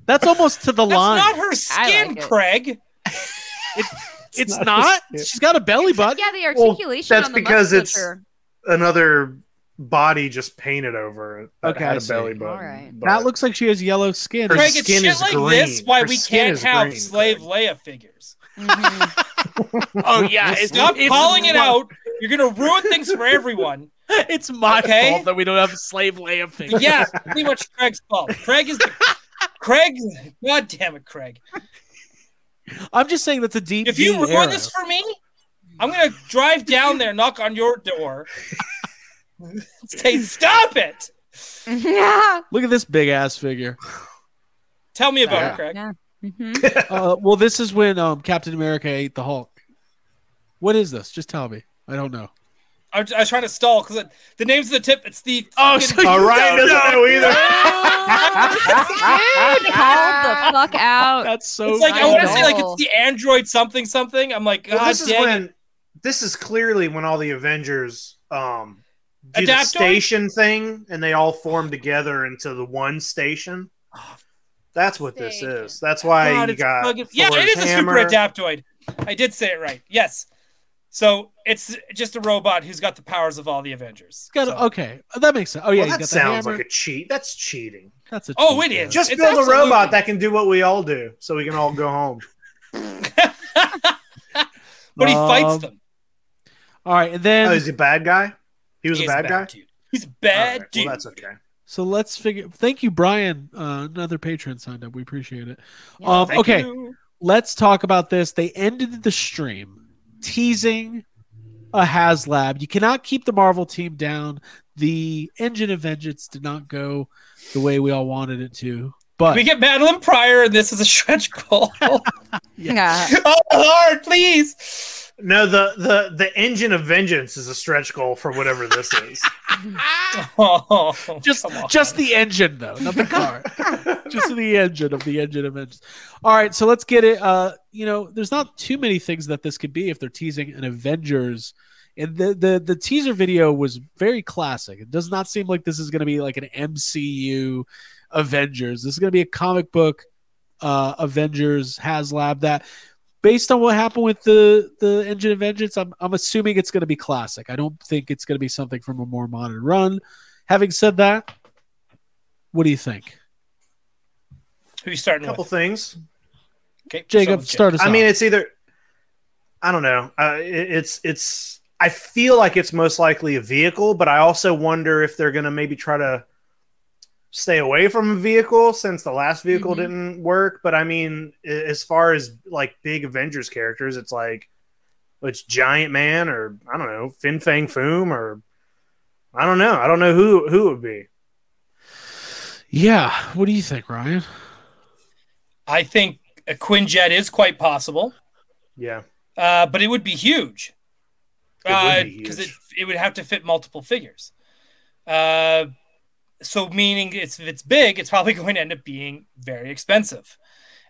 Speaker 1: That's almost to the
Speaker 2: That's
Speaker 1: line.
Speaker 2: not her skin,
Speaker 4: like it.
Speaker 2: Craig.
Speaker 1: it's
Speaker 3: not-
Speaker 1: not. She's got a belly button.
Speaker 4: yeah, the
Speaker 3: Well,
Speaker 4: articulation.
Speaker 3: that's
Speaker 4: on the
Speaker 3: because it's-
Speaker 4: musculature.
Speaker 3: another body just painted over it. That
Speaker 1: Okay, I
Speaker 3: had a
Speaker 1: see.
Speaker 3: belly button.
Speaker 4: All right.
Speaker 3: but-
Speaker 1: That looks like she has yellow skin.
Speaker 3: Her
Speaker 2: Craig, it's
Speaker 3: skin
Speaker 2: shit
Speaker 3: is
Speaker 2: like
Speaker 3: green.
Speaker 2: this why
Speaker 3: Her
Speaker 2: we
Speaker 3: skin
Speaker 2: can't
Speaker 3: is
Speaker 2: have
Speaker 3: green,
Speaker 2: slave Leia figures.
Speaker 4: Mhm.
Speaker 1: oh yeah, it's-
Speaker 2: Stop
Speaker 1: it's
Speaker 2: calling it
Speaker 1: my-
Speaker 2: out. You're gonna ruin things for everyone.
Speaker 1: It's my
Speaker 2: Okay.
Speaker 1: fault that we don't have slave Leia figures.
Speaker 2: But yeah, it's pretty much Craig's fault. Craig is the Craig. God damn it, Craig.
Speaker 1: I'm just saying that's a deep.
Speaker 2: If you
Speaker 1: V
Speaker 2: ruin
Speaker 1: era.
Speaker 2: this for me, I'm gonna drive down there, knock on your door, say, "Stop it."
Speaker 4: yeah.
Speaker 1: look at this big ass figure.
Speaker 2: Tell me about
Speaker 3: Yeah.
Speaker 2: it, Craig.
Speaker 4: hmm
Speaker 1: Uh, well, this is when um, Captain America ate the Hulk. What is this? Just tell me. I don't know.
Speaker 2: I was, I was trying to stall because the name's of the tip. It's the
Speaker 1: Oh,
Speaker 2: fucking-
Speaker 1: so you
Speaker 3: Uh, Ryan
Speaker 1: don't know.
Speaker 3: doesn't know either.
Speaker 4: Dude, called the fuck out.
Speaker 1: That's so.
Speaker 2: it's like I want to say like
Speaker 4: know.
Speaker 2: it's the Android something something. I'm like, God
Speaker 3: Well, this is
Speaker 2: dang it.
Speaker 3: when this is clearly when all the Avengers um do the
Speaker 2: Adaptoid?
Speaker 3: station thing and they all form together into the one station. That's what this
Speaker 4: Station.
Speaker 3: is. That's why
Speaker 2: God,
Speaker 3: you
Speaker 2: it's
Speaker 3: got
Speaker 2: fucking- yeah, it
Speaker 3: Thor's
Speaker 2: is a super
Speaker 3: hammer.
Speaker 2: adaptoid. I did say it right. Yes. So it's just a robot who's got the powers of all the Avengers.
Speaker 1: Got
Speaker 2: So-
Speaker 1: okay, that makes sense. Oh yeah,
Speaker 3: Well,
Speaker 1: he's
Speaker 3: that
Speaker 1: got
Speaker 3: sounds
Speaker 1: the hammer.
Speaker 3: like a cheat. That's cheating.
Speaker 1: That's a
Speaker 2: Oh,
Speaker 1: cheat
Speaker 2: it
Speaker 1: code.
Speaker 2: is.
Speaker 3: Just
Speaker 2: It's
Speaker 3: build a
Speaker 2: absolutely-
Speaker 3: robot that can do what we all do, so we can all go home.
Speaker 2: but he
Speaker 1: Um,
Speaker 2: fights them.
Speaker 1: All right, and then
Speaker 3: Oh, is he a bad guy? He was
Speaker 2: He's
Speaker 3: a bad, guy.
Speaker 2: Dude. He's a
Speaker 3: All
Speaker 2: bad
Speaker 3: right,
Speaker 2: dude.
Speaker 3: Well, that's okay.
Speaker 1: so let's figure. Thank you, Brian. Uh, another patron signed up. We appreciate it.
Speaker 4: Yeah,
Speaker 1: um,
Speaker 2: Thank
Speaker 1: okay,
Speaker 2: you.
Speaker 1: let's talk about this. They ended the stream teasing a HasLab. You cannot keep the Marvel team down. The engine of vengeance did not go the way we all wanted it to. But
Speaker 2: We get Madeline Pryor, and this is a stretch goal. oh
Speaker 4: Yeah.
Speaker 2: Lord, please!
Speaker 3: No, the the the engine of vengeance is a stretch goal for whatever this is.
Speaker 2: Oh,
Speaker 1: just
Speaker 2: come on.
Speaker 1: just the engine though, not the car. just the engine of the engine of engines. All right, so let's get it. Uh, you know, there's not too many things that this could be if they're teasing an Avengers. And the the the teaser video was very classic. It does not seem like this is going to be like an MCU Avengers. This is going to be a comic book uh, Avengers HasLab that. Based on what happened with the the Engine of Vengeance, I'm, I'm assuming it's going to be classic. I don't think it's going to be something from a more modern run. Having said that, what do you think?
Speaker 2: Who you starting
Speaker 3: couple
Speaker 2: with?
Speaker 3: things.
Speaker 2: Okay,
Speaker 1: Jacob,
Speaker 2: start
Speaker 1: start us.
Speaker 3: I mean,
Speaker 1: off.
Speaker 3: it's either. I don't know. Uh, it, it's it's. I feel like it's most likely a vehicle, but I also wonder if they're going to maybe try to stay away from a vehicle since the last vehicle
Speaker 4: Mhm.
Speaker 3: didn't work. But I mean, a- as far as like big Avengers characters, it's like it's Giant Man or I don't know Fin Fang Foom or I don't know. I don't know who who it would be.
Speaker 1: yeah. What do you think, Ryan?
Speaker 2: I think a Quinjet is quite possible,
Speaker 3: Yeah,
Speaker 2: uh, but it would be huge
Speaker 3: It would be
Speaker 2: because it,
Speaker 3: huge.
Speaker 2: it would have to fit multiple figures. Uh, so meaning it's if it's big, it's probably going to end up being very expensive.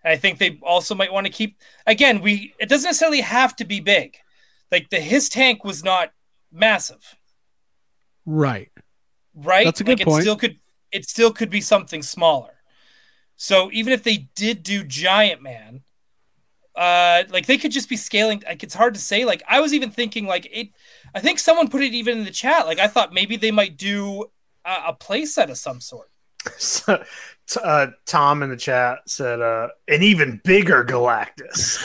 Speaker 2: And I think they also might want to keep again. We it doesn't necessarily have to be big. Like the his tank was not massive.
Speaker 1: Right.
Speaker 2: right?
Speaker 1: That's a good
Speaker 2: like
Speaker 1: point.
Speaker 2: It still could it still could be something smaller. So even if they did do Giant Man, uh, like they could just be scaling. Like it's hard to say. Like I was even thinking, like it. I think someone put it even in the chat. Like I thought maybe they might do a, a playset of some sort.
Speaker 3: so, t- uh, Tom in the chat said uh, an even bigger Galactus.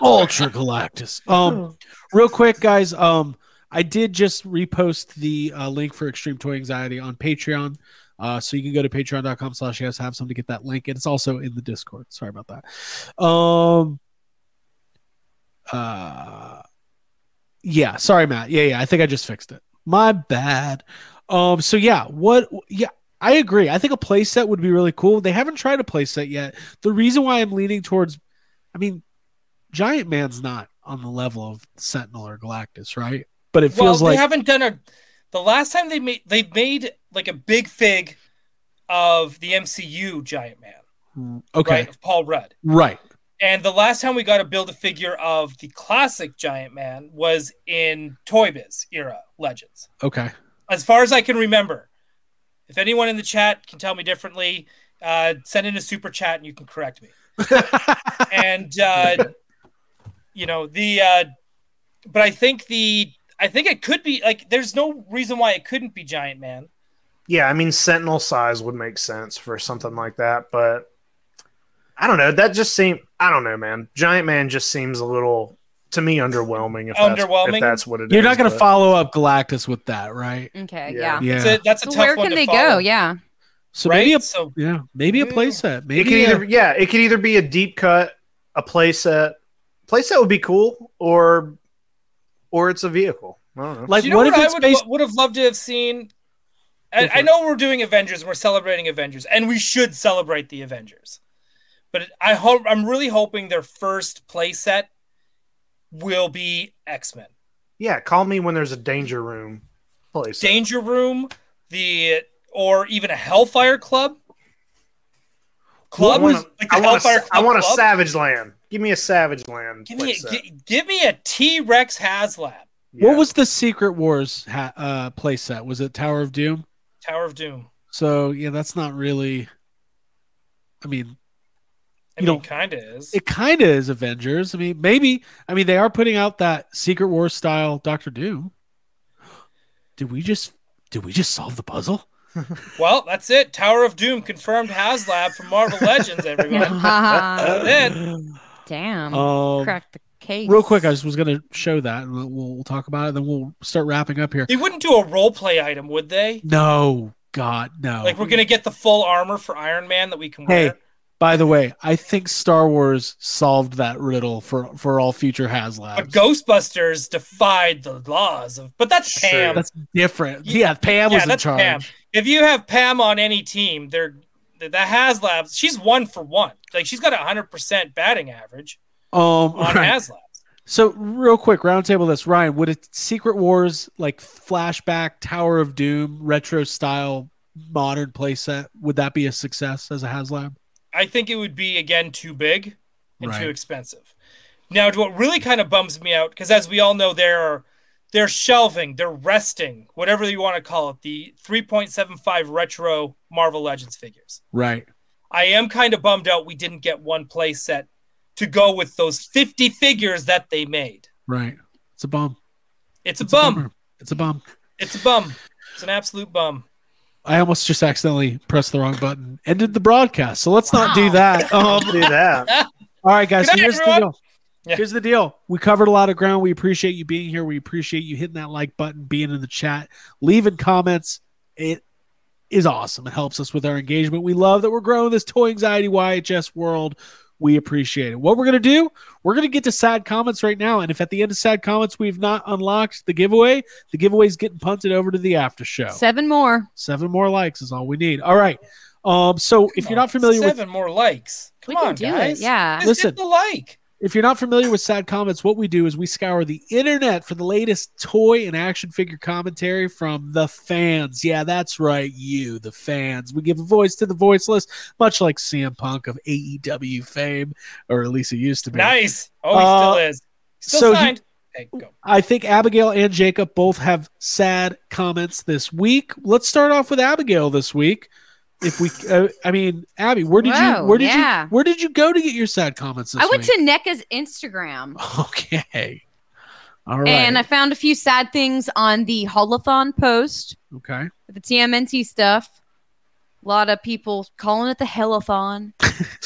Speaker 1: Ultra Galactus. Um, real quick, guys. Um, I did just repost the uh, link for Extreme Toy Anxiety on Patreon. Uh, so you can go to patreon.com slash yes have some to get that link. And it's also in the Discord. Sorry about that. Um uh yeah, sorry, Matt. Yeah, yeah. I think I just fixed it. My bad. Um, so yeah, what yeah, I agree. I think a playset would be really cool. They haven't tried a playset yet. The reason why I'm leaning towards I mean, Giant Man's not on the level of Sentinel or Galactus, right? But it feels
Speaker 2: well,
Speaker 1: like
Speaker 2: they haven't done a. The last time they made they made like a big fig of the MCU Giant Man,
Speaker 1: okay,
Speaker 2: right? Of Paul Rudd.
Speaker 1: right.
Speaker 2: And the last time we got to build a figure of the classic Giant Man was in Toy Biz era Legends.
Speaker 1: Okay.
Speaker 2: As far as I can remember, if anyone in the chat can tell me differently, uh, send in a super chat and you can correct me. and uh, you know the, uh, but I think the I think it could be like there's no reason why it couldn't be Giant Man.
Speaker 3: Yeah, I mean, Sentinel size would make sense for something like that, but I don't know. That just seemed, I don't know, man. Giant Man just seems a little, to me, underwhelming. If That's,
Speaker 2: Underwhelming?
Speaker 3: if that's what it
Speaker 1: You're not going to
Speaker 3: to
Speaker 1: follow up Galactus with that, right?
Speaker 4: Okay.
Speaker 3: Yeah.
Speaker 4: Yeah.
Speaker 1: Yeah.
Speaker 2: So that's a
Speaker 4: So
Speaker 2: tough
Speaker 4: where
Speaker 2: one
Speaker 4: can
Speaker 2: to
Speaker 4: they
Speaker 2: follow,
Speaker 4: go? Yeah.
Speaker 1: So
Speaker 2: right?
Speaker 1: maybe a
Speaker 2: so
Speaker 1: yeah, maybe a playset.
Speaker 3: It
Speaker 1: Maybe
Speaker 3: could
Speaker 1: a-
Speaker 3: either, yeah, it could either be a deep cut, a playset. Playset would be cool, or or it's a vehicle. I don't know.
Speaker 1: like
Speaker 2: Do you know
Speaker 1: what,
Speaker 2: what,
Speaker 1: if
Speaker 2: I
Speaker 1: it's
Speaker 2: would,
Speaker 1: based?
Speaker 2: would have loved to have seen? I,
Speaker 1: Go for
Speaker 2: I
Speaker 1: it.
Speaker 2: know we're doing Avengers, we're celebrating Avengers, and we should celebrate the Avengers. But I hope I'm really hoping their first playset will be X Men,
Speaker 3: Yeah, call me when there's a danger room playset.
Speaker 2: Danger Room, the or even a Hellfire Club. Club,
Speaker 3: I want,
Speaker 2: like
Speaker 3: a,
Speaker 2: the
Speaker 3: I, want a,
Speaker 2: Hellfire
Speaker 3: s- I
Speaker 2: Club
Speaker 3: want a
Speaker 2: club?
Speaker 3: Savage Land. Give me a Savage Land.
Speaker 2: Give me, a,
Speaker 3: playset.
Speaker 2: gi- give me a T Rex Haslab
Speaker 1: What
Speaker 3: Yeah.
Speaker 1: was the Secret Wars ha- uh, playset? Was it Tower of Doom?
Speaker 2: Tower of Doom.
Speaker 1: So yeah, that's not really. I mean,
Speaker 2: I
Speaker 1: You
Speaker 2: mean,
Speaker 1: don't-
Speaker 2: kind of is.
Speaker 1: it kind of is Avengers. I mean, maybe. I mean, they are putting out that Secret Wars style Doctor Doom. Did we just? Did we just solve the puzzle?
Speaker 2: Well, that's it. Tower of Doom confirmed HasLab from Marvel Legends, everyone.
Speaker 4: Yeah.
Speaker 2: That's it.
Speaker 4: Damn.
Speaker 1: Um,
Speaker 4: Crack the case.
Speaker 1: Real quick, I just was going to show that, and we'll, we'll talk about it. Then we'll start wrapping up here.
Speaker 2: They wouldn't do a role play item, would they?
Speaker 1: No, God, no.
Speaker 2: Like we're gonna get the full armor for Iron Man that we can
Speaker 1: Hey,
Speaker 2: wear.
Speaker 1: by the way, I think Star Wars solved that riddle for for all future
Speaker 2: But
Speaker 1: HasLabs.
Speaker 2: Ghostbusters defied the laws of, but that's
Speaker 3: Sure.
Speaker 2: Pam.
Speaker 1: That's different. Yeah, Pam
Speaker 2: Yeah,
Speaker 1: was in
Speaker 2: that's
Speaker 1: charge.
Speaker 2: Pam. if you have Pam on any team, they're that Haslabs. She's one for one. Like she's got a hundred percent batting average
Speaker 1: Um,
Speaker 2: on
Speaker 1: right.
Speaker 2: Haslabs.
Speaker 1: So real quick, roundtable this. Ryan, would a Secret Wars like flashback Tower of Doom retro style modern playset would that be a success as a HasLab?
Speaker 2: I think it would be again too big and
Speaker 1: Right.
Speaker 2: too expensive. Now, what really kind of bums me out because, as we all know, they're they're shelving, they're resting, whatever you want to call it, the 3.75 retro Marvel Legends figures.
Speaker 1: Right.
Speaker 2: I am kind of bummed out we didn't get one play set to go with those 50 figures that they made.
Speaker 1: Right. It's a bum.
Speaker 2: It's a
Speaker 1: a
Speaker 2: bum.
Speaker 1: bummer. It's a bum.
Speaker 2: It's a bum. It's an absolute bum.
Speaker 1: I almost just accidentally pressed the wrong button. Ended the broadcast. So let's not do
Speaker 7: Wow.
Speaker 1: that. Um,
Speaker 3: do that.
Speaker 1: All right, guys. so
Speaker 2: Good night,
Speaker 1: here's the
Speaker 2: everyone.
Speaker 1: deal.
Speaker 2: Yeah.
Speaker 1: Here's the deal. We covered a lot of ground. We appreciate you being here. We appreciate you hitting that like button, being in the chat, leaving comments. It is awesome. It helps us with our engagement. We love that we're growing this toy anxiety YHS world. We appreciate it. What we're gonna do? We're gonna get to sad comments right now. And if at the end of sad comments we've not unlocked the giveaway, the giveaway's getting punted over to the after show.
Speaker 4: Seven more.
Speaker 1: Seven more likes is all we need. All right. Um, so if you're not familiar with
Speaker 2: seven more likes. Come
Speaker 4: we can
Speaker 2: on,
Speaker 4: do
Speaker 2: guys.
Speaker 4: it. Yeah.
Speaker 2: Just
Speaker 1: Listen.
Speaker 2: hit the like.
Speaker 1: If you're not familiar with Sad Comments, what we do is we scour the internet for the latest toy and action figure commentary from the fans. Yeah, that's right, you, the fans. We give a voice to the voiceless, much like CM Punk of AEW fame, or at least he used to be.
Speaker 2: Nice. Oh,
Speaker 1: Uh,
Speaker 2: he still is. Still
Speaker 1: so he-
Speaker 2: signed. Okay, go.
Speaker 1: I think Abigail and Jacob both have sad comments this week. Let's start off with Abigail this week. If we, uh, I mean, Abby, where did
Speaker 4: Whoa,
Speaker 1: you, where did
Speaker 4: yeah.
Speaker 1: you, where did you go to get your sad comments? This
Speaker 4: I went
Speaker 1: week?
Speaker 4: to NECA's Instagram
Speaker 1: Okay. All right.
Speaker 4: and I found a few sad things on the holothon post,
Speaker 1: okay.
Speaker 4: with the TMNT stuff. A lot of people calling it the hellathon.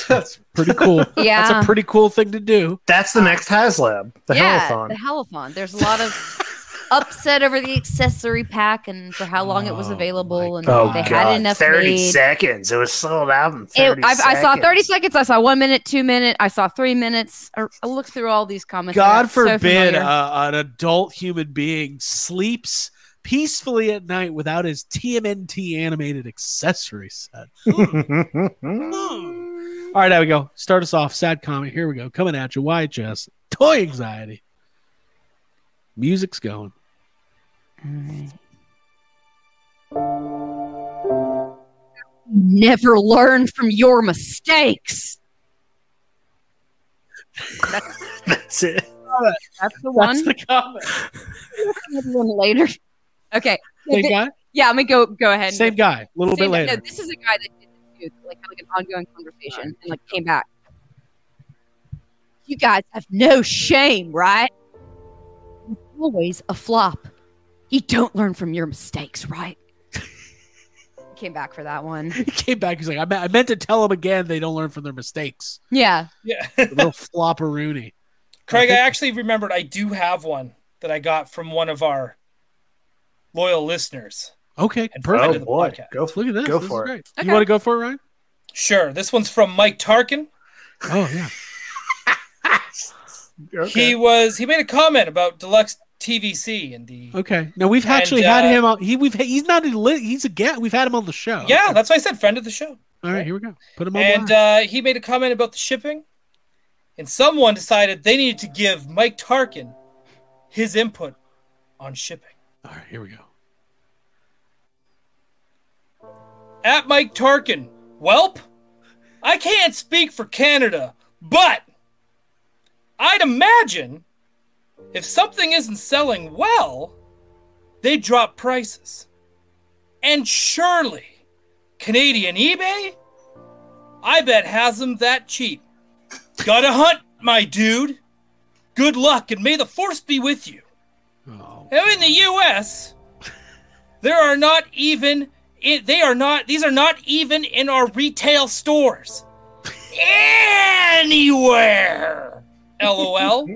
Speaker 3: That's,
Speaker 1: Pretty cool.
Speaker 4: Yeah.
Speaker 1: That's a pretty cool thing to do.
Speaker 3: that's the next HasLab, the
Speaker 4: yeah,
Speaker 3: Hellathon.
Speaker 4: the hellathon. There's a lot of upset over the accessory pack and for how long it was
Speaker 1: Oh,
Speaker 4: available
Speaker 1: my
Speaker 4: and
Speaker 1: God.
Speaker 4: if they
Speaker 1: Oh,
Speaker 4: had enough made.
Speaker 3: seconds. It was sold out in
Speaker 4: It, I, I saw 30 seconds. I saw one minute, two minute. I saw three minutes. I, I looked through all these comments. I
Speaker 1: God
Speaker 4: got so
Speaker 1: forbid
Speaker 4: familiar.
Speaker 1: uh, an adult human being sleeps peacefully at night without his TMNT animated accessory set. All right, there we go. Start us off. Sad comment. Here we go. Coming at you. YHS. Toy anxiety. Music's going.
Speaker 4: Never learn from your mistakes.
Speaker 3: That's it.
Speaker 4: That's the one.
Speaker 1: That's the comment.
Speaker 4: Another one later. Okay.
Speaker 1: Same guy.
Speaker 4: Yeah, I'm gonna go go ahead. and-
Speaker 1: Same guy. A little bit
Speaker 4: Same guy-
Speaker 1: later.
Speaker 4: No, this is a guy that did this too, like had like an ongoing conversation and like came back. You guys have no shame, right? You're Always a flop. You don't learn from your mistakes, right? came back for that one.
Speaker 1: He came back. He's like, I, me- I meant to tell them again. They don't learn from their mistakes.
Speaker 4: Yeah.
Speaker 2: Yeah.
Speaker 1: little flopperoonie.
Speaker 2: Craig, I
Speaker 1: think-
Speaker 2: actually remembered I do have one that I got from one of our loyal listeners.
Speaker 1: Okay,
Speaker 2: And
Speaker 1: perfect.
Speaker 2: to
Speaker 3: Oh
Speaker 2: the
Speaker 3: boy,
Speaker 2: podcast.
Speaker 3: go for
Speaker 1: Look at this.
Speaker 3: Go
Speaker 1: This
Speaker 3: for
Speaker 1: is
Speaker 3: it.
Speaker 1: great.
Speaker 4: Okay.
Speaker 1: You want to go for it, Ryan?
Speaker 2: Sure. This one's from Mike Tarkin.
Speaker 1: Oh yeah.
Speaker 2: He was he made a comment about deluxe TVC and the
Speaker 1: Okay. Now we've actually
Speaker 2: And,
Speaker 1: had
Speaker 2: uh,
Speaker 1: him on. He we've he's not a li- he's a get. We've had him on the show.
Speaker 2: Yeah, that's why I said friend of the show.
Speaker 1: All right. Here we go. Put him on.
Speaker 2: And
Speaker 1: blast.
Speaker 2: uh, he made a comment about the shipping, and someone decided they needed to give Mike Tarkin his input on shipping.
Speaker 1: All right. Here we go.
Speaker 2: At Mike Tarkin, Welp, I can't speak for Canada, but I'd imagine if something isn't selling well, they drop prices. And surely, Canadian eBay, I bet has them that cheap. Gotta hunt, my dude. Good luck, and may the force be with you.
Speaker 1: Oh.
Speaker 2: Now in the U.S., there are not even i- they are not these are not even in our retail stores anywhere. LOL.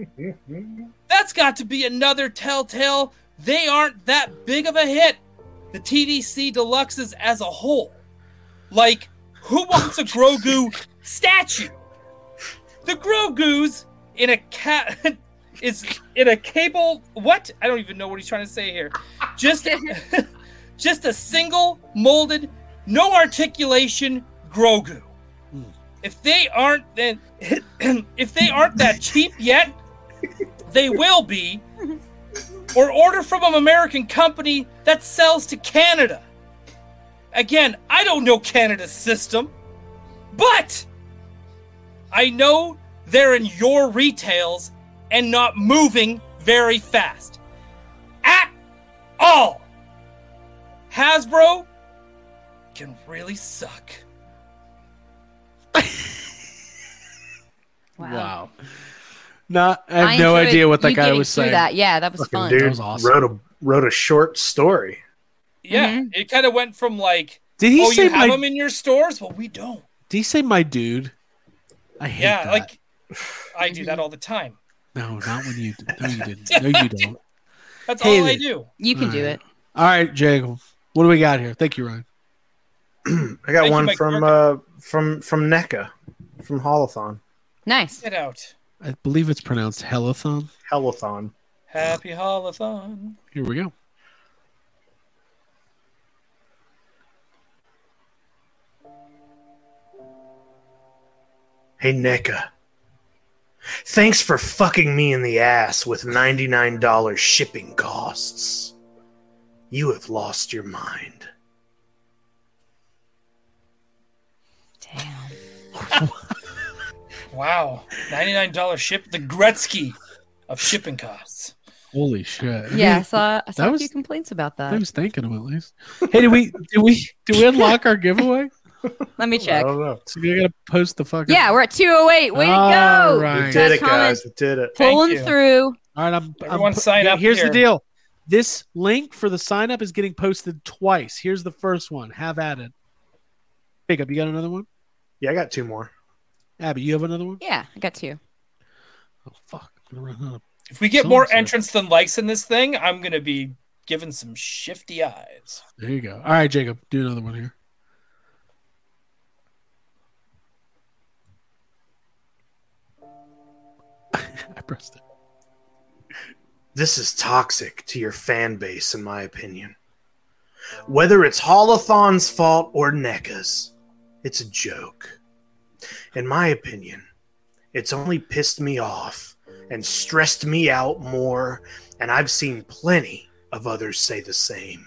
Speaker 2: That's got to be another telltale they aren't that big of a hit. The TDC deluxes as a whole. Like, who wants a Grogu statue? The Grogu's in a cat is in a cable what? I don't even know what he's trying to say here. Just just a single molded, no articulation Grogu. If they aren't then if they aren't that cheap yet, they will be. Or order from an American company that sells to Canada. Again, I don't know Canada's system, but I know they're in your retails and not moving very fast. At all. Hasbro can really suck.
Speaker 4: Wow.
Speaker 1: Not, I have
Speaker 4: I
Speaker 1: no
Speaker 4: enjoyed
Speaker 1: idea what that
Speaker 4: you
Speaker 1: guy
Speaker 4: getting
Speaker 1: was
Speaker 4: through
Speaker 1: saying.
Speaker 4: That. Yeah, that was
Speaker 3: Fucking
Speaker 4: fun.
Speaker 3: dude
Speaker 1: That was awesome.
Speaker 3: wrote a wrote a short story.
Speaker 2: Yeah, it kind of went from like,
Speaker 1: Did he
Speaker 2: oh,
Speaker 1: say
Speaker 2: you have
Speaker 1: my?
Speaker 2: them in your stores? Well, we don't.
Speaker 1: Did he say my dude? I hate
Speaker 2: Yeah,
Speaker 1: that.
Speaker 2: like I do that all the time.
Speaker 1: no, not when you. No, you didn't. No, you don't.
Speaker 2: That's
Speaker 1: Hey
Speaker 2: all I
Speaker 1: there.
Speaker 2: do.
Speaker 4: You can
Speaker 1: All
Speaker 4: do
Speaker 1: right.
Speaker 4: it.
Speaker 1: All right, Jacob. What do we got here? Thank you, Ryan.
Speaker 3: I got
Speaker 2: Thank you,
Speaker 3: one
Speaker 2: Mike
Speaker 3: from uh, from from NECA, from Holothon.
Speaker 4: Nice.
Speaker 2: Get out.
Speaker 1: I believe it's pronounced Hellathon.
Speaker 3: Hellathon.
Speaker 2: Happy holothon.
Speaker 1: Here we go.
Speaker 3: Hey NECA. Thanks for fucking me in the ass with $99 shipping costs. You have lost your mind.
Speaker 4: Damn.
Speaker 2: Wow. $99 ship, the Gretzky of shipping costs.
Speaker 1: Holy shit.
Speaker 4: Yeah, I saw, I saw a
Speaker 1: was-
Speaker 4: few complaints about
Speaker 1: I
Speaker 4: that.
Speaker 1: was thinking of at least. Hey, did we did we did we unlock our giveaway?
Speaker 4: Let me check.
Speaker 3: don't know.
Speaker 1: So we gotta post the fuck. up.
Speaker 4: Yeah, we're at 208. Way to
Speaker 1: All
Speaker 4: go.
Speaker 1: right.
Speaker 3: We did it,
Speaker 4: That's common.
Speaker 3: guys. We did it.
Speaker 2: Thank
Speaker 4: Pulling
Speaker 2: you.
Speaker 4: through.
Speaker 1: All right, I'm, I'm
Speaker 2: Everyone
Speaker 1: pu-
Speaker 2: sign
Speaker 1: yeah,
Speaker 2: up
Speaker 1: Here's the
Speaker 2: here.
Speaker 1: deal. This link for the sign up is getting posted twice. Here's the first one. Have at it. Jacob, you got another one?
Speaker 3: Yeah, I got two more.
Speaker 1: Abby, you have another one?
Speaker 4: Yeah, I got you.
Speaker 1: Oh fuck. I'm gonna run out of-
Speaker 2: If we get
Speaker 1: So
Speaker 2: more
Speaker 1: upset.
Speaker 2: entrance than likes in this thing, I'm going to be given some shifty eyes.
Speaker 1: There you go. All right, Jacob, do another one here. I pressed it.
Speaker 3: This is toxic to your fan base, in my opinion. Whether it's Holothon's fault or NECA's, it's a joke. In my opinion, it's only pissed me off and stressed me out more, and I've seen plenty of others say the same.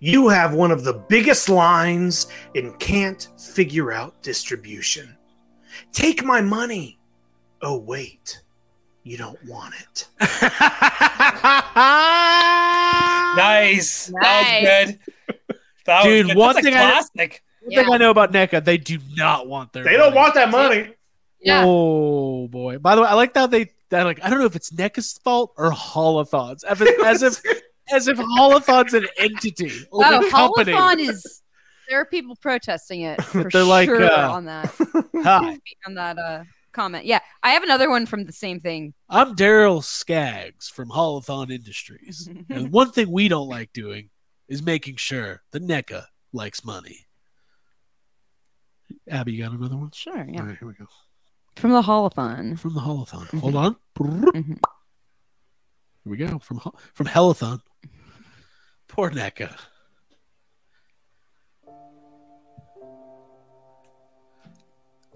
Speaker 3: You have one of the biggest lines and can't figure out distribution. Take my money. Oh, wait, you don't want it.
Speaker 2: Nice. That was good. That
Speaker 1: Dude,
Speaker 2: was good.
Speaker 1: one
Speaker 2: That's a
Speaker 1: thing I-
Speaker 2: classic.
Speaker 1: One thing I know about NECA, they do not want their.
Speaker 3: They don't
Speaker 1: money.
Speaker 3: want that money.
Speaker 4: Yeah.
Speaker 1: Oh boy! By the way, I like how they that like I don't know if it's NECA's fault or Holothon's, as if as if, as if Holothon's an entity or
Speaker 4: Oh,
Speaker 1: a company.
Speaker 4: Holophon is. There are people protesting it for
Speaker 1: They're like,
Speaker 4: sure
Speaker 1: uh,
Speaker 4: on that
Speaker 1: Hi,
Speaker 4: on that uh, comment. Yeah, I have another one from the same thing.
Speaker 1: I'm Daryl Skaggs from Holothon Industries, and one thing we don't like doing is making sure the NECA likes money. Abby, you got another one?
Speaker 4: Sure, yeah.
Speaker 1: All right, here we go.
Speaker 4: From the Holophon.
Speaker 1: From the Holothon.
Speaker 4: Mhm.
Speaker 1: Hold on.
Speaker 4: Mhm.
Speaker 1: Here we go. From Ho- from Hellathon. Poor NECA.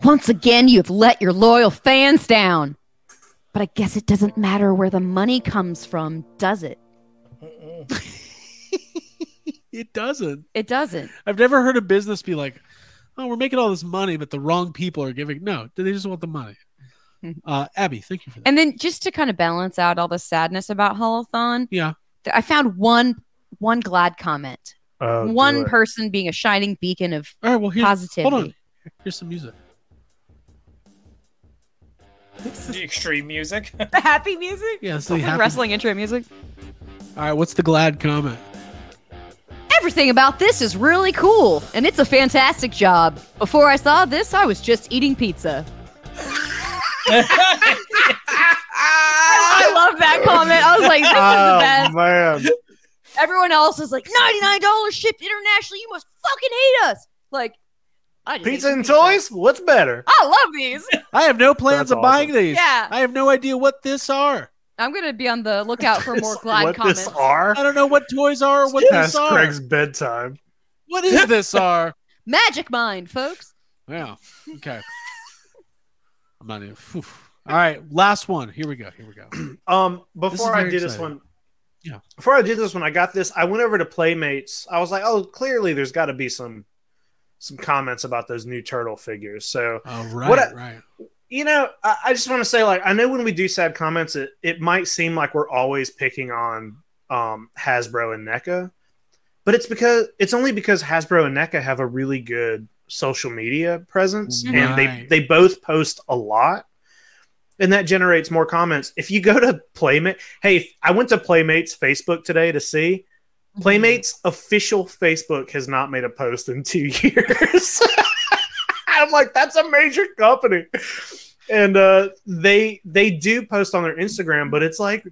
Speaker 4: Once again, you've let your loyal fans down. But I guess it doesn't matter where the money comes from, does it?
Speaker 2: Mm-mm.
Speaker 1: It doesn't.
Speaker 4: It doesn't.
Speaker 1: I've never heard a business be like, "Oh, we're making all this money, but the wrong people are giving." No, they just want the money.
Speaker 4: Mhm.
Speaker 1: Uh, Abby, thank you for that.
Speaker 4: And then just to kind of balance out all the sadness about Holothon,
Speaker 1: Yeah.
Speaker 4: th- I found one one glad comment.
Speaker 3: Oh,
Speaker 4: One
Speaker 3: do it.
Speaker 4: person being a shining beacon of
Speaker 1: all right, well, here's
Speaker 4: positivity.
Speaker 1: hold on. Here's some music.
Speaker 2: The extreme music.
Speaker 4: The happy music?
Speaker 1: Yeah, this is
Speaker 4: Like
Speaker 1: happy-
Speaker 4: wrestling intro music.
Speaker 1: All right, what's the glad comment?
Speaker 4: Everything about this is really cool, and it's a fantastic job. Before I saw this, I was just eating pizza. I love that comment. I was like, this is the
Speaker 3: Oh
Speaker 4: best.
Speaker 3: man,
Speaker 4: Everyone else is like, $99 shipped internationally. You must fucking hate us. Like, I just
Speaker 3: pizza
Speaker 4: hate
Speaker 3: and
Speaker 4: pizza.
Speaker 3: toys. What's better?
Speaker 4: I love these.
Speaker 1: I have no plans
Speaker 3: That's
Speaker 1: of buying
Speaker 3: awesome.
Speaker 1: these.
Speaker 4: Yeah.
Speaker 1: I have no idea what this are.
Speaker 4: I'm going to be on the lookout for more
Speaker 3: what
Speaker 4: Glad comments.
Speaker 3: this are?
Speaker 1: I don't know what toys are or what
Speaker 3: That's
Speaker 1: this are.
Speaker 3: Craig's bedtime.
Speaker 1: What is this are?
Speaker 4: Magic mind, folks.
Speaker 1: Yeah. Okay. I'm not even. phew. All right. Last one. Here we go. Here we go.
Speaker 3: Um,
Speaker 1: is
Speaker 3: before I
Speaker 1: very
Speaker 3: did this
Speaker 1: exciting.
Speaker 3: one,
Speaker 1: Yeah.
Speaker 3: Before I did this one, I got this. I went over to Playmates. I was like, oh, clearly there's got to be some some comments about those new turtle figures. So
Speaker 1: All right.
Speaker 3: What a-
Speaker 1: right.
Speaker 3: you know, I, I just want to say, like, I know when we do sad comments, it, it might seem like we're always picking on um, Hasbro and NECA, but it's because it's only because Hasbro and NECA have a really good social media presence and they
Speaker 1: Right.
Speaker 3: they both post a lot. And that generates more comments. If you go to Playmate, hey, I went to Playmates Facebook today to see. Playmates official Facebook has not made a post in two years. I'm like, that's a major company. And uh, they they do post on their Instagram, but it's like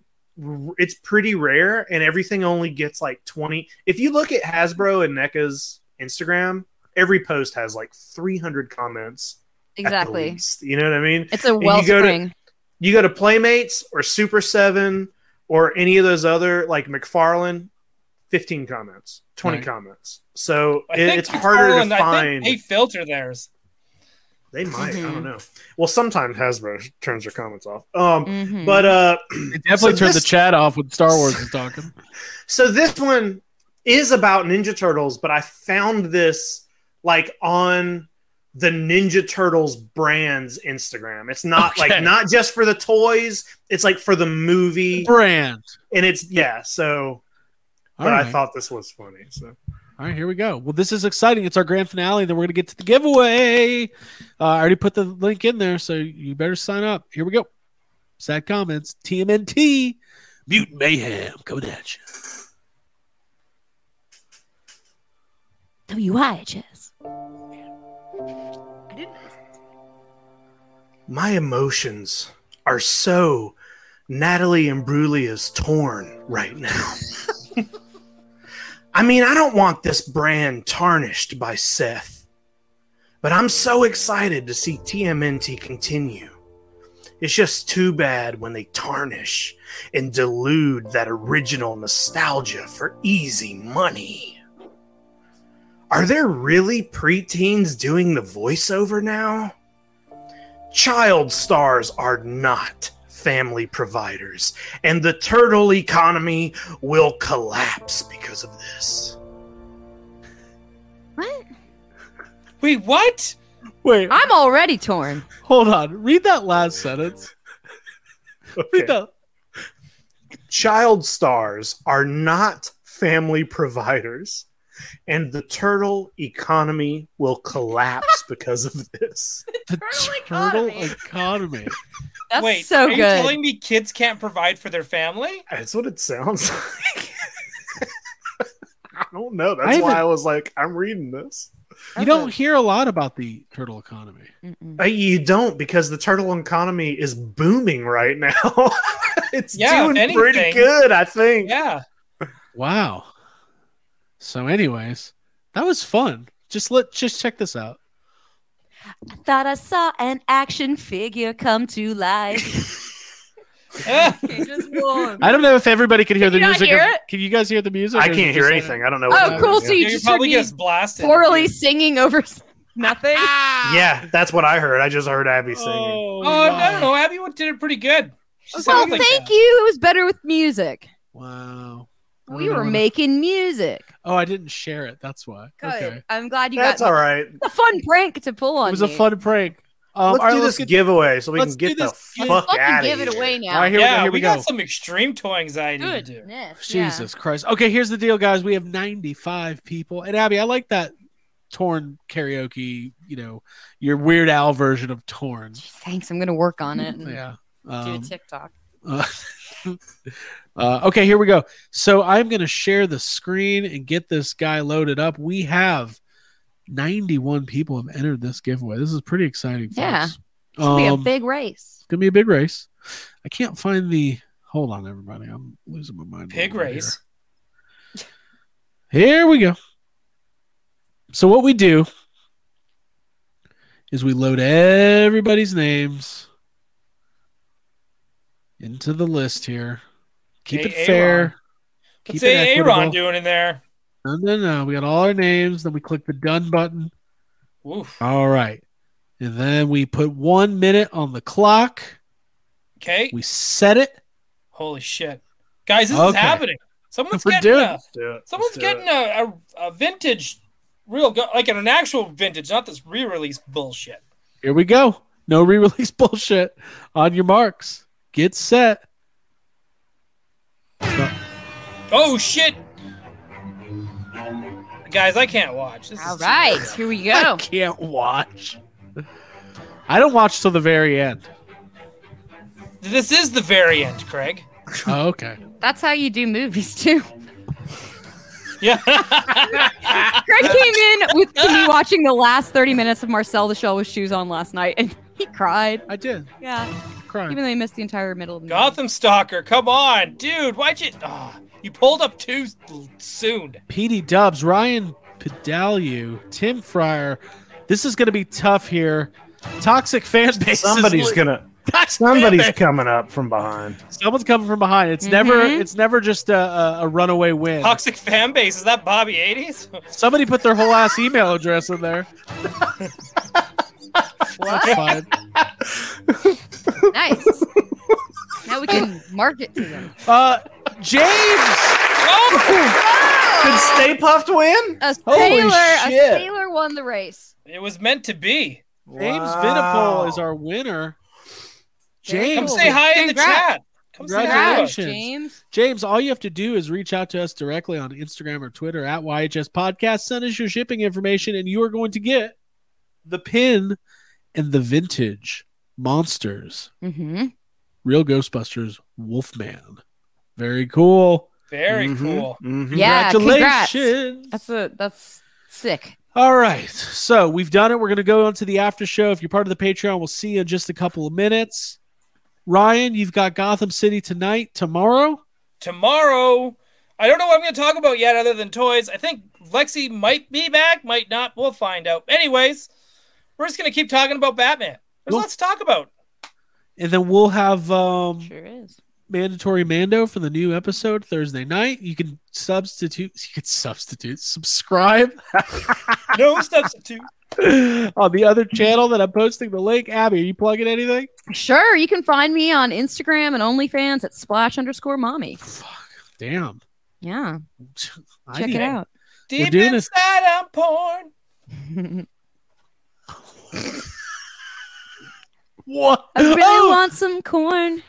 Speaker 3: r- it's pretty rare, and everything only gets like 20. If you look at Hasbro and NECA's Instagram, every post has like 300 comments. at the
Speaker 4: Exactly.
Speaker 3: least, you know what I mean?
Speaker 4: It's a
Speaker 3: you go to-
Speaker 4: wellspring.
Speaker 3: you go to Playmates or Super Seven or any of those other like McFarlane, fifteen comments, twenty
Speaker 1: Right.
Speaker 3: comments. So
Speaker 2: I
Speaker 3: it,
Speaker 2: think
Speaker 3: it's harder to
Speaker 2: McFarlane, I think
Speaker 3: find.
Speaker 2: they filter theirs.
Speaker 3: They might, I
Speaker 4: Mhm.
Speaker 3: don't know. Well, sometimes Hasbro turns their comments off. Um,
Speaker 4: Mhm.
Speaker 3: but uh,
Speaker 1: Mm-hmm. They definitely
Speaker 3: So
Speaker 1: turned
Speaker 3: this-
Speaker 1: the chat off when Star Wars was talking.
Speaker 3: so this one is about Ninja Turtles, but I found this like on the Ninja Turtles brand's Instagram. It's not
Speaker 1: Okay.
Speaker 3: like not just for the toys. It's like for the movie,
Speaker 1: Brand.
Speaker 3: and it's yeah. So
Speaker 1: All
Speaker 3: but
Speaker 1: right.
Speaker 3: I thought this was funny. So
Speaker 1: All right, here we go. Well, this is exciting. It's our grand finale. Then we're going to get to the giveaway. Uh, I already put the link in there, so you better sign up. Here we go. Sad comments. TMNT. Mutant Mayhem coming at you.
Speaker 4: Oh, WIHS. I didn't.
Speaker 3: my emotions are so Natalie and Brulia's torn right now. I mean, I don't want this brand tarnished by Seth, but I'm so excited to see TMNT continue. It's just too bad when they tarnish and delude that original nostalgia for easy money. Are there really preteens doing the voiceover now? Child stars are not family providers, and the turtle economy will collapse because of this.
Speaker 7: What?
Speaker 2: Wait, what?
Speaker 1: Wait,
Speaker 4: I'm already torn.
Speaker 1: hold on. Read that last sentence. Read that.
Speaker 3: Child stars are not family providers, and the turtle economy will collapse because of this.
Speaker 1: The
Speaker 4: Turtle
Speaker 1: turtle
Speaker 4: economy.
Speaker 1: economy.
Speaker 4: That's
Speaker 2: Wait,
Speaker 4: so
Speaker 2: are
Speaker 4: good.
Speaker 2: you telling me kids can't provide for their family?
Speaker 3: That's what it sounds like. I don't know. That's
Speaker 1: I
Speaker 3: why
Speaker 1: haven't-
Speaker 3: I was like, I'm reading this.
Speaker 1: You don't hear a lot about the turtle economy.
Speaker 4: Mm-mm.
Speaker 3: Uh, You don't because the turtle economy is booming right now. it's
Speaker 2: Yeah, if
Speaker 3: doing pretty
Speaker 2: anything.
Speaker 3: good, I think.
Speaker 2: Yeah.
Speaker 1: Wow. So, anyways, that was fun. Just let just check this out.
Speaker 4: I thought I saw an action figure come to life.
Speaker 2: Eh,
Speaker 4: okay, just Oh, one.
Speaker 1: I don't know if everybody can hear
Speaker 4: Can
Speaker 1: the
Speaker 4: you not
Speaker 1: music.
Speaker 4: hear
Speaker 1: of-
Speaker 4: it?
Speaker 1: can you guys hear the music?
Speaker 3: I
Speaker 1: or is
Speaker 3: can't
Speaker 1: it
Speaker 3: hear
Speaker 1: just-
Speaker 3: anything. I don't know.
Speaker 4: Oh, cool.
Speaker 3: it
Speaker 4: So
Speaker 3: is.
Speaker 4: you
Speaker 2: you
Speaker 4: just heard
Speaker 2: probably
Speaker 4: me
Speaker 2: gets blasted.
Speaker 4: poorly singing over s- Ah, nothing.
Speaker 2: Ah.
Speaker 3: yeah, that's what I heard. I just heard Abby singing.
Speaker 1: Oh,
Speaker 2: Oh, no,
Speaker 1: wow.
Speaker 2: I don't know. Abby did it pretty good. She
Speaker 4: Well,
Speaker 2: sounds like
Speaker 4: Oh, thank
Speaker 2: that.
Speaker 4: you. It was better with music.
Speaker 1: Wow. I
Speaker 4: We
Speaker 1: don't know
Speaker 4: were
Speaker 1: what-
Speaker 4: making music.
Speaker 1: Oh, I didn't share it. That's why.
Speaker 4: Good.
Speaker 1: Okay.
Speaker 4: I'm glad you
Speaker 3: That's
Speaker 4: got
Speaker 3: all right.
Speaker 4: It's a fun prank to pull on.
Speaker 1: It was a
Speaker 4: me.
Speaker 1: fun prank. Um,
Speaker 3: let's
Speaker 1: all right,
Speaker 3: do
Speaker 1: let's
Speaker 3: this
Speaker 1: get-
Speaker 3: giveaway so we
Speaker 1: let's
Speaker 3: can get
Speaker 1: do
Speaker 3: the
Speaker 1: this gi-
Speaker 3: fuck out
Speaker 4: Fucking
Speaker 3: of
Speaker 4: give
Speaker 3: here.
Speaker 4: it away
Speaker 1: All
Speaker 4: now.
Speaker 1: right, here we go.
Speaker 2: yeah,
Speaker 1: Here we, go.
Speaker 2: got some extreme toe anxiety to do.
Speaker 4: Goodness.
Speaker 1: Jesus Christ. Okay, here's the deal, guys. We have 95 people. And Abby, I like that torn karaoke, you know, your Weird Al version of torn.
Speaker 4: Yeah. Thanks. I'm gonna work on it. And
Speaker 1: Yeah.
Speaker 4: Mm. Do a
Speaker 1: Um,
Speaker 4: TikTok.
Speaker 1: uh, uh, okay, here we go. So I'm going to share the screen and get this guy loaded up. We have 91 people have entered this giveaway. This is pretty exciting.
Speaker 4: Yeah.
Speaker 1: folks.
Speaker 4: It's gonna be a
Speaker 1: Um,
Speaker 4: big race.
Speaker 1: It's gonna be a big race. I can't find the Hold on, everybody. I'm losing my mind.
Speaker 2: Pig
Speaker 1: over here.
Speaker 2: race.
Speaker 1: Here we go. So what we do is we load everybody's names into the list here. Keep
Speaker 2: Hey,
Speaker 1: it fair. Keep
Speaker 2: What's
Speaker 1: it
Speaker 2: A- Aaron
Speaker 1: equitable.
Speaker 2: doing in there?
Speaker 1: No, no, no. We got all our names. Then we click the done button.
Speaker 2: Oof.
Speaker 1: All right. And then we put one minute on the clock.
Speaker 2: Okay.
Speaker 1: We set it.
Speaker 2: Holy shit. Guys, this is
Speaker 1: Okay.
Speaker 2: happening. Someone's
Speaker 1: We're
Speaker 2: getting
Speaker 1: doing
Speaker 2: a,
Speaker 3: Let's do it. Let's
Speaker 2: someone's
Speaker 3: do
Speaker 2: getting
Speaker 3: it.
Speaker 2: a, a, a vintage real go- like an actual vintage, not this re-release bullshit.
Speaker 1: Here we go. No re release bullshit. On your marks. Get set.
Speaker 2: Oh shit. Guys, I can't watch. This
Speaker 4: All
Speaker 2: is too
Speaker 4: right,
Speaker 2: much.
Speaker 4: here we
Speaker 1: I
Speaker 4: go.
Speaker 1: can't watch. I don't watch till the very end.
Speaker 2: This is the variant, Craig.
Speaker 1: Oh, okay.
Speaker 4: That's how you do movies too.
Speaker 2: Yeah.
Speaker 4: Greg came in with me watching the last 30 minutes of Marcel the Shell with shoes on last night, and he cried.
Speaker 1: I did.
Speaker 4: Yeah,
Speaker 1: Crying.
Speaker 4: even though he missed the entire middle of the movie.
Speaker 2: Gotham Stalker, come on, dude. Why'd you Ah, you pulled up too s- soon.
Speaker 1: PD Dubs, Ryan Pedaliu, Tim Fryer. This is going to be tough here. Toxic fan base. is
Speaker 3: Somebody's
Speaker 1: li-
Speaker 3: gonna.
Speaker 1: Toxic fan
Speaker 3: Somebody's
Speaker 1: base.
Speaker 3: coming up from behind.
Speaker 1: someone's coming from behind. It's never
Speaker 4: Mhm.
Speaker 1: it's never just a, a, a runaway win.
Speaker 2: Toxic fan base, is that Bobby 80s?
Speaker 1: Somebody put their whole ass email address in there. That's fine.
Speaker 4: Nice. now we can market to them.
Speaker 1: Uh, James.
Speaker 2: oh!
Speaker 3: Did Stay Puffed win?
Speaker 4: A
Speaker 3: Holy
Speaker 4: sailor, a
Speaker 3: shit.
Speaker 4: sailor won the race.
Speaker 2: It was meant to be.
Speaker 1: James
Speaker 3: Wow.
Speaker 1: Vinipole is our winner.
Speaker 4: Very
Speaker 2: Come
Speaker 1: James,
Speaker 4: cool.
Speaker 2: say hi in the
Speaker 4: Congrats.
Speaker 2: chat. Come say hi.
Speaker 4: Congrats,
Speaker 1: Congratulations.
Speaker 4: James.
Speaker 1: James, all you have to do is reach out to us directly on Instagram or Twitter at YHS Podcast. Send us your shipping information, and you are going to get the pin and the vintage monsters,
Speaker 4: Mm-hmm.
Speaker 1: real Ghostbusters, Wolfman. Very cool.
Speaker 2: Very cool.
Speaker 3: Mm-hmm.
Speaker 4: Yeah, congrats.
Speaker 1: Congratulations.
Speaker 4: That's a that's sick.
Speaker 1: All right. So we've done it. We're going to go on to the after show. If you're part of the Patreon, we'll see you in just a couple of minutes. Ryan, you've got Gotham City tonight, tomorrow.
Speaker 2: Tomorrow, I don't know what I'm going to talk about yet other than toys. I think Lexi might be back, might not. We'll find out. Anyways, we're just going to keep talking about Batman. There's
Speaker 1: Cool.
Speaker 2: lots to talk about.
Speaker 1: And then we'll have um,
Speaker 4: Sure is.
Speaker 1: mandatory Mando for the new episode Thursday night. You can substitute, you can substitute, subscribe
Speaker 2: No substitute.
Speaker 1: on the other channel that I'm posting the link. Abby, are you plugging anything?
Speaker 4: Sure, you can find me on Instagram and OnlyFans at splash underscore mommy.
Speaker 1: Fuck, damn.
Speaker 4: Yeah,
Speaker 1: I
Speaker 4: check
Speaker 1: need-
Speaker 4: it out.
Speaker 1: We're
Speaker 2: Deep
Speaker 1: doing
Speaker 2: inside,
Speaker 1: this-
Speaker 2: I'm porn.
Speaker 1: What?
Speaker 4: I really
Speaker 1: Oh!
Speaker 4: want some corn.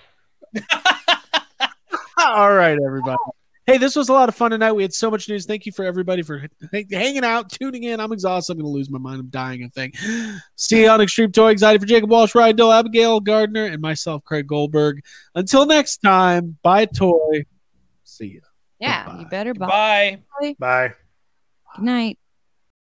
Speaker 1: All right, everybody. Hey, this was a lot of fun tonight. We had so much news. Thank you for everybody for h- hanging out, tuning in. I'm exhausted. I'm going to lose my mind. I'm dying. I think. See you on Extreme Toy Anxiety for Jacob Walsh, Ryan Dill, Abigail Gardner, and myself, Craig Goldberg. Until next time, bye, toy. See you.
Speaker 4: Yeah,
Speaker 1: Goodbye.
Speaker 4: you better buy.
Speaker 2: Bye.
Speaker 3: Bye.
Speaker 4: Good night.